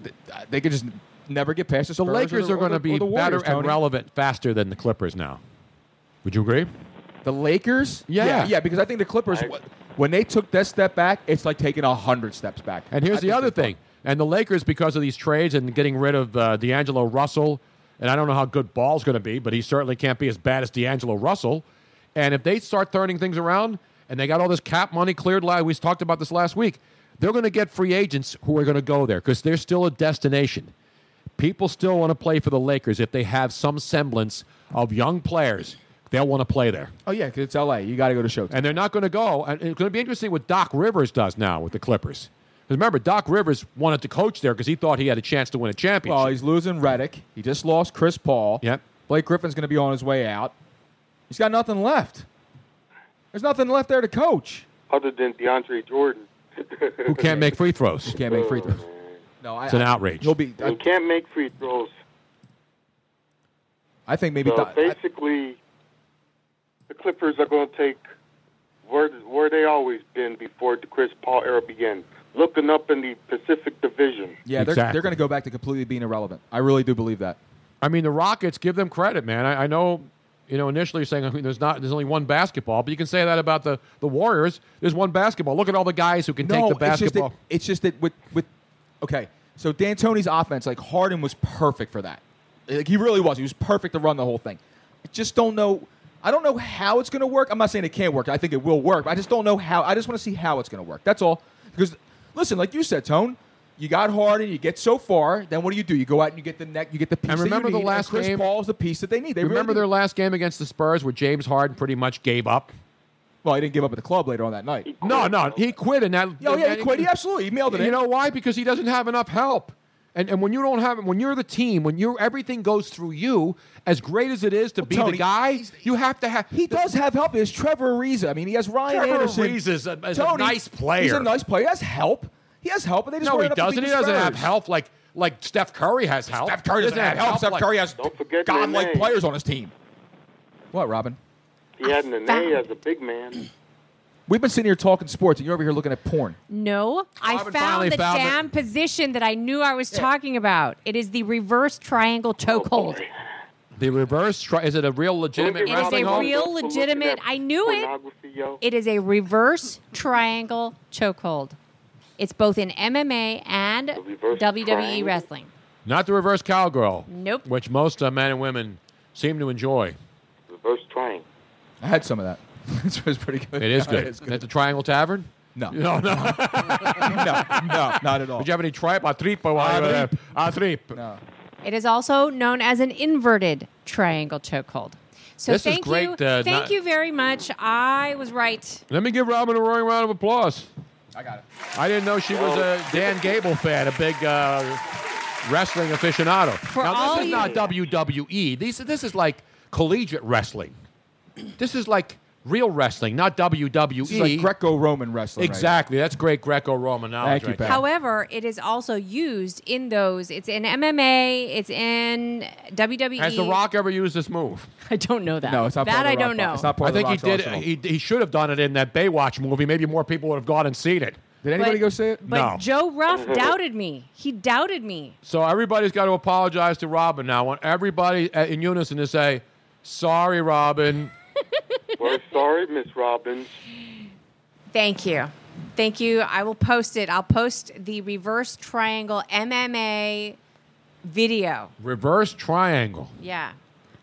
Speaker 13: they could just never get past the
Speaker 5: The
Speaker 13: Spurs or
Speaker 5: Lakers
Speaker 13: the-
Speaker 5: are
Speaker 13: or
Speaker 5: going
Speaker 13: the-
Speaker 5: to be
Speaker 13: or the Warriors,
Speaker 5: better and
Speaker 13: Tony.
Speaker 5: relevant faster than the Clippers now. Would you agree?
Speaker 13: The Lakers?
Speaker 5: Yeah.
Speaker 13: yeah, because I think the Clippers when they took that step back, it's like taking a hundred steps back.
Speaker 5: And here's the other thing. And the Lakers, because of these trades and getting rid of uh, D'Angelo Russell, and I don't know how good Ball's going to be, but he certainly can't be as bad as D'Angelo Russell. And if they start turning things around and they got all this cap money cleared, like we talked about this last week, they're going to get free agents who are going to go there because they're still a destination. People still want to play for the Lakers if they have some semblance of young players. They'll want to play there.
Speaker 13: Oh yeah, because it's L.A. You got to go to Showtime.
Speaker 5: And they're not going to go. And it's going to be interesting what Doc Rivers does now with the Clippers. 'Cause remember, Doc Rivers wanted to coach there because he thought he had a chance to win a championship.
Speaker 13: Well, he's losing Redick. He just lost Chris Paul.
Speaker 5: Yep.
Speaker 13: Blake Griffin's going to be on his way out. He's got nothing left. There's nothing left there to coach.
Speaker 10: Other than DeAndre Jordan,
Speaker 5: Who
Speaker 10: (laughs)
Speaker 5: can't make free throws?
Speaker 13: can't make free throws. No, I,
Speaker 5: It's an outrage.
Speaker 13: He'll be.
Speaker 10: he
Speaker 13: I,
Speaker 10: can't make free throws.
Speaker 13: I think maybe.
Speaker 10: so
Speaker 13: Doc-
Speaker 10: basically, the Clippers are going to take where where they always been before the Chris Paul era began, looking up in the Pacific Division.
Speaker 13: yeah, they're, they're going to go back to completely being irrelevant. I really do believe that.
Speaker 5: I mean, the Rockets give them credit, man. I, I know, you know, initially you're saying I mean, there's not there's only one basketball, but you can say that about the the Warriors. There's one basketball. Look at all the guys who can take the basketball.
Speaker 13: It's just that, it's just that with with okay, so D'Antoni's offense, like Harden was perfect for that. Like he really was. He was perfect to run the whole thing. I just don't know. I don't know how it's going to work. I'm not saying it can't work. I think it will work. but I just don't know how. I just want to see how it's going to work. That's all. Because listen, like you said, Tone, you got Harden. You get so far. Then what do you do? You go out and you get the neck. You get the piece.
Speaker 5: And
Speaker 13: that you
Speaker 5: remember the
Speaker 13: need, and
Speaker 5: last
Speaker 13: Chris
Speaker 5: game-
Speaker 13: Paul's the piece that they need. They really
Speaker 5: remember
Speaker 13: do.
Speaker 5: their last game against the Spurs where James Harden pretty much gave up.
Speaker 13: Well, he didn't give up at the club later on that night.
Speaker 5: No, no, he quit in that.
Speaker 13: Oh yeah,
Speaker 5: and
Speaker 13: he quit. He absolutely he mailed it.
Speaker 5: You
Speaker 13: in.
Speaker 5: know why? Because he doesn't have enough help. And, and when you don't have when you're the team, when you're everything goes through you, as great as it is to be
Speaker 13: Tony,
Speaker 5: the guy, you have to have.
Speaker 13: He does have help. Is Trevor Ariza? I mean, he has Ryan
Speaker 5: Trevor
Speaker 13: Anderson.
Speaker 5: Ariza is a- is a
Speaker 13: Tony,
Speaker 5: nice player.
Speaker 13: He's a nice player. He has help. He has help, and they just
Speaker 5: no,
Speaker 13: weren't
Speaker 5: he
Speaker 13: enough to
Speaker 5: doesn't.
Speaker 13: beat
Speaker 5: He
Speaker 13: the
Speaker 5: doesn't have
Speaker 13: Spurs.
Speaker 5: help like like Steph Curry has help.
Speaker 13: Steph Curry doesn't have help. Steph
Speaker 5: like-
Speaker 13: Curry has
Speaker 10: forget their
Speaker 13: godlike
Speaker 10: name.
Speaker 13: players on his team. What, Robin?
Speaker 10: He had an A as a big man.
Speaker 13: We've been sitting here talking sports, and you're over here looking at porn.
Speaker 8: No, I
Speaker 13: finally
Speaker 8: found the
Speaker 13: found it.
Speaker 8: damn position that I knew I was talking about. It is the reverse triangle chokehold.
Speaker 5: The reverse tri- is it a real legitimate
Speaker 8: it is
Speaker 5: wrestling
Speaker 8: a
Speaker 5: hold?
Speaker 8: real legitimate. I knew it. It is a reverse triangle chokehold. It's both in MMA and WWE
Speaker 5: triangle?
Speaker 8: wrestling.
Speaker 5: Not the reverse cowgirl.
Speaker 8: Nope.
Speaker 5: Which most uh, men and women seem to enjoy.
Speaker 10: Reverse triangle.
Speaker 13: I had some of that. (laughs) it was pretty good.
Speaker 5: It is
Speaker 13: Yeah,
Speaker 5: good.
Speaker 13: it is
Speaker 5: At the Triangle Tavern.
Speaker 13: (laughs) No.
Speaker 5: (laughs) No, no.
Speaker 13: no, no, not at all.
Speaker 5: Did you have any tripe? A trip while you were there? A trip.
Speaker 13: No.
Speaker 8: It is also known as an inverted triangle chokehold. So
Speaker 5: This is
Speaker 8: thank
Speaker 5: great,
Speaker 8: you,
Speaker 5: uh,
Speaker 8: thank
Speaker 5: not-
Speaker 8: you very much. I was right.
Speaker 5: Let me give Robin a roaring round of applause.
Speaker 13: I got it.
Speaker 5: I didn't know she was a Dan Gable fan, a big uh, wrestling aficionado. now this
Speaker 8: all
Speaker 5: is
Speaker 8: you-
Speaker 5: not WWE. These, this is like collegiate wrestling. This is like real wrestling, not WWE.
Speaker 13: This is like Greco-Roman wrestling. right
Speaker 5: exactly. That's great Greco-Roman
Speaker 13: Thank
Speaker 5: knowledge.
Speaker 13: you,
Speaker 5: right
Speaker 13: pal.
Speaker 5: there.
Speaker 8: However, it is also used in those. It's in MMA. It's in E. WWE.
Speaker 5: Has The Rock ever used this move?
Speaker 8: I don't know that.
Speaker 5: No, it's
Speaker 8: not That part of I The don't Rock- know. it's not part
Speaker 5: I
Speaker 8: of The
Speaker 5: think
Speaker 8: Rock's
Speaker 5: he did. He, he should have done it in that Baywatch movie. Maybe more people would have gone and seen it.
Speaker 13: Did
Speaker 8: anybody But- go see
Speaker 5: it?
Speaker 8: But
Speaker 5: no.
Speaker 8: Joe Ruff doubted me. He doubted me.
Speaker 5: So everybody's got to apologize to Robin now. I want everybody uh, in unison to say, "Sorry, Robin."
Speaker 10: We're sorry, Miss Robbins.
Speaker 8: Thank you. Thank you. I will post it. I'll post the reverse triangle MMA video.
Speaker 5: Reverse triangle.
Speaker 8: Yeah.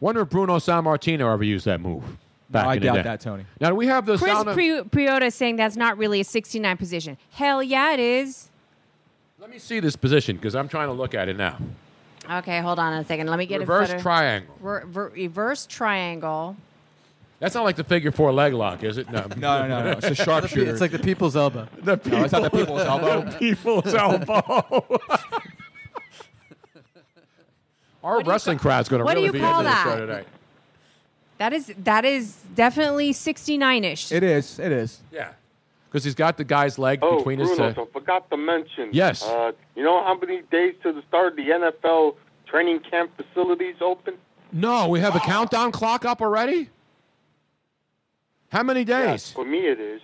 Speaker 5: Wonder if Bruno San Martino ever used that move. Back
Speaker 13: I
Speaker 5: in the
Speaker 13: doubt
Speaker 5: day.
Speaker 13: that, Tony.
Speaker 5: Now do we have the
Speaker 8: Chris
Speaker 5: sound of-
Speaker 8: Pri- Priota is saying that's not really a 69 position. Hell yeah, it is.
Speaker 5: Let me see this position because I'm trying to look at it now.
Speaker 8: Okay, hold on a second. Let me get
Speaker 5: Reverse
Speaker 8: a photo-
Speaker 5: triangle.
Speaker 8: Ver- ver- reverse triangle.
Speaker 5: That's not like the figure four leg lock, is it? No,
Speaker 13: (laughs) No, no, no, no.
Speaker 5: (laughs)
Speaker 13: It's a sharpshooter.
Speaker 24: It's like the people's elbow.
Speaker 5: The people,
Speaker 13: No, it's not the people's elbow.
Speaker 5: (laughs) the people's
Speaker 8: (laughs)
Speaker 5: elbow. Our wrestling crowd's going to
Speaker 8: what do
Speaker 5: really
Speaker 8: you
Speaker 5: be
Speaker 8: call
Speaker 5: into this show
Speaker 8: that?
Speaker 5: tonight.
Speaker 8: That is that is definitely 69ish.
Speaker 13: It is. It is.
Speaker 5: Yeah. Because he's got the guy's leg
Speaker 10: Oh,
Speaker 5: between his.
Speaker 10: Bruno,
Speaker 5: Uh,
Speaker 10: so I forgot to mention.
Speaker 5: Yes.
Speaker 10: Uh, you know how many days to the start of the NFL training camp facilities open?
Speaker 5: no, we have a countdown clock up already. How many days?
Speaker 10: For me, it is.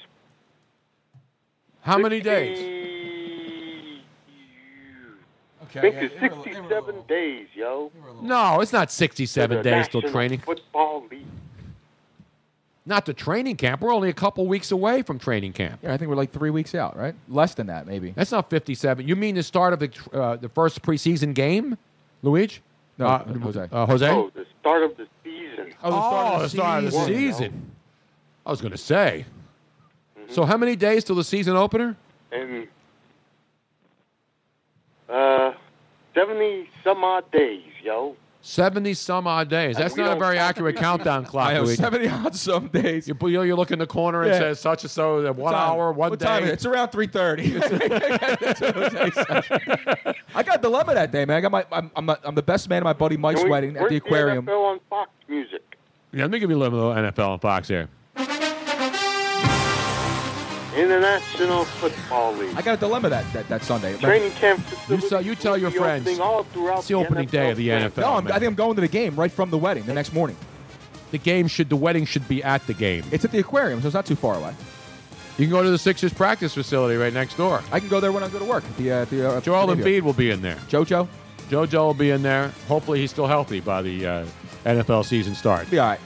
Speaker 5: How many days?
Speaker 10: I think it's 67 days, yo.
Speaker 5: No, it's not 67 days till
Speaker 10: National
Speaker 5: training.
Speaker 10: Football League.
Speaker 5: Not to training camp. We're only a couple weeks away from training camp.
Speaker 13: Yeah, I think we're like three weeks out, right? Less than that, maybe.
Speaker 5: That's not 57. You mean the start of the tr- uh, the first preseason game, Luigi?
Speaker 13: No,
Speaker 5: Uh,
Speaker 13: Jose.
Speaker 5: Uh, Jose?
Speaker 10: Oh, the start of the season.
Speaker 5: Oh, the start of the season. I was going to say. So, how many days till the season opener?
Speaker 10: And uh, 70 some odd days, yo.
Speaker 5: 70 some odd days.
Speaker 10: And
Speaker 5: That's
Speaker 10: we
Speaker 5: not a
Speaker 10: don't
Speaker 5: very
Speaker 10: count-
Speaker 5: accurate countdown clock.
Speaker 13: I know,
Speaker 5: Luigi.
Speaker 13: 70 odd some days.
Speaker 5: You, you, you look in the corner and
Speaker 13: Yeah.
Speaker 5: says such and so, that
Speaker 13: What
Speaker 5: one
Speaker 13: time-
Speaker 5: hour, one
Speaker 13: what
Speaker 5: day.
Speaker 13: time is it? It's around (laughs) 3.30. I got a dilemma that day, man. I got my, I'm, I'm, I'm the best man at my buddy Mike's
Speaker 10: Can we-
Speaker 13: wedding at
Speaker 10: where's
Speaker 13: the aquarium.
Speaker 10: NFL on Fox Music.
Speaker 5: Yeah, let me give you a little NFL and Fox here.
Speaker 10: International Football League.
Speaker 13: I got a dilemma that, that, that Sunday.
Speaker 10: Training camp
Speaker 5: You,
Speaker 10: facilities.
Speaker 5: tell- you tell your
Speaker 10: will be
Speaker 5: friends.
Speaker 10: opening all throughout
Speaker 5: It's the opening
Speaker 10: NFL
Speaker 5: day of the NFL.
Speaker 13: No, I'm,
Speaker 5: man.
Speaker 13: I think I'm going to the game right from the wedding the next morning.
Speaker 5: the game should the wedding should be at the game.
Speaker 13: It's at the aquarium, so it's not too far away.
Speaker 5: You can go to the Sixers practice facility right next door.
Speaker 13: I can go there when I go to work. At the, uh, at the, uh,
Speaker 5: Joel
Speaker 13: studio.
Speaker 5: Embiid will be in there.
Speaker 13: JoJo?
Speaker 5: JoJo will be in there. Hopefully, he's still healthy by the uh, NFL season start.
Speaker 13: Be all right.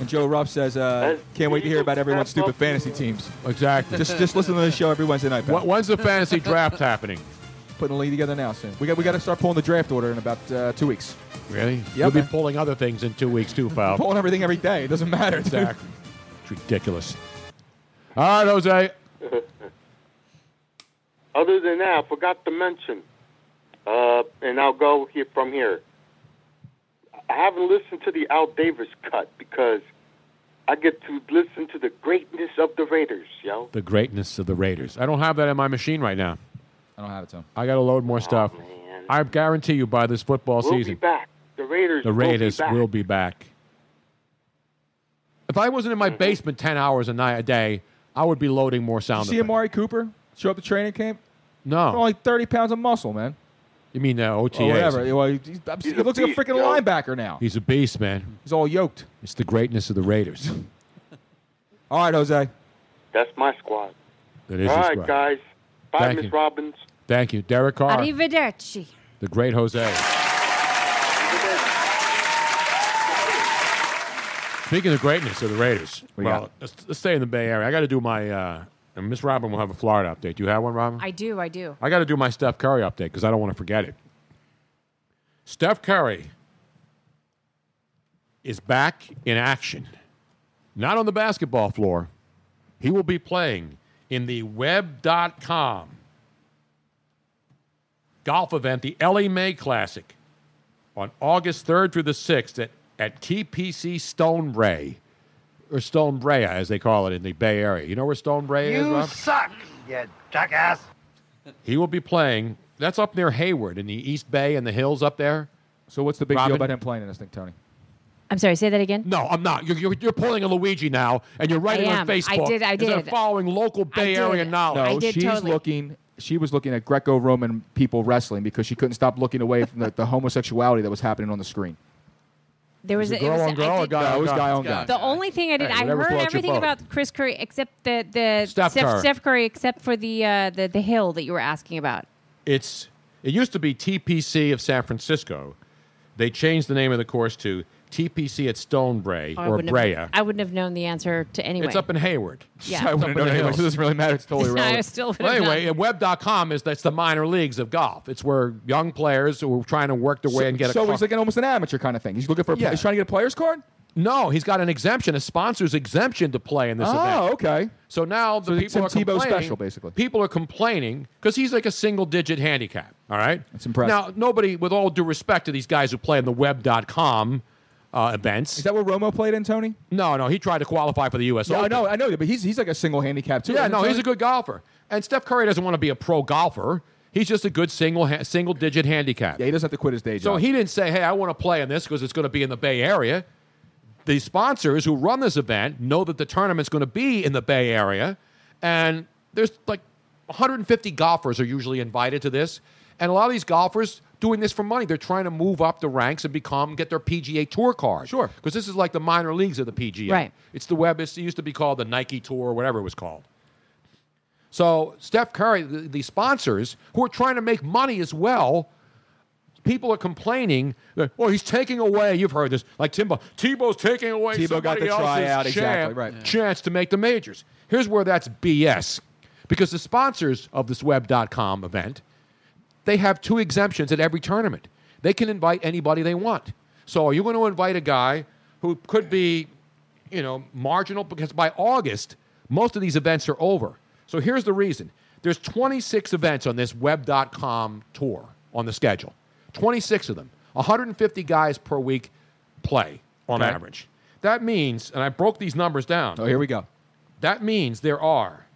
Speaker 13: And Joe Ruff says, uh, can't wait to hear about everyone's stupid fantasy teams.
Speaker 5: Exactly.
Speaker 13: Just just listen to the show every Wednesday night. pal.
Speaker 5: Wh- When's the fantasy draft happening?
Speaker 13: Putting the league together now soon. We got we got to start pulling (laughs) the draft order in about uh, two weeks.
Speaker 5: Really?
Speaker 13: Yeah,
Speaker 5: You'll be
Speaker 13: man.
Speaker 5: pulling other things in two weeks too, pal.
Speaker 13: Pulling everything every day. It doesn't matter. dude. (laughs)
Speaker 5: Exactly. It's ridiculous. All right, Jose.
Speaker 10: Other than that, I forgot to mention, uh, and I'll go here from here. I haven't listened to the Al Davis cut because I get to listen to the greatness of the Raiders, yo.
Speaker 5: The greatness of the Raiders. I don't have that in my machine right now.
Speaker 13: I don't have it, Tom.
Speaker 5: I got to load more stuff. I guarantee you by this football
Speaker 10: Oh, we'll
Speaker 5: season,
Speaker 10: be back. The Raiders.
Speaker 5: the Raiders
Speaker 10: will be back.
Speaker 5: will be back. If I wasn't in
Speaker 10: Mm-hmm.
Speaker 5: my basement 10 hours a night a day, I would be loading more sound.
Speaker 13: See
Speaker 5: effects.
Speaker 13: Amari Cooper show up to training camp.
Speaker 5: No.
Speaker 13: Only thirty pounds of muscle, man.
Speaker 5: You mean uh, OTAs?
Speaker 13: Or Oh, whatever. Well, he, he's- I'm- he
Speaker 10: a
Speaker 13: looks like a
Speaker 10: beast,
Speaker 13: freaking
Speaker 10: yo.
Speaker 13: linebacker now.
Speaker 5: He's a beast, man.
Speaker 13: He's all yoked.
Speaker 5: It's the greatness of the Raiders.
Speaker 13: (laughs) All right, Jose.
Speaker 10: That's my squad.
Speaker 5: That is
Speaker 10: All
Speaker 5: his
Speaker 10: right,
Speaker 5: squad.
Speaker 10: guys. Bye,
Speaker 5: Thank
Speaker 10: Miss
Speaker 5: you.
Speaker 10: Robbins.
Speaker 5: Thank you. Derek Carr,
Speaker 8: Arrivederci.
Speaker 5: the great Jose. Speaking of greatness of the Raiders,
Speaker 13: We
Speaker 5: well,
Speaker 13: got-
Speaker 5: let's, let's stay in the Bay Area. I got to do my. Uh, and Miss Robin will have a Florida update. Do you have one, Robin?
Speaker 8: I do, I do.
Speaker 5: I got to do my Steph Curry update because I don't want to forget it. Steph Curry is back in action, not on the basketball floor. He will be playing in the web.com golf event, the Ellie Mae Classic, on August 3rd through the 6th at, at TPC Stone Ray, or Stone Brea, as they call it in the Bay Area. (laughs) You know where Stone Brea is, Rob?
Speaker 2: suck, you (laughs) jackass.
Speaker 5: He will be playing. That's up near Hayward in the East Bay and the hills up there.
Speaker 13: So what's the big
Speaker 5: Robin?
Speaker 13: deal about him playing in this thing, Tony?
Speaker 8: I'm sorry, say that again.
Speaker 5: No, Oh, I'm not. You're, you're, you're pulling a Luigi now, and you're writing
Speaker 8: I
Speaker 5: on
Speaker 8: am. I
Speaker 5: Facebook.
Speaker 8: did- I
Speaker 5: instead of
Speaker 8: did.
Speaker 5: following local Bay
Speaker 8: did.
Speaker 5: Area knowledge.
Speaker 8: I
Speaker 13: No,
Speaker 8: did
Speaker 13: she's
Speaker 8: totally.
Speaker 13: looking. She was looking at Greco-Roman people wrestling because she couldn't stop looking away from the, the homosexuality that was happening on the screen.
Speaker 8: There was,
Speaker 5: Is it
Speaker 8: a, it
Speaker 5: girl
Speaker 8: was
Speaker 5: on
Speaker 8: I
Speaker 5: girl or
Speaker 8: did-
Speaker 5: guy
Speaker 13: No, it was
Speaker 5: on
Speaker 13: guy
Speaker 5: guy?
Speaker 13: on guy.
Speaker 8: The only thing I did,
Speaker 5: Hey,
Speaker 8: I
Speaker 5: whatever
Speaker 8: heard
Speaker 5: floats your
Speaker 8: everything
Speaker 5: boat.
Speaker 8: about Chris Curry except the the
Speaker 5: Steph Curry.
Speaker 8: Steph Curry except for the uh, the the hill that you were asking about.
Speaker 5: It's it used to be TPC of San Francisco. They changed the name of the course to TPC at Stone Brea
Speaker 8: Oh, I
Speaker 5: or
Speaker 8: wouldn't
Speaker 5: Brea.
Speaker 8: Have, I wouldn't have known the answer to anyway.
Speaker 5: It's up in Hayward. (laughs)
Speaker 8: Yeah.
Speaker 13: I
Speaker 5: It's
Speaker 13: wouldn't
Speaker 5: up in
Speaker 13: know
Speaker 5: the
Speaker 13: anyway,
Speaker 5: hills.
Speaker 13: so it doesn't really matter. It's
Speaker 8: (laughs)
Speaker 13: totally
Speaker 8: I
Speaker 13: irrelevant.
Speaker 8: still would
Speaker 5: Well,
Speaker 8: have
Speaker 5: anyway,
Speaker 8: known.
Speaker 5: at web.com is that's the minor leagues of golf. It's where young players who are trying to work their way
Speaker 13: so
Speaker 5: and get a
Speaker 13: so
Speaker 5: car-
Speaker 13: he's like an, almost an amateur kind of thing. He's looking for. A,
Speaker 5: Yeah.
Speaker 13: He's trying to get a player's card.
Speaker 5: No, he's got an exemption, a sponsor's exemption to play in this
Speaker 13: Oh,
Speaker 5: event.
Speaker 13: okay.
Speaker 5: So now the
Speaker 13: So it's
Speaker 5: people
Speaker 13: Tim Tebow
Speaker 5: are complaining-
Speaker 13: special, basically.
Speaker 5: People are complaining because he's like a single-digit handicap. All right, that's
Speaker 13: impressive.
Speaker 5: Now, nobody, with all due respect to these guys who play in the Web.com uh, events, is
Speaker 13: that where Romo played in Tony?
Speaker 5: No, no, he tried to qualify for the U.S.
Speaker 13: No, I
Speaker 5: Open.
Speaker 13: know, I know, but he's he's like a single handicap too.
Speaker 5: Yeah,
Speaker 13: isn't
Speaker 5: no,
Speaker 13: he?
Speaker 5: he's a good golfer. And Steph Curry doesn't want to be a pro golfer. He's just a good single ha- single digit handicap. Yeah,
Speaker 13: he doesn't have to quit his day
Speaker 5: So
Speaker 13: job.
Speaker 5: he didn't say, "Hey, I want to play in this because it's going to be in the Bay Area." The sponsors who run this event know that the tournament's going to be in the Bay Area, and there's like 150 golfers are usually invited to this, and a lot of these golfers doing this for money. They're trying to move up the ranks and become get their PGA Tour card. Sure, because this is like the minor leagues of the PGA.
Speaker 8: Right.
Speaker 5: It's the web. It's, it used to be called the Nike Tour or whatever it was called. So Steph Curry, the, the sponsors who are trying to make money as well, people are complaining. That, oh, he's taking away. You've heard this, like Timbo. Tebow's taking away
Speaker 13: Tebow got
Speaker 5: somebody
Speaker 13: to try
Speaker 5: else's
Speaker 13: out, exactly,
Speaker 5: champ-
Speaker 13: right. Yeah.
Speaker 5: chance to make the majors. Here's where that's BS, because the sponsors of this Web.com event, they have two exemptions at every tournament. They can invite anybody they want. So are you going to invite a guy who could be you know, marginal because by August, most of these events are over. So here's the reason. There's 26 events on this web.com tour on the schedule. 26 of them. 150 guys per week play on
Speaker 13: Okay.
Speaker 5: average. That means, and I broke these numbers down. Oh, here we go. That means there are,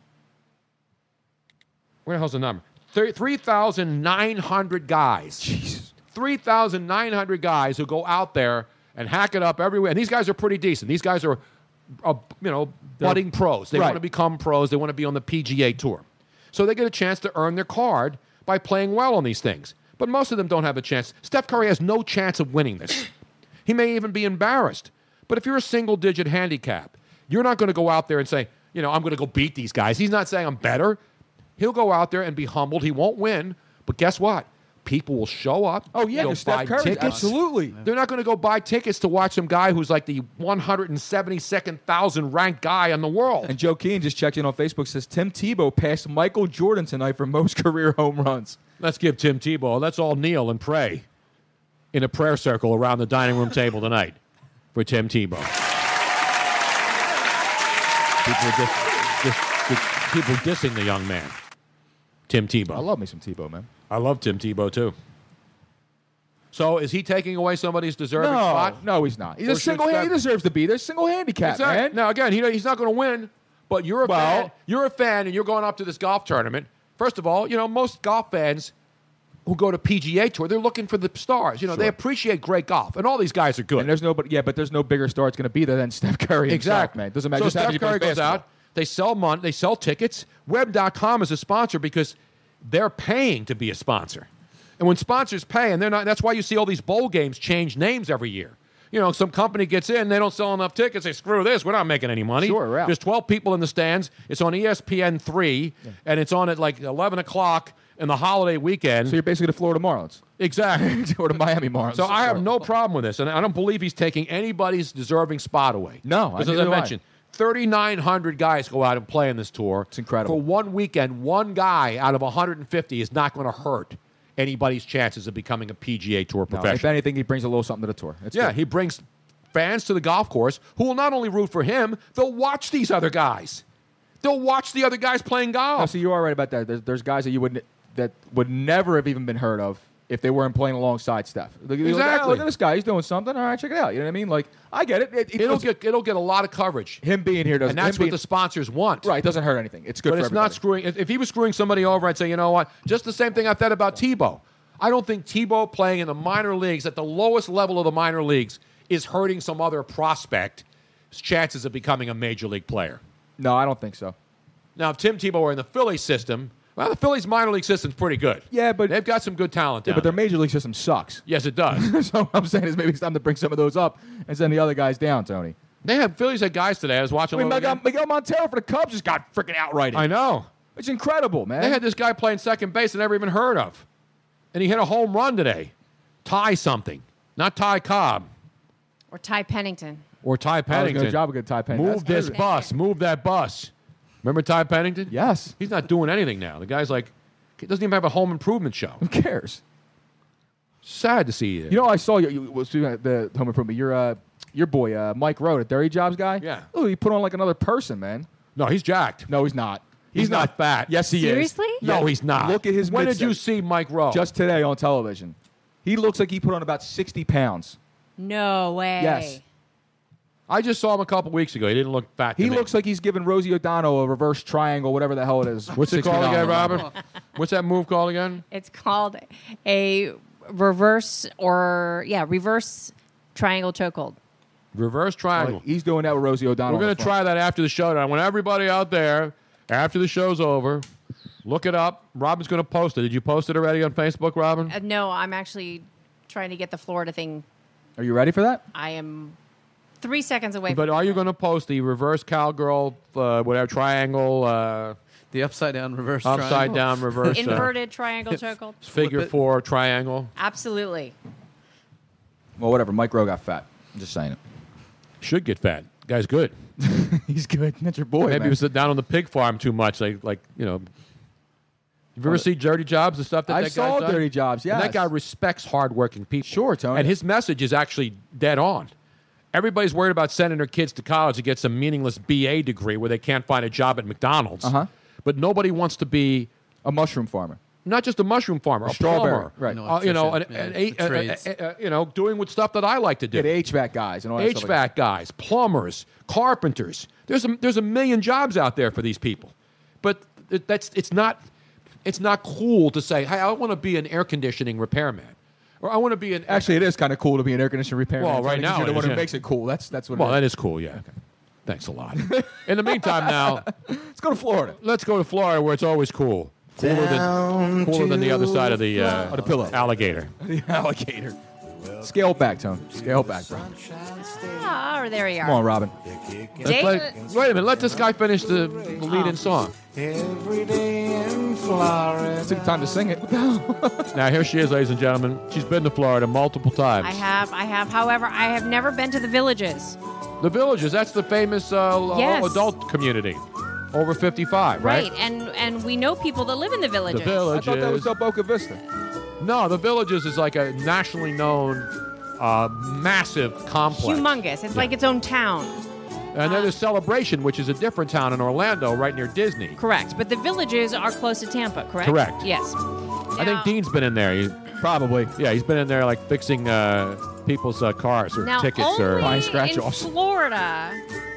Speaker 5: where the hell's the number? Thir- 3,900 guys. 3,900 guys who go out there and hack it up everywhere. And these guys are pretty decent. These guys are, are you know, budding pros. They
Speaker 13: right.
Speaker 5: want to become pros. They want to be on the PGA Tour. So they get a chance to earn their card by playing well on these things. But most of them don't have a chance. Steph Curry has no chance of winning this. He may even be embarrassed. But if you're a single digit handicap, you're not going to go out there and say, you know, I'm going to go beat these guys. He's not saying I'm better. He'll go out there and be humbled. He won't win. But guess what? People will show up. Oh,
Speaker 13: yeah, 'cause Steph Curry's- absolutely.
Speaker 5: They're not going to go buy tickets to watch some guy who's like the 172nd thousand ranked guy in the world.
Speaker 13: And Joe Keane just checked in on Facebook. Says Tim Tebow passed Michael Jordan tonight for most (laughs) career home runs.
Speaker 5: Let's give Tim Tebow, let's all kneel and pray in a prayer circle around the dining room table tonight for Tim Tebow. People, are just, just, just- people dissing the young man, Tim Tebow. I love me some Tebow, man. I love Tim Tebow, too. So is he taking away somebody's deserving
Speaker 13: no,
Speaker 5: spot?
Speaker 13: no, he's not. He's
Speaker 5: Or
Speaker 13: a
Speaker 5: should
Speaker 13: single.
Speaker 5: Steph-
Speaker 13: He deserves to be there. Single handicap,
Speaker 5: Exactly.
Speaker 13: man.
Speaker 5: Now again, he, he's not going to win, but you're a
Speaker 13: Well-
Speaker 5: fan. You're a fan, and you're going up to this golf tournament. First of all, you know most golf fans who go to PGA Tour, they're looking for the stars. You know they
Speaker 13: Sure.
Speaker 5: appreciate great golf, and all these guys are good.
Speaker 13: And there's no, but yeah, but there's no bigger star that's going to be there than Steph Curry. himself,
Speaker 5: Exactly,
Speaker 13: man. Doesn't matter.
Speaker 5: So
Speaker 13: just happens
Speaker 5: Steph
Speaker 13: he plays
Speaker 5: Curry goes
Speaker 13: basketball.
Speaker 5: out. They sell mon- They sell tickets. Web.com is a sponsor because they're paying to be a sponsor. And when sponsors pay, and they're not, that's why you see all these bowl games change names every year. You know, some company gets in, they don't sell enough tickets. They screw this. We're not making any money.
Speaker 13: Sure, we're out.
Speaker 5: There's 12 people in the stands. It's on E ESPN three, and it's on at like 11 o'clock in the holiday weekend.
Speaker 13: So you're basically the Florida Marlins
Speaker 5: Exactly.
Speaker 13: (laughs) or the Miami Marlins.
Speaker 5: So I have no problem with this, and I don't believe he's taking anybody's deserving spot away.
Speaker 13: No, I-
Speaker 5: because as
Speaker 13: neither
Speaker 5: I
Speaker 13: do I.
Speaker 5: mentioned, thirty nine hundred guys go out and play in this tour. It's incredible. For one weekend, one guy out of one hundred and fifty is not going to hurt anybody's chances of becoming a PGA Tour
Speaker 13: No, if
Speaker 5: professional.
Speaker 13: anything, he brings a little something to the tour. That's
Speaker 5: yeah,
Speaker 13: good.
Speaker 5: he brings fans to the golf course who will not only root for him, they'll watch these other guys. They'll watch the other guys playing golf.
Speaker 13: No, Oh, so you are right about that. There's, there's guys that you would that would never have even been heard of if they weren't playing alongside Steph. Like, you're like, "Ah,
Speaker 5: Exactly.
Speaker 13: look at this guy. He's doing something. All right, check it out. You know what I mean? Like I get it. it,
Speaker 5: It'll
Speaker 13: listen,
Speaker 5: get it'll get a lot of coverage.
Speaker 13: him being here doesn't.
Speaker 5: And that's
Speaker 13: him
Speaker 5: what
Speaker 13: being-
Speaker 5: the sponsors want.
Speaker 13: Right, it doesn't hurt anything. It's good
Speaker 5: But
Speaker 13: for
Speaker 5: it's
Speaker 13: everybody.
Speaker 5: not screwing. If, if he was screwing somebody over, I'd say, you know what? Just the same thing I said about Tebow. I don't think Tebow playing in the minor leagues at the lowest level of the minor leagues is hurting some other prospect's chances of becoming a major league player.
Speaker 13: No, I don't think so.
Speaker 5: Now, if Tim Tebow were in the Phillies system, well, the Phillies minor league system's pretty good.
Speaker 13: Yeah, but
Speaker 5: they've got some good talent.
Speaker 13: Yeah,
Speaker 5: Down
Speaker 13: but their major league system sucks.
Speaker 5: there. Yes, it
Speaker 13: (laughs)
Speaker 5: does.
Speaker 13: so what I'm saying is maybe it's time to bring some of those up and send the other guys down, Tony.
Speaker 5: They had Phillies had guys today. I was
Speaker 13: I
Speaker 5: watching.
Speaker 13: mean,
Speaker 5: a little
Speaker 13: Miguel,
Speaker 5: game.
Speaker 13: Miguel Montero for the Cubs just got freaking outrighted.
Speaker 5: I know.
Speaker 13: It's incredible, man.
Speaker 5: They had this guy playing second base I never even heard of. And he hit a home run today. Ty something. Not Ty Cobb
Speaker 8: Or Ty Pennington.
Speaker 5: or Ty Pennington.
Speaker 13: good job with Ty Pennington.
Speaker 5: Move
Speaker 13: That's
Speaker 5: this bus. Move that bus. Remember Ty Pennington?
Speaker 13: Yes.
Speaker 5: He's not doing anything now. The guy's like, he doesn't even have a home improvement show. Who
Speaker 13: cares?
Speaker 5: Sad to see you.
Speaker 13: You know, I saw you. you well, speaking of the home improvement. Your uh, your boy uh, Mike Rowe, the Dirty Jobs guy.
Speaker 5: Yeah.
Speaker 13: Oh, he put on like another person, man.
Speaker 5: No, he's jacked.
Speaker 13: No, he's not.
Speaker 5: He's, not, fat.
Speaker 13: Yes, he
Speaker 5: Seriously?
Speaker 13: is.
Speaker 5: No, he's not.
Speaker 13: Look at his.
Speaker 5: When did you
Speaker 13: midsection.
Speaker 5: see Mike Rowe?
Speaker 13: Just today on television. He looks like he put on about sixty pounds.
Speaker 8: No way.
Speaker 13: Yes.
Speaker 5: I just saw him a couple weeks ago. He didn't look fat.
Speaker 13: He looks like he's giving Rosie O'Donnell a reverse triangle, whatever the hell it is.
Speaker 5: What's it called
Speaker 13: $60
Speaker 5: again, Robin? What's that move called again?
Speaker 8: It's called a reverse or yeah, reverse triangle chokehold.
Speaker 5: Reverse triangle.
Speaker 13: he's doing that with Rosie O'Donnell.
Speaker 5: We're going
Speaker 13: on
Speaker 5: to
Speaker 13: the
Speaker 5: try that after the show. And I want everybody out there, after the show's over, look it up. Robin's going to post it. Did you post it already on Facebook, Robin?
Speaker 8: Uh, no, I'm actually trying to get the Florida thing.
Speaker 13: Are you ready for that?
Speaker 8: I am three seconds away.
Speaker 5: But
Speaker 8: from
Speaker 5: are you going to post the reverse cowgirl, uh, whatever triangle? Uh,
Speaker 24: the upside down reverse.
Speaker 5: Upside
Speaker 24: triangle.
Speaker 5: down reverse. uh,
Speaker 8: inverted triangle chokehold.
Speaker 5: (laughs) Figure four triangle.
Speaker 8: Absolutely.
Speaker 13: Well, whatever. Mike Rowe got fat. I'm just saying it.
Speaker 5: Should get fat. Guy's good.
Speaker 13: (laughs) He's good. That's your boy.
Speaker 5: Maybe
Speaker 13: man.
Speaker 5: he was down on the pig farm too much. Like, like you know. You ever
Speaker 13: On the-
Speaker 5: see Dirty Jobs, the stuff that
Speaker 13: I
Speaker 5: that
Speaker 13: saw
Speaker 5: guy's done?
Speaker 13: Dirty Jobs,
Speaker 5: And
Speaker 13: yes.
Speaker 5: that guy respects hardworking people. Sure,
Speaker 13: Tony.
Speaker 5: And his message is actually dead on. Everybody's worried about sending their kids to college to get some meaningless BA degree where they can't find a job at McDonald's.
Speaker 13: Uh-huh.
Speaker 5: But nobody wants to be
Speaker 13: a mushroom farmer.
Speaker 5: Not just a mushroom farmer, a,
Speaker 13: Strawberry,
Speaker 5: plumber,
Speaker 13: right.
Speaker 5: Uh, you know, an,
Speaker 13: Yeah,
Speaker 5: an,
Speaker 13: the
Speaker 5: eight- uh, uh,
Speaker 13: trades.
Speaker 5: uh, uh, you know, doing with stuff that I like to do.
Speaker 13: Yeah, the HVAC guys and all that stuff
Speaker 5: HVAC
Speaker 13: like that.
Speaker 5: guys, plumbers, carpenters. There's a, there's a million jobs out there for these people, but it- that's it's not it's not cool to say, "Hey, I want to be an air conditioning repairman," or "I want to be an
Speaker 13: Actually, it is kind of cool to be an air conditioner repairman.
Speaker 5: Well,
Speaker 13: It's
Speaker 5: right
Speaker 13: funny 'cause
Speaker 5: now
Speaker 13: you're the
Speaker 5: it
Speaker 13: one
Speaker 5: is,
Speaker 13: who
Speaker 5: yeah.
Speaker 13: makes it cool. That's that's what.
Speaker 5: Well,
Speaker 13: it
Speaker 5: that
Speaker 13: is.
Speaker 5: is cool. Yeah. Thanks a lot. In the meantime, now
Speaker 13: (laughs)
Speaker 5: let's
Speaker 13: go to Florida.
Speaker 5: Let's go to Florida, where it's always cool. Cooler than, cooler than the other side of the uh,
Speaker 13: Of the pillow.
Speaker 5: alligator.
Speaker 13: The
Speaker 5: (laughs)
Speaker 13: alligator. Scale back, Tone. Scale back, bro.
Speaker 8: Ah, oh, there you are.
Speaker 13: Come on, Robin.
Speaker 8: Dave-
Speaker 5: Let- wait a minute. Let this guy finish the, the lead-in song.
Speaker 2: Every day in Florida.
Speaker 13: Took time to sing it. (laughs)
Speaker 5: Now here she is, ladies and gentlemen. She's been to Florida multiple times.
Speaker 8: I have, I have. However, I have never been to the villages.
Speaker 5: The Villages, that's the famous uh,
Speaker 8: Yes.
Speaker 5: adult community. Over 55, right?
Speaker 8: And and we know people that live in the
Speaker 5: The
Speaker 8: villages.
Speaker 5: Villages.
Speaker 13: the Boca Vista.
Speaker 5: No, The Villages is like a nationally known, uh, massive complex.
Speaker 8: Humongous. It's like uh, its own town.
Speaker 5: and then there's Celebration, which is a different town in Orlando right near Disney.
Speaker 8: Correct. But the villages are close to Tampa, correct?
Speaker 5: Correct.
Speaker 8: Yes.
Speaker 5: I think Dean's been in there. He,
Speaker 13: Probably.
Speaker 5: Yeah, he's been in there like fixing uh, people's uh, cars or
Speaker 8: now,
Speaker 5: tickets
Speaker 8: only
Speaker 5: or
Speaker 8: In Florida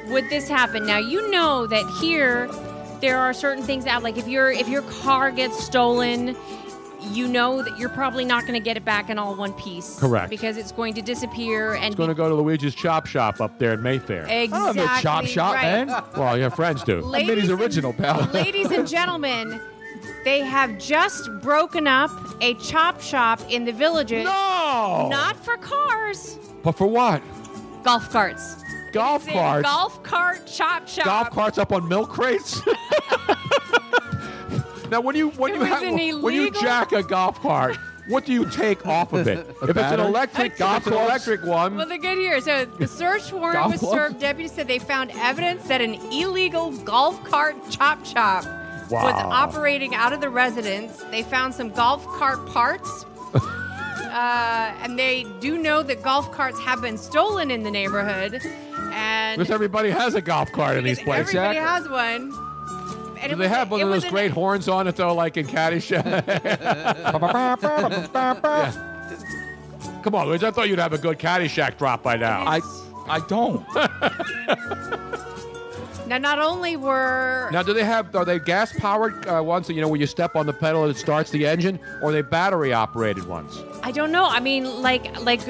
Speaker 8: would this happen. Now you know that here there are certain things out like if your if your car gets stolen, you know that you're probably not going to get it back in all one piece.
Speaker 5: Correct.
Speaker 8: Because it's going to disappear and
Speaker 5: It's going to go to Luigi's Chop Shop up there in Mayfair.
Speaker 8: Exactly I don't have no Oh, chop shop, right. (laughs) man.
Speaker 5: Well, your friends do.
Speaker 8: I mean, he's Ladies and- original,
Speaker 5: pal.
Speaker 8: (laughs) Ladies and gentlemen, they have just broken up a chop shop in the villages.
Speaker 5: No!
Speaker 8: Not for cars,
Speaker 5: But for what?
Speaker 8: golf carts.
Speaker 5: Golf
Speaker 8: It's a
Speaker 5: carts.
Speaker 8: Golf cart chop shop.
Speaker 5: Golf carts up on
Speaker 8: (laughs)
Speaker 5: milk crates. now, when you when
Speaker 8: It
Speaker 5: you
Speaker 8: was
Speaker 5: ha-
Speaker 8: an
Speaker 5: when you
Speaker 8: illegal-
Speaker 5: jack a golf cart,
Speaker 13: (laughs)
Speaker 5: what do you take off of it? if it's an
Speaker 13: battery?
Speaker 5: electric,
Speaker 13: A
Speaker 5: golf, it's an
Speaker 13: golf-
Speaker 5: electric one.
Speaker 8: Well, they're good here. So the
Speaker 5: (laughs)
Speaker 8: search warrant
Speaker 5: Golf
Speaker 8: was
Speaker 5: club?
Speaker 8: served. Deputies said they found evidence that an illegal golf cart chop shop was
Speaker 5: Wow.
Speaker 8: operating out of the residence. They found some golf cart
Speaker 5: (laughs)
Speaker 8: parts. Uh, and they do know that golf carts have been stolen in the neighborhood. And
Speaker 5: because everybody has a golf cart in these places.
Speaker 8: everybody has one. And
Speaker 5: Do
Speaker 8: it
Speaker 5: they
Speaker 8: was
Speaker 5: have
Speaker 8: a-
Speaker 5: one
Speaker 8: it
Speaker 5: of
Speaker 8: was
Speaker 5: those
Speaker 8: an-
Speaker 5: great horns on it though, like in Caddyshack? Yeah. Come on, Luis. I thought you'd have a good Caddyshack drop by now.
Speaker 13: I I don't.
Speaker 8: Now, not only were
Speaker 5: (laughs) Now, do they have are they gas powered uh, ones? that, You know, when you step on the pedal, it starts the engine, or are they battery operated ones?
Speaker 8: I don't know. I mean, like like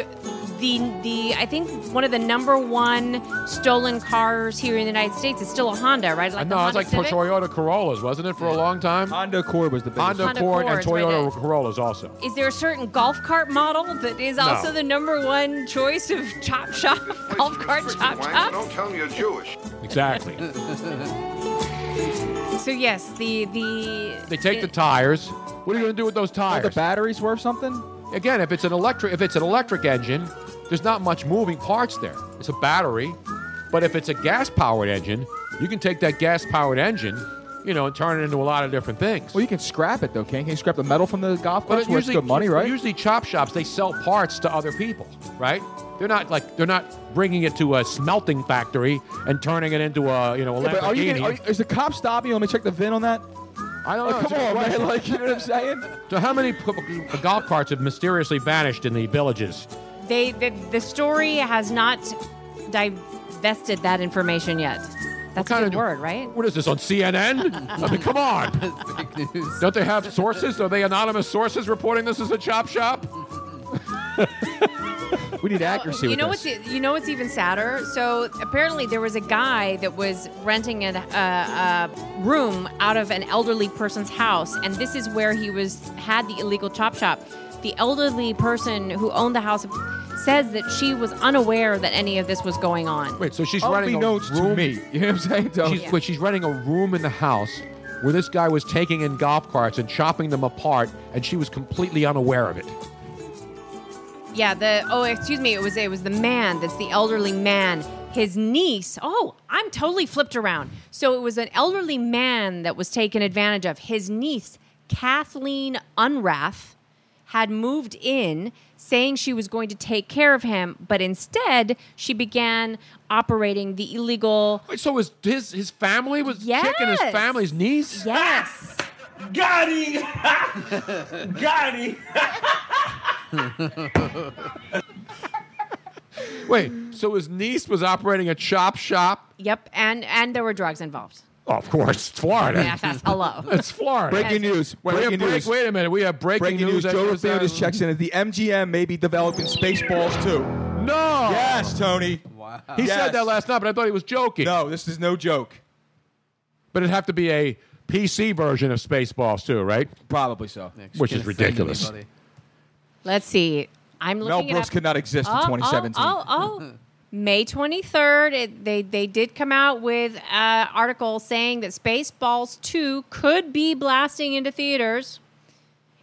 Speaker 8: the the I think one of the number one stolen cars here in the United States is still a Honda, right?
Speaker 5: I
Speaker 8: the
Speaker 5: know it's
Speaker 8: Honda
Speaker 5: like
Speaker 8: Civic?
Speaker 5: Toyota Corollas, wasn't it for a long time?
Speaker 13: Honda Accord was the biggest.
Speaker 5: Honda
Speaker 8: one.
Speaker 5: Accord and
Speaker 8: Honda Accord's
Speaker 5: Toyota
Speaker 8: right
Speaker 5: Corollas also.
Speaker 8: Is there a certain golf cart model that is
Speaker 5: No.
Speaker 8: also the number one choice of chop shop (laughs) golf cart chop shops?
Speaker 14: tell me you're Jewish.
Speaker 5: Exactly.
Speaker 8: (laughs) So yes, the the
Speaker 5: they take the tires. What are you going to do with those tires?
Speaker 13: the batteries worth something?
Speaker 5: Again, if it's an electric, if it's an electric engine, there's not much moving parts there. It's a battery, but if it's a gas-powered engine, you can take that gas-powered engine, you know, and turn it into a lot of different things.
Speaker 13: Well, you can scrap it though, King. Can you scrap the metal from the golf
Speaker 5: But
Speaker 13: carts?
Speaker 5: it
Speaker 13: Well, it's
Speaker 5: usually,
Speaker 13: good money, right?
Speaker 5: Usually, chop shops they sell parts to other people, right? They're not like they're not bringing it to a smelting factory and turning it into a you know a
Speaker 13: Yeah, but are you
Speaker 5: Lamborghini.
Speaker 13: getting, are you, is the cop stopping you? Let me check the VIN on that.
Speaker 5: I don't know.
Speaker 13: Like, Oh, come on, man. Like, you know what I'm saying?
Speaker 5: So how many p- p- golf carts have mysteriously vanished in the villages?
Speaker 8: They the, the story has not divested that information yet. That's a good word, right?
Speaker 5: What is this on CNN? I mean,
Speaker 13: (laughs)
Speaker 5: come on. Don't they have sources? Are they anonymous sources reporting this as a chop shop?
Speaker 13: (laughs) we need accuracy
Speaker 8: You
Speaker 13: with
Speaker 8: know
Speaker 13: this.
Speaker 8: what's e, you know what's even sadder. So apparently there was a guy that was renting a, a, a room out of an elderly person's house, and this is where he was had the illegal chop shop. The elderly person who owned the house says that she was unaware that any of this was going on.
Speaker 5: Wait, so she's running a room.
Speaker 13: Unbeknownst to
Speaker 5: (laughs)
Speaker 13: me. You know what I'm saying? Don't-
Speaker 5: She's, But she's running a room in the house where this guy was taking in golf carts and chopping them apart, and she was completely unaware of it.
Speaker 8: Yeah, the oh, excuse me, it was it was the man that's the elderly man. His niece. Oh, I'm totally flipped around. So it was an elderly man that was taken advantage of. His niece, Kathleen Unrath, had moved in saying she was going to take care of him, but instead she began operating the illegal
Speaker 5: Wait, so his his, his family was kicking his
Speaker 8: Yes.
Speaker 5: family's niece?
Speaker 8: Yes.
Speaker 14: Got
Speaker 5: (laughs)
Speaker 14: him! Got him!
Speaker 5: Wait, so his niece was operating a chop shop?
Speaker 8: Yep, and and there were drugs involved.
Speaker 5: Oh, of course, it's Florida.
Speaker 8: Yes, yes, hello. (laughs)
Speaker 5: It's Florida.
Speaker 13: Breaking news.
Speaker 5: Wait, we have
Speaker 13: Breaking
Speaker 5: break-
Speaker 13: news.
Speaker 5: wait a minute. We have breaking,
Speaker 13: Breaking news.
Speaker 5: news.
Speaker 13: Joe Rafael just checks in. The MGM may be developing Spaceballs too.
Speaker 5: No.
Speaker 13: Yes, Tony. Wow.
Speaker 5: He said that last night, but I thought he was joking.
Speaker 13: No, this is no joke.
Speaker 5: But it'd have to be a PC version of Spaceballs too, right?
Speaker 13: Probably so.
Speaker 5: Which is ridiculous.
Speaker 8: Let's see. I'm looking
Speaker 5: Mel
Speaker 8: it
Speaker 5: Brooks
Speaker 8: up.
Speaker 5: could not exist in
Speaker 8: Oh, oh,
Speaker 5: 2017.
Speaker 8: Oh, oh, May 23rd, it, they they did come out with an article saying that Spaceballs 2 could be blasting into theaters,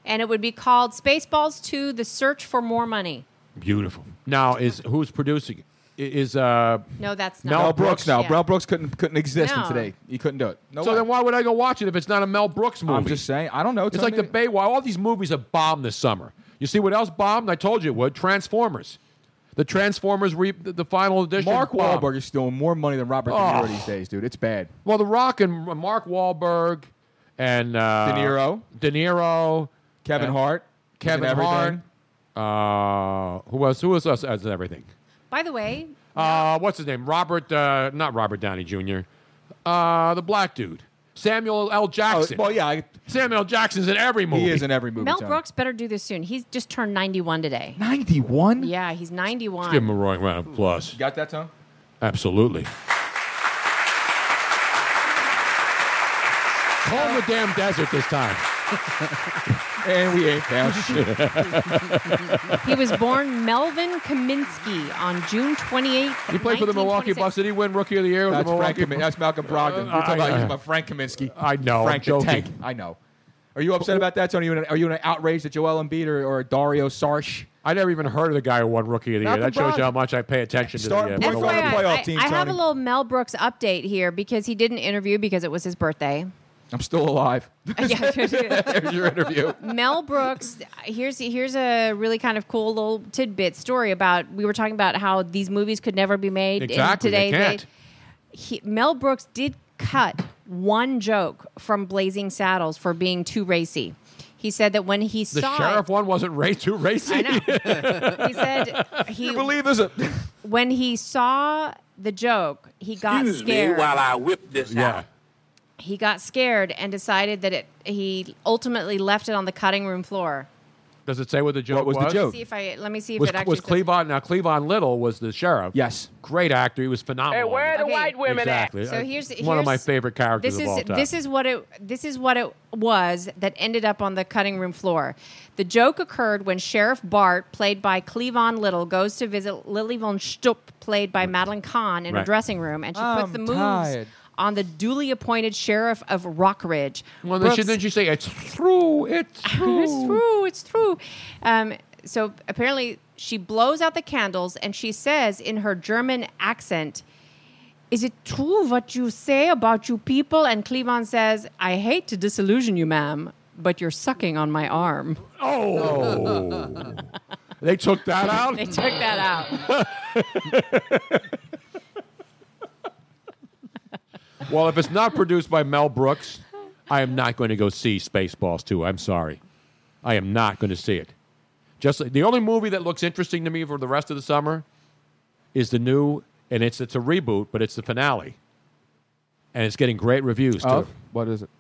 Speaker 8: and it would be called Spaceballs 2: The Search for More Money.
Speaker 5: Beautiful. Now is who's producing? it? I- Is uh
Speaker 8: No, that's not.
Speaker 13: Mel, Brooks. No,
Speaker 8: Yeah.
Speaker 13: Mel Brooks couldn't couldn't exist
Speaker 8: No.
Speaker 13: in today. He couldn't do it. No
Speaker 5: so
Speaker 13: way.
Speaker 5: then why would I go watch it if it's not a Mel Brooks movie?
Speaker 13: I'm just saying. I don't know.
Speaker 5: It's like the Baywatch. All these movies have bombed this summer. You see what else bombed? I told you it would. Transformers. The Transformers, re- the, the final edition.
Speaker 13: Mark
Speaker 5: bombed.
Speaker 13: Wahlberg is stealing more money than Robert De Niro
Speaker 5: Oh.
Speaker 13: these days, dude. It's bad.
Speaker 5: Well, The Rock and uh, Mark Wahlberg and uh,
Speaker 13: De Niro.
Speaker 5: De Niro,
Speaker 13: Kevin
Speaker 5: and-
Speaker 13: Hart.
Speaker 5: Kevin
Speaker 13: He's in
Speaker 5: Hart. Uh, who else? Who else else has everything?
Speaker 8: By the way,
Speaker 5: Uh, what's his name? Robert, uh, not Robert Downey Jr. Uh, the black dude, Samuel L. Jackson.
Speaker 13: Oh, well, yeah, I-
Speaker 5: Samuel L. Jackson's in every movie.
Speaker 13: He is in every movie.
Speaker 8: Mel
Speaker 13: Tony.
Speaker 8: Brooks better do this soon. He's just turned 91 today.
Speaker 13: 91?
Speaker 8: Yeah, he's
Speaker 5: Let's give
Speaker 8: 91.
Speaker 5: him a roaring round of applause.
Speaker 13: Got that, Tom?
Speaker 5: Absolutely. Calm the damn desert this time.
Speaker 13: and we ain't
Speaker 5: (laughs)
Speaker 13: found shit.
Speaker 8: (laughs) He was born Melvin Kaminsky on June 28th.
Speaker 5: He played for the Milwaukee Bucks. Did he win Rookie of the Year? with
Speaker 13: That's,
Speaker 5: the
Speaker 13: Frank
Speaker 5: Milwaukee Uh,
Speaker 13: Kami- that's Malcolm Brogdon. We're talking
Speaker 5: I-
Speaker 13: about,
Speaker 5: I-
Speaker 13: about Frank Kaminsky.
Speaker 5: I know. I'm
Speaker 13: Frank the
Speaker 5: joking.
Speaker 13: Tank. I know. Are you upset about that, Tony? Are you an, are you an outrage that Joel Embiid or, or Dario Sarch?
Speaker 5: I never even heard of the guy who won Rookie of the Year.
Speaker 13: Malcolm
Speaker 5: That shows you
Speaker 13: Brogdon.
Speaker 5: how much I pay attention to
Speaker 13: Starting
Speaker 5: the, uh,
Speaker 13: point guard
Speaker 5: Milwaukee
Speaker 13: of the
Speaker 5: Bucks.
Speaker 13: playoff
Speaker 8: I,
Speaker 13: team,
Speaker 8: I have
Speaker 13: Tony.
Speaker 8: a little Mel Brooks update here because he did an interview because it was his birthday.
Speaker 13: I'm still alive. There's your interview.
Speaker 5: (laughs)
Speaker 8: Mel Brooks, here's here's a really kind of cool little tidbit story about we were talking about how these movies could never be made in
Speaker 5: Exactly, they
Speaker 8: today.
Speaker 5: can't.
Speaker 8: he, Mel Brooks did cut one joke from Blazing Saddles for being too racy. He said that when he
Speaker 5: The
Speaker 8: saw
Speaker 5: sheriff one wasn't ra- too racy.
Speaker 8: it, he said he
Speaker 13: this?
Speaker 8: when he saw the joke, he got
Speaker 22: Excuse me
Speaker 8: scared.
Speaker 22: while I whip this
Speaker 5: yeah.
Speaker 8: he got scared and decided that it he ultimately left it on the cutting room floor.
Speaker 5: (laughs) Does it say what the joke
Speaker 13: was the
Speaker 8: Let me
Speaker 13: joke?
Speaker 8: see if I let me see if
Speaker 5: Was,
Speaker 8: it actually
Speaker 5: was
Speaker 8: says-
Speaker 5: Cleavon now? Cleavon Little was the sheriff.
Speaker 13: Yes,
Speaker 5: great actor. He was phenomenal.
Speaker 22: the white
Speaker 5: exactly.
Speaker 8: So here's,
Speaker 5: Uh, one
Speaker 8: here's-
Speaker 5: of my favorite characters
Speaker 8: This
Speaker 5: of
Speaker 8: is
Speaker 5: all time.
Speaker 8: this is what it this is what it was that ended up on the cutting room floor. The joke occurred when Sheriff Bart, played by Cleavon Little, goes to visit Lily von Stupp, played by Madeline Kahn, in her
Speaker 15: Right.
Speaker 8: dressing room, and she puts
Speaker 15: I'm
Speaker 8: the moves
Speaker 15: tired.
Speaker 8: on the duly appointed sheriff of Rockridge.
Speaker 5: well, then she,
Speaker 8: Brooks-
Speaker 5: then she say it's true. It's true.
Speaker 8: (laughs) it's true. It's true. Um, so apparently, she blows out the candles and she says in her German accent, "Is it true what you say about you people?" And Cleavon says, "I hate to
Speaker 5: (laughs)
Speaker 8: disillusion you, ma'am, but you're sucking on my arm."
Speaker 5: Oh. They took that
Speaker 8: (laughs)
Speaker 5: out.
Speaker 8: They took that out.
Speaker 5: well, if it's not produced by Mel Brooks, I am not going to go see Spaceballs 2. I'm sorry. I am not going to see it. Just the only movie that looks interesting to me for the rest of the summer is the new, and it's it's a reboot, but it's the finale, and it's getting great reviews too.
Speaker 13: Of? What is it?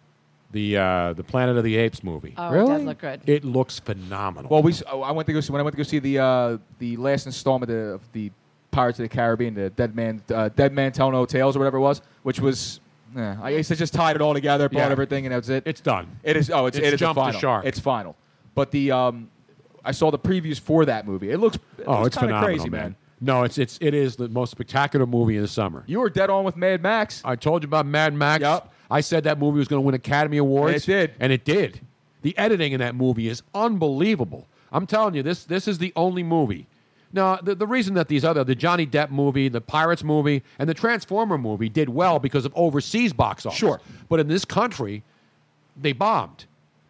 Speaker 5: The uh, the Planet of the Apes movie.
Speaker 8: Oh, it does Really? look good.
Speaker 5: It looks phenomenal.
Speaker 13: Well, we s- oh, I went to go see when I went to go see the uh, the last installment of the Pirates of the Caribbean, the Dead Man uh, Dead Man Tell No Tales or whatever it was, which was. eh, I guess they just tied it all together, bought
Speaker 5: Yeah.
Speaker 13: everything, and that's it.
Speaker 5: It's done.
Speaker 13: It is. Oh, it's,
Speaker 5: It's
Speaker 13: it is the
Speaker 5: jumped the
Speaker 13: final.
Speaker 5: shark.
Speaker 13: It's final. But the um, I saw the previews for that movie. It looks. It
Speaker 5: oh,
Speaker 13: looks
Speaker 5: it's
Speaker 13: kinda
Speaker 5: phenomenal,
Speaker 13: crazy, man.
Speaker 5: No, it's it's it is the most spectacular movie in the summer.
Speaker 13: You were dead on with Mad Max.
Speaker 5: I told you about Mad Max. I said that movie was going to win Academy Awards.
Speaker 13: And it did.
Speaker 5: And it did. The editing in that movie is unbelievable. I'm telling you, this this is the only movie. Now, the, the reason that these other, the Johnny Depp movie, the Pirates movie, and the Transformer movie did well because of overseas box office. Sure. But in this country, they bombed.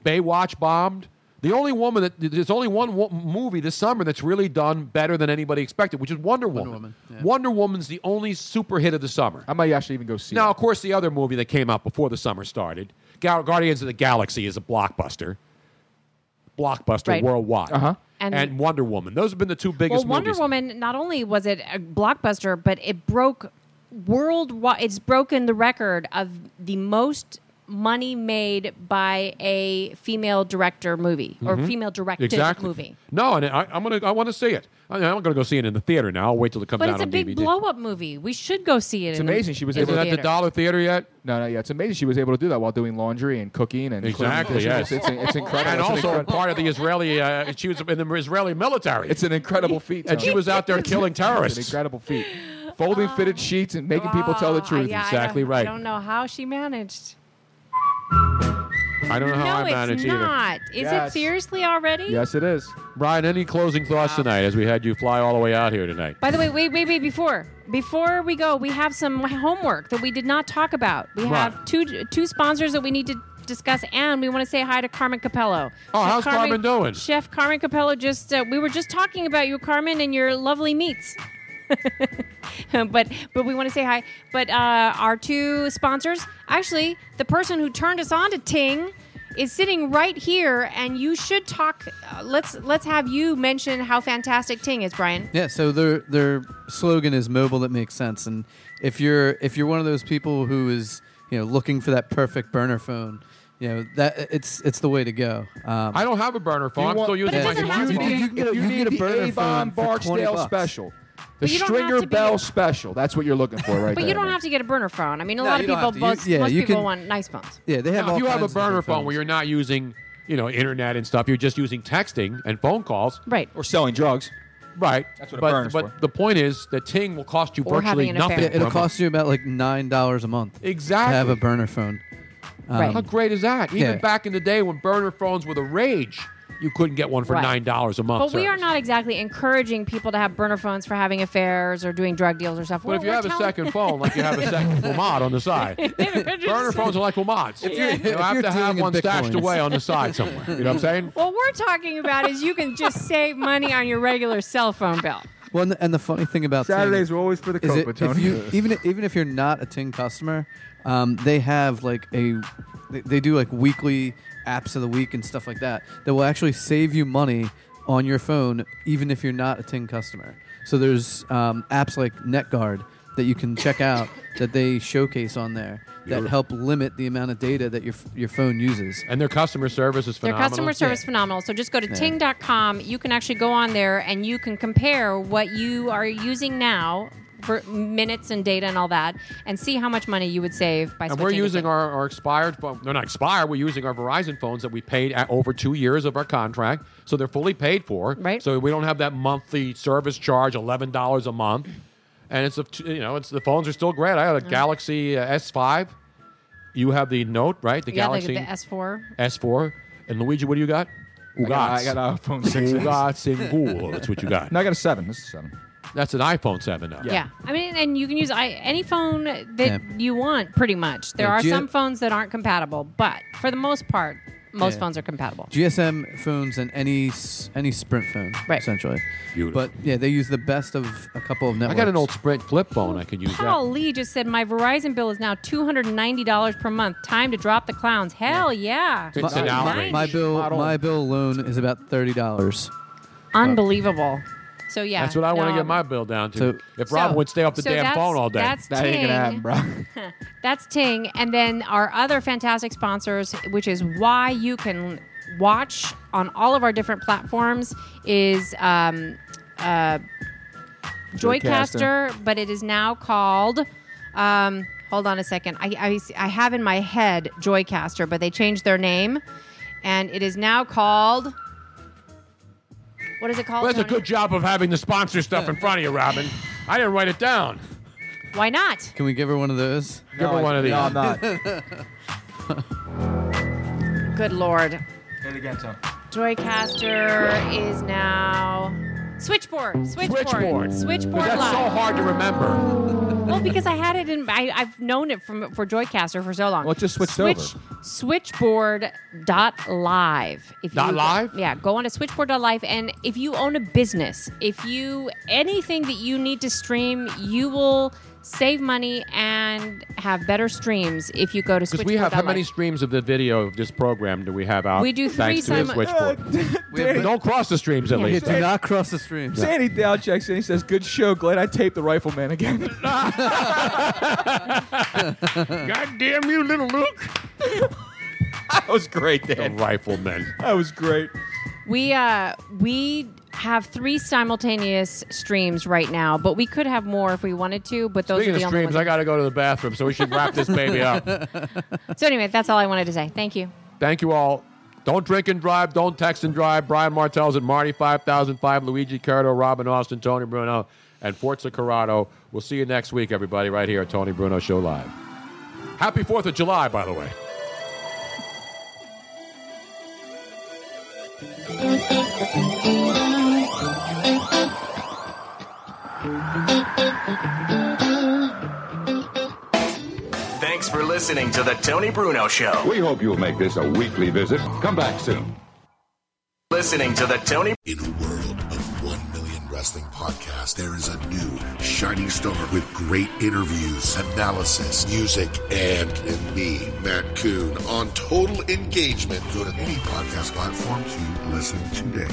Speaker 5: Baywatch bombed. The only woman that there's only one wo- movie this summer that's really done better than anybody expected, which is Wonder Woman. Wonder, Woman's the only super hit of the summer.
Speaker 13: I might actually even go see.
Speaker 5: Now, of course, the other movie that came out before the summer started, Gal- Guardians of the Galaxy, is a blockbuster. Blockbuster
Speaker 8: Right.
Speaker 5: worldwide.
Speaker 8: Uh-huh.
Speaker 5: And,
Speaker 8: And-
Speaker 5: Wonder Woman. Those have been the two biggest
Speaker 8: well, Wonder
Speaker 5: movies.
Speaker 8: Woman. Not only was it a blockbuster, but it broke worldwide. It's broken the record of the most money made by a female director movie or
Speaker 5: Mhm.
Speaker 8: female directed
Speaker 5: exactly.
Speaker 8: movie.
Speaker 5: No, and I, I'm gonna. I want to see it. I, I'm gonna go see it in the theater now. I'll wait till it comes
Speaker 8: but
Speaker 5: out
Speaker 8: it's a
Speaker 5: on
Speaker 8: big
Speaker 5: DVD.
Speaker 8: blow up movie. We should go see it.
Speaker 13: It's
Speaker 8: in-
Speaker 13: amazing she was
Speaker 8: in
Speaker 13: able.
Speaker 8: the
Speaker 13: to
Speaker 8: theater.
Speaker 5: theater yet?
Speaker 13: No, no, yeah. It's amazing she was able to do that while doing laundry and cooking and cleaning
Speaker 5: Exactly.
Speaker 13: dishes.
Speaker 5: Yes.
Speaker 13: It's, it's, it's incredible.
Speaker 5: And
Speaker 13: It's an
Speaker 5: also
Speaker 13: incredible-
Speaker 5: part of the Israeli. Uh, she was in the Israeli military.
Speaker 13: It's an incredible feat.
Speaker 5: And she
Speaker 13: Tony.
Speaker 5: was out there
Speaker 8: (laughs)
Speaker 5: killing
Speaker 13: It's an
Speaker 5: terrorists.
Speaker 13: incredible feat. Folding fitted sheets and making people tell the
Speaker 8: Ah,
Speaker 13: truth.
Speaker 8: Oh. yeah, I don't- I don't know how she managed.
Speaker 5: I don't know how I
Speaker 8: no,
Speaker 5: manage
Speaker 8: it's
Speaker 5: either.
Speaker 8: not. Is
Speaker 5: Yes.
Speaker 8: it seriously already?
Speaker 5: Yes, it is. Brian, any closing thoughts tonight as we had you fly all the way out here tonight?
Speaker 8: By the way, wait, wait, wait. Before before we go, we have some homework that we did not talk about. We
Speaker 5: Right.
Speaker 8: have two two sponsors that we need to discuss, and we want to say hi to Carmen Capello.
Speaker 5: Oh, how's Carmen doing?
Speaker 8: Chef Carmen Capello just uh, we were just talking about you, Carmen, and your lovely meats. (laughs) but but we want to say hi. But uh, our two sponsors, actually, the person who turned us on to Ting is sitting right here, and you should talk. Uh, let's let's have you mention how fantastic Ting is, Brian.
Speaker 24: Yeah, so their their slogan is mobile that makes sense. And if you're if you're one of those people who is you know looking for that perfect burner phone, you know that it's it's the way to go. Um,
Speaker 5: I don't have a burner phone.
Speaker 24: You
Speaker 5: I'm
Speaker 24: want-
Speaker 5: still using
Speaker 24: But it
Speaker 5: my
Speaker 24: doesn't
Speaker 5: smartphone.
Speaker 24: have to be- You
Speaker 13: If you, need,
Speaker 24: a
Speaker 13: the
Speaker 24: burner phone
Speaker 13: Avon
Speaker 24: for 20
Speaker 13: Barksdale
Speaker 24: bucks.
Speaker 13: special, the
Speaker 8: But you don't have
Speaker 13: Stringer
Speaker 8: to be-
Speaker 13: Bell special, that's what you're looking for
Speaker 8: (laughs)
Speaker 13: right
Speaker 8: but
Speaker 13: there.
Speaker 8: you don't have to get a burner phone. I mean, a
Speaker 24: No,
Speaker 8: lot
Speaker 24: you
Speaker 8: of
Speaker 24: don't
Speaker 8: people,
Speaker 24: have to. You-
Speaker 8: most,
Speaker 5: yeah,
Speaker 8: most
Speaker 5: you
Speaker 8: people
Speaker 5: can-
Speaker 8: want nice phones.
Speaker 24: Yeah, they have
Speaker 5: Now,
Speaker 24: all
Speaker 5: if you have a
Speaker 24: kinds of
Speaker 5: burner
Speaker 24: different
Speaker 5: phone where you're not using, you know, internet and stuff, you're just using texting and phone calls,
Speaker 8: right?
Speaker 13: Or selling drugs,
Speaker 5: right?
Speaker 13: That's what a
Speaker 5: but,
Speaker 13: burner's
Speaker 5: But
Speaker 13: for.
Speaker 5: the point is, the Ting will cost you virtually nothing.
Speaker 24: Yeah, it'll
Speaker 5: from a-
Speaker 24: cost you about like nine dollars a month.
Speaker 5: Exactly.
Speaker 24: To have a burner phone. Um,
Speaker 5: How great is that? Even
Speaker 24: yeah.
Speaker 5: back in the day when burner phones were the rage, you couldn't get one for
Speaker 8: Right.
Speaker 5: nine dollars a month.
Speaker 8: But we
Speaker 5: sir.
Speaker 8: are not exactly encouraging people to have burner phones for having affairs or doing drug deals or stuff.
Speaker 5: But if you have a
Speaker 8: (laughs)
Speaker 5: second phone, like you have a second Lamont on the side, burner phones are like Lamonts.
Speaker 8: If
Speaker 5: you
Speaker 8: you're- if
Speaker 5: have
Speaker 24: you're
Speaker 5: to have
Speaker 24: dealing in
Speaker 5: one stashed
Speaker 24: Bitcoins.
Speaker 5: away on
Speaker 8: (laughs)
Speaker 5: the side somewhere. You know what I'm saying?
Speaker 8: (laughs) what we're talking about is you can
Speaker 5: (laughs)
Speaker 8: just save money on your regular cell phone bill.
Speaker 24: Well, and the- and the funny thing about Ting
Speaker 13: Saturdays were always for the
Speaker 24: is it-
Speaker 13: Copa,
Speaker 24: if
Speaker 13: Tony.
Speaker 24: you- even even if you're not a Ting customer, um, they have like a they, they do like weekly apps of the week and stuff like that that will actually save you money on your phone even if you're not a Ting customer. So there's um, apps like NetGuard that you can check
Speaker 13: (laughs)
Speaker 24: out that they showcase on there that
Speaker 5: Beautiful.
Speaker 24: help limit the amount of data that your f- your phone uses.
Speaker 5: And their customer service is
Speaker 8: Their
Speaker 5: phenomenal.
Speaker 8: customer service is phenomenal. So just go to
Speaker 24: Yeah.
Speaker 8: ting.com. You can actually go on there and you can compare what you are using now for minutes and data and all that and see how much money you would save by
Speaker 5: And
Speaker 8: switching
Speaker 5: we're
Speaker 8: to
Speaker 5: using
Speaker 8: Ting.
Speaker 5: our, our expired phone. No, not expired. We're using our Verizon phones that we paid at over two years of our contract. So they're fully paid for. Right. So we don't have that monthly service charge, $11 a month. And it's, a, you know, it's the phones are still great. I had a
Speaker 8: Mm.
Speaker 5: Galaxy uh, S5. You have the Note, right? The
Speaker 8: yeah, like
Speaker 5: Galaxy
Speaker 8: the S4.
Speaker 5: S4. And Luigi, what do you got?
Speaker 13: I got- I got an iPhone 6S.
Speaker 5: Ugats (laughs) and Google. That's what you
Speaker 13: (laughs)
Speaker 5: got.
Speaker 13: No, I got a seven. This is seven.
Speaker 5: That's an iPhone 7 now.
Speaker 8: Yeah. I mean, and you can use I, any phone that
Speaker 5: Yeah.
Speaker 8: you want, pretty much. There
Speaker 5: Yeah,
Speaker 8: are
Speaker 5: do you-
Speaker 8: some phones that aren't compatible, but for the most part, Most
Speaker 24: Yeah.
Speaker 8: phones are compatible.
Speaker 24: GSM phones and any s- any Sprint phone,
Speaker 8: Right.
Speaker 24: essentially.
Speaker 5: Beautiful.
Speaker 24: But yeah, they use the best of a couple of networks.
Speaker 5: I got an old Sprint flip phone. I could use
Speaker 8: Paul Lee just said my Verizon bill is now two hundred and ninety dollars per month. Time to drop the clowns. Hell yeah!
Speaker 24: my, my,
Speaker 8: Nice.
Speaker 24: my bill, my bill alone is about thirty dollars.
Speaker 8: Unbelievable. So yeah,
Speaker 5: That's what I want to
Speaker 8: no,
Speaker 5: get my bill down to.
Speaker 24: So-
Speaker 5: if Rob
Speaker 8: So-
Speaker 5: would stay off the
Speaker 8: so
Speaker 5: damn
Speaker 8: that's-
Speaker 5: phone all day,
Speaker 8: that's That ain't gonna happen, ting. bro. (laughs) That's Ting. And then our other fantastic sponsors, which is why you can watch on all of our different platforms, is um, uh,
Speaker 2: Joycaster.
Speaker 8: Joycaster, but it is now called. Um, hold on a second. I, I, I have in my head Joycaster, but they changed their name. And it is now called. What is it called?
Speaker 5: Well, that's a
Speaker 8: Tony?
Speaker 5: good job of having the sponsor stuff in front of you, Robin. I didn't write it down.
Speaker 8: Why not?
Speaker 24: Can we give her one of those?
Speaker 5: Give her one of these.
Speaker 8: (laughs) Good lord.
Speaker 13: Say it again, Tom.
Speaker 8: Joycaster is now Switchboard. Switchboard. Switchboard,
Speaker 5: That's
Speaker 8: Live.
Speaker 5: so hard to remember.
Speaker 8: Well, because I had it in, I, I've known it from for Joycaster for so long.
Speaker 5: Well, it just switched
Speaker 8: Switch,
Speaker 5: over.
Speaker 8: Switchboard dot live. If
Speaker 5: Dot
Speaker 8: you-
Speaker 5: live?
Speaker 8: Yeah, go on to Switchboard dot live, and if you own a business, if you anything that you need to stream, you will save money and have better streams if you go to
Speaker 5: Because
Speaker 8: Switchboard.
Speaker 5: we have how
Speaker 8: dot
Speaker 5: many
Speaker 8: live.
Speaker 5: streams of the video of this program do we have out?
Speaker 8: We do three Oh,
Speaker 5: thanks to this
Speaker 8: simu-
Speaker 5: switchboard.
Speaker 13: Danny-
Speaker 5: Don't cross the streams at
Speaker 24: Yeah,
Speaker 5: least.
Speaker 24: do not cross the streams.
Speaker 13: Sandy Dow checks in. He says, "Good show. Glad I taped the
Speaker 8: (laughs)
Speaker 13: rifleman again."
Speaker 5: (laughs) God damn you, little Luke!
Speaker 13: that was great,
Speaker 5: The
Speaker 13: Dan.
Speaker 5: riflemen.
Speaker 13: That was great.
Speaker 8: We uh we have three simultaneous streams right now, but we could have more if we wanted to. But those
Speaker 5: Speaking
Speaker 8: are
Speaker 5: of
Speaker 8: the only
Speaker 5: streams,
Speaker 8: ones.
Speaker 5: I got to go to the bathroom, so we should wrap this
Speaker 8: (laughs)
Speaker 5: baby up.
Speaker 8: so anyway, that's all I wanted to say. Thank you.
Speaker 5: Thank you all. Don't drink and drive. Don't text and drive. Brian Martell's at Marty 5005, Luigi Curto, Robin Austin, Tony Bruno, and Forza Corrado. We'll see you next week, everybody, right here at Tony Bruno Show Live. Happy 4th of July, by the way.
Speaker 7: Thanks for listening to The Tony Bruno Show.
Speaker 15: We hope you'll make this a weekly visit. Come back soon.
Speaker 7: Listening to The Tony.
Speaker 17: In a world of 1 million wrestling podcasts, there is a new shining star with great interviews, analysis, music, and, and me, Matt Coon, on total engagement. Go to any podcast platform to listen today.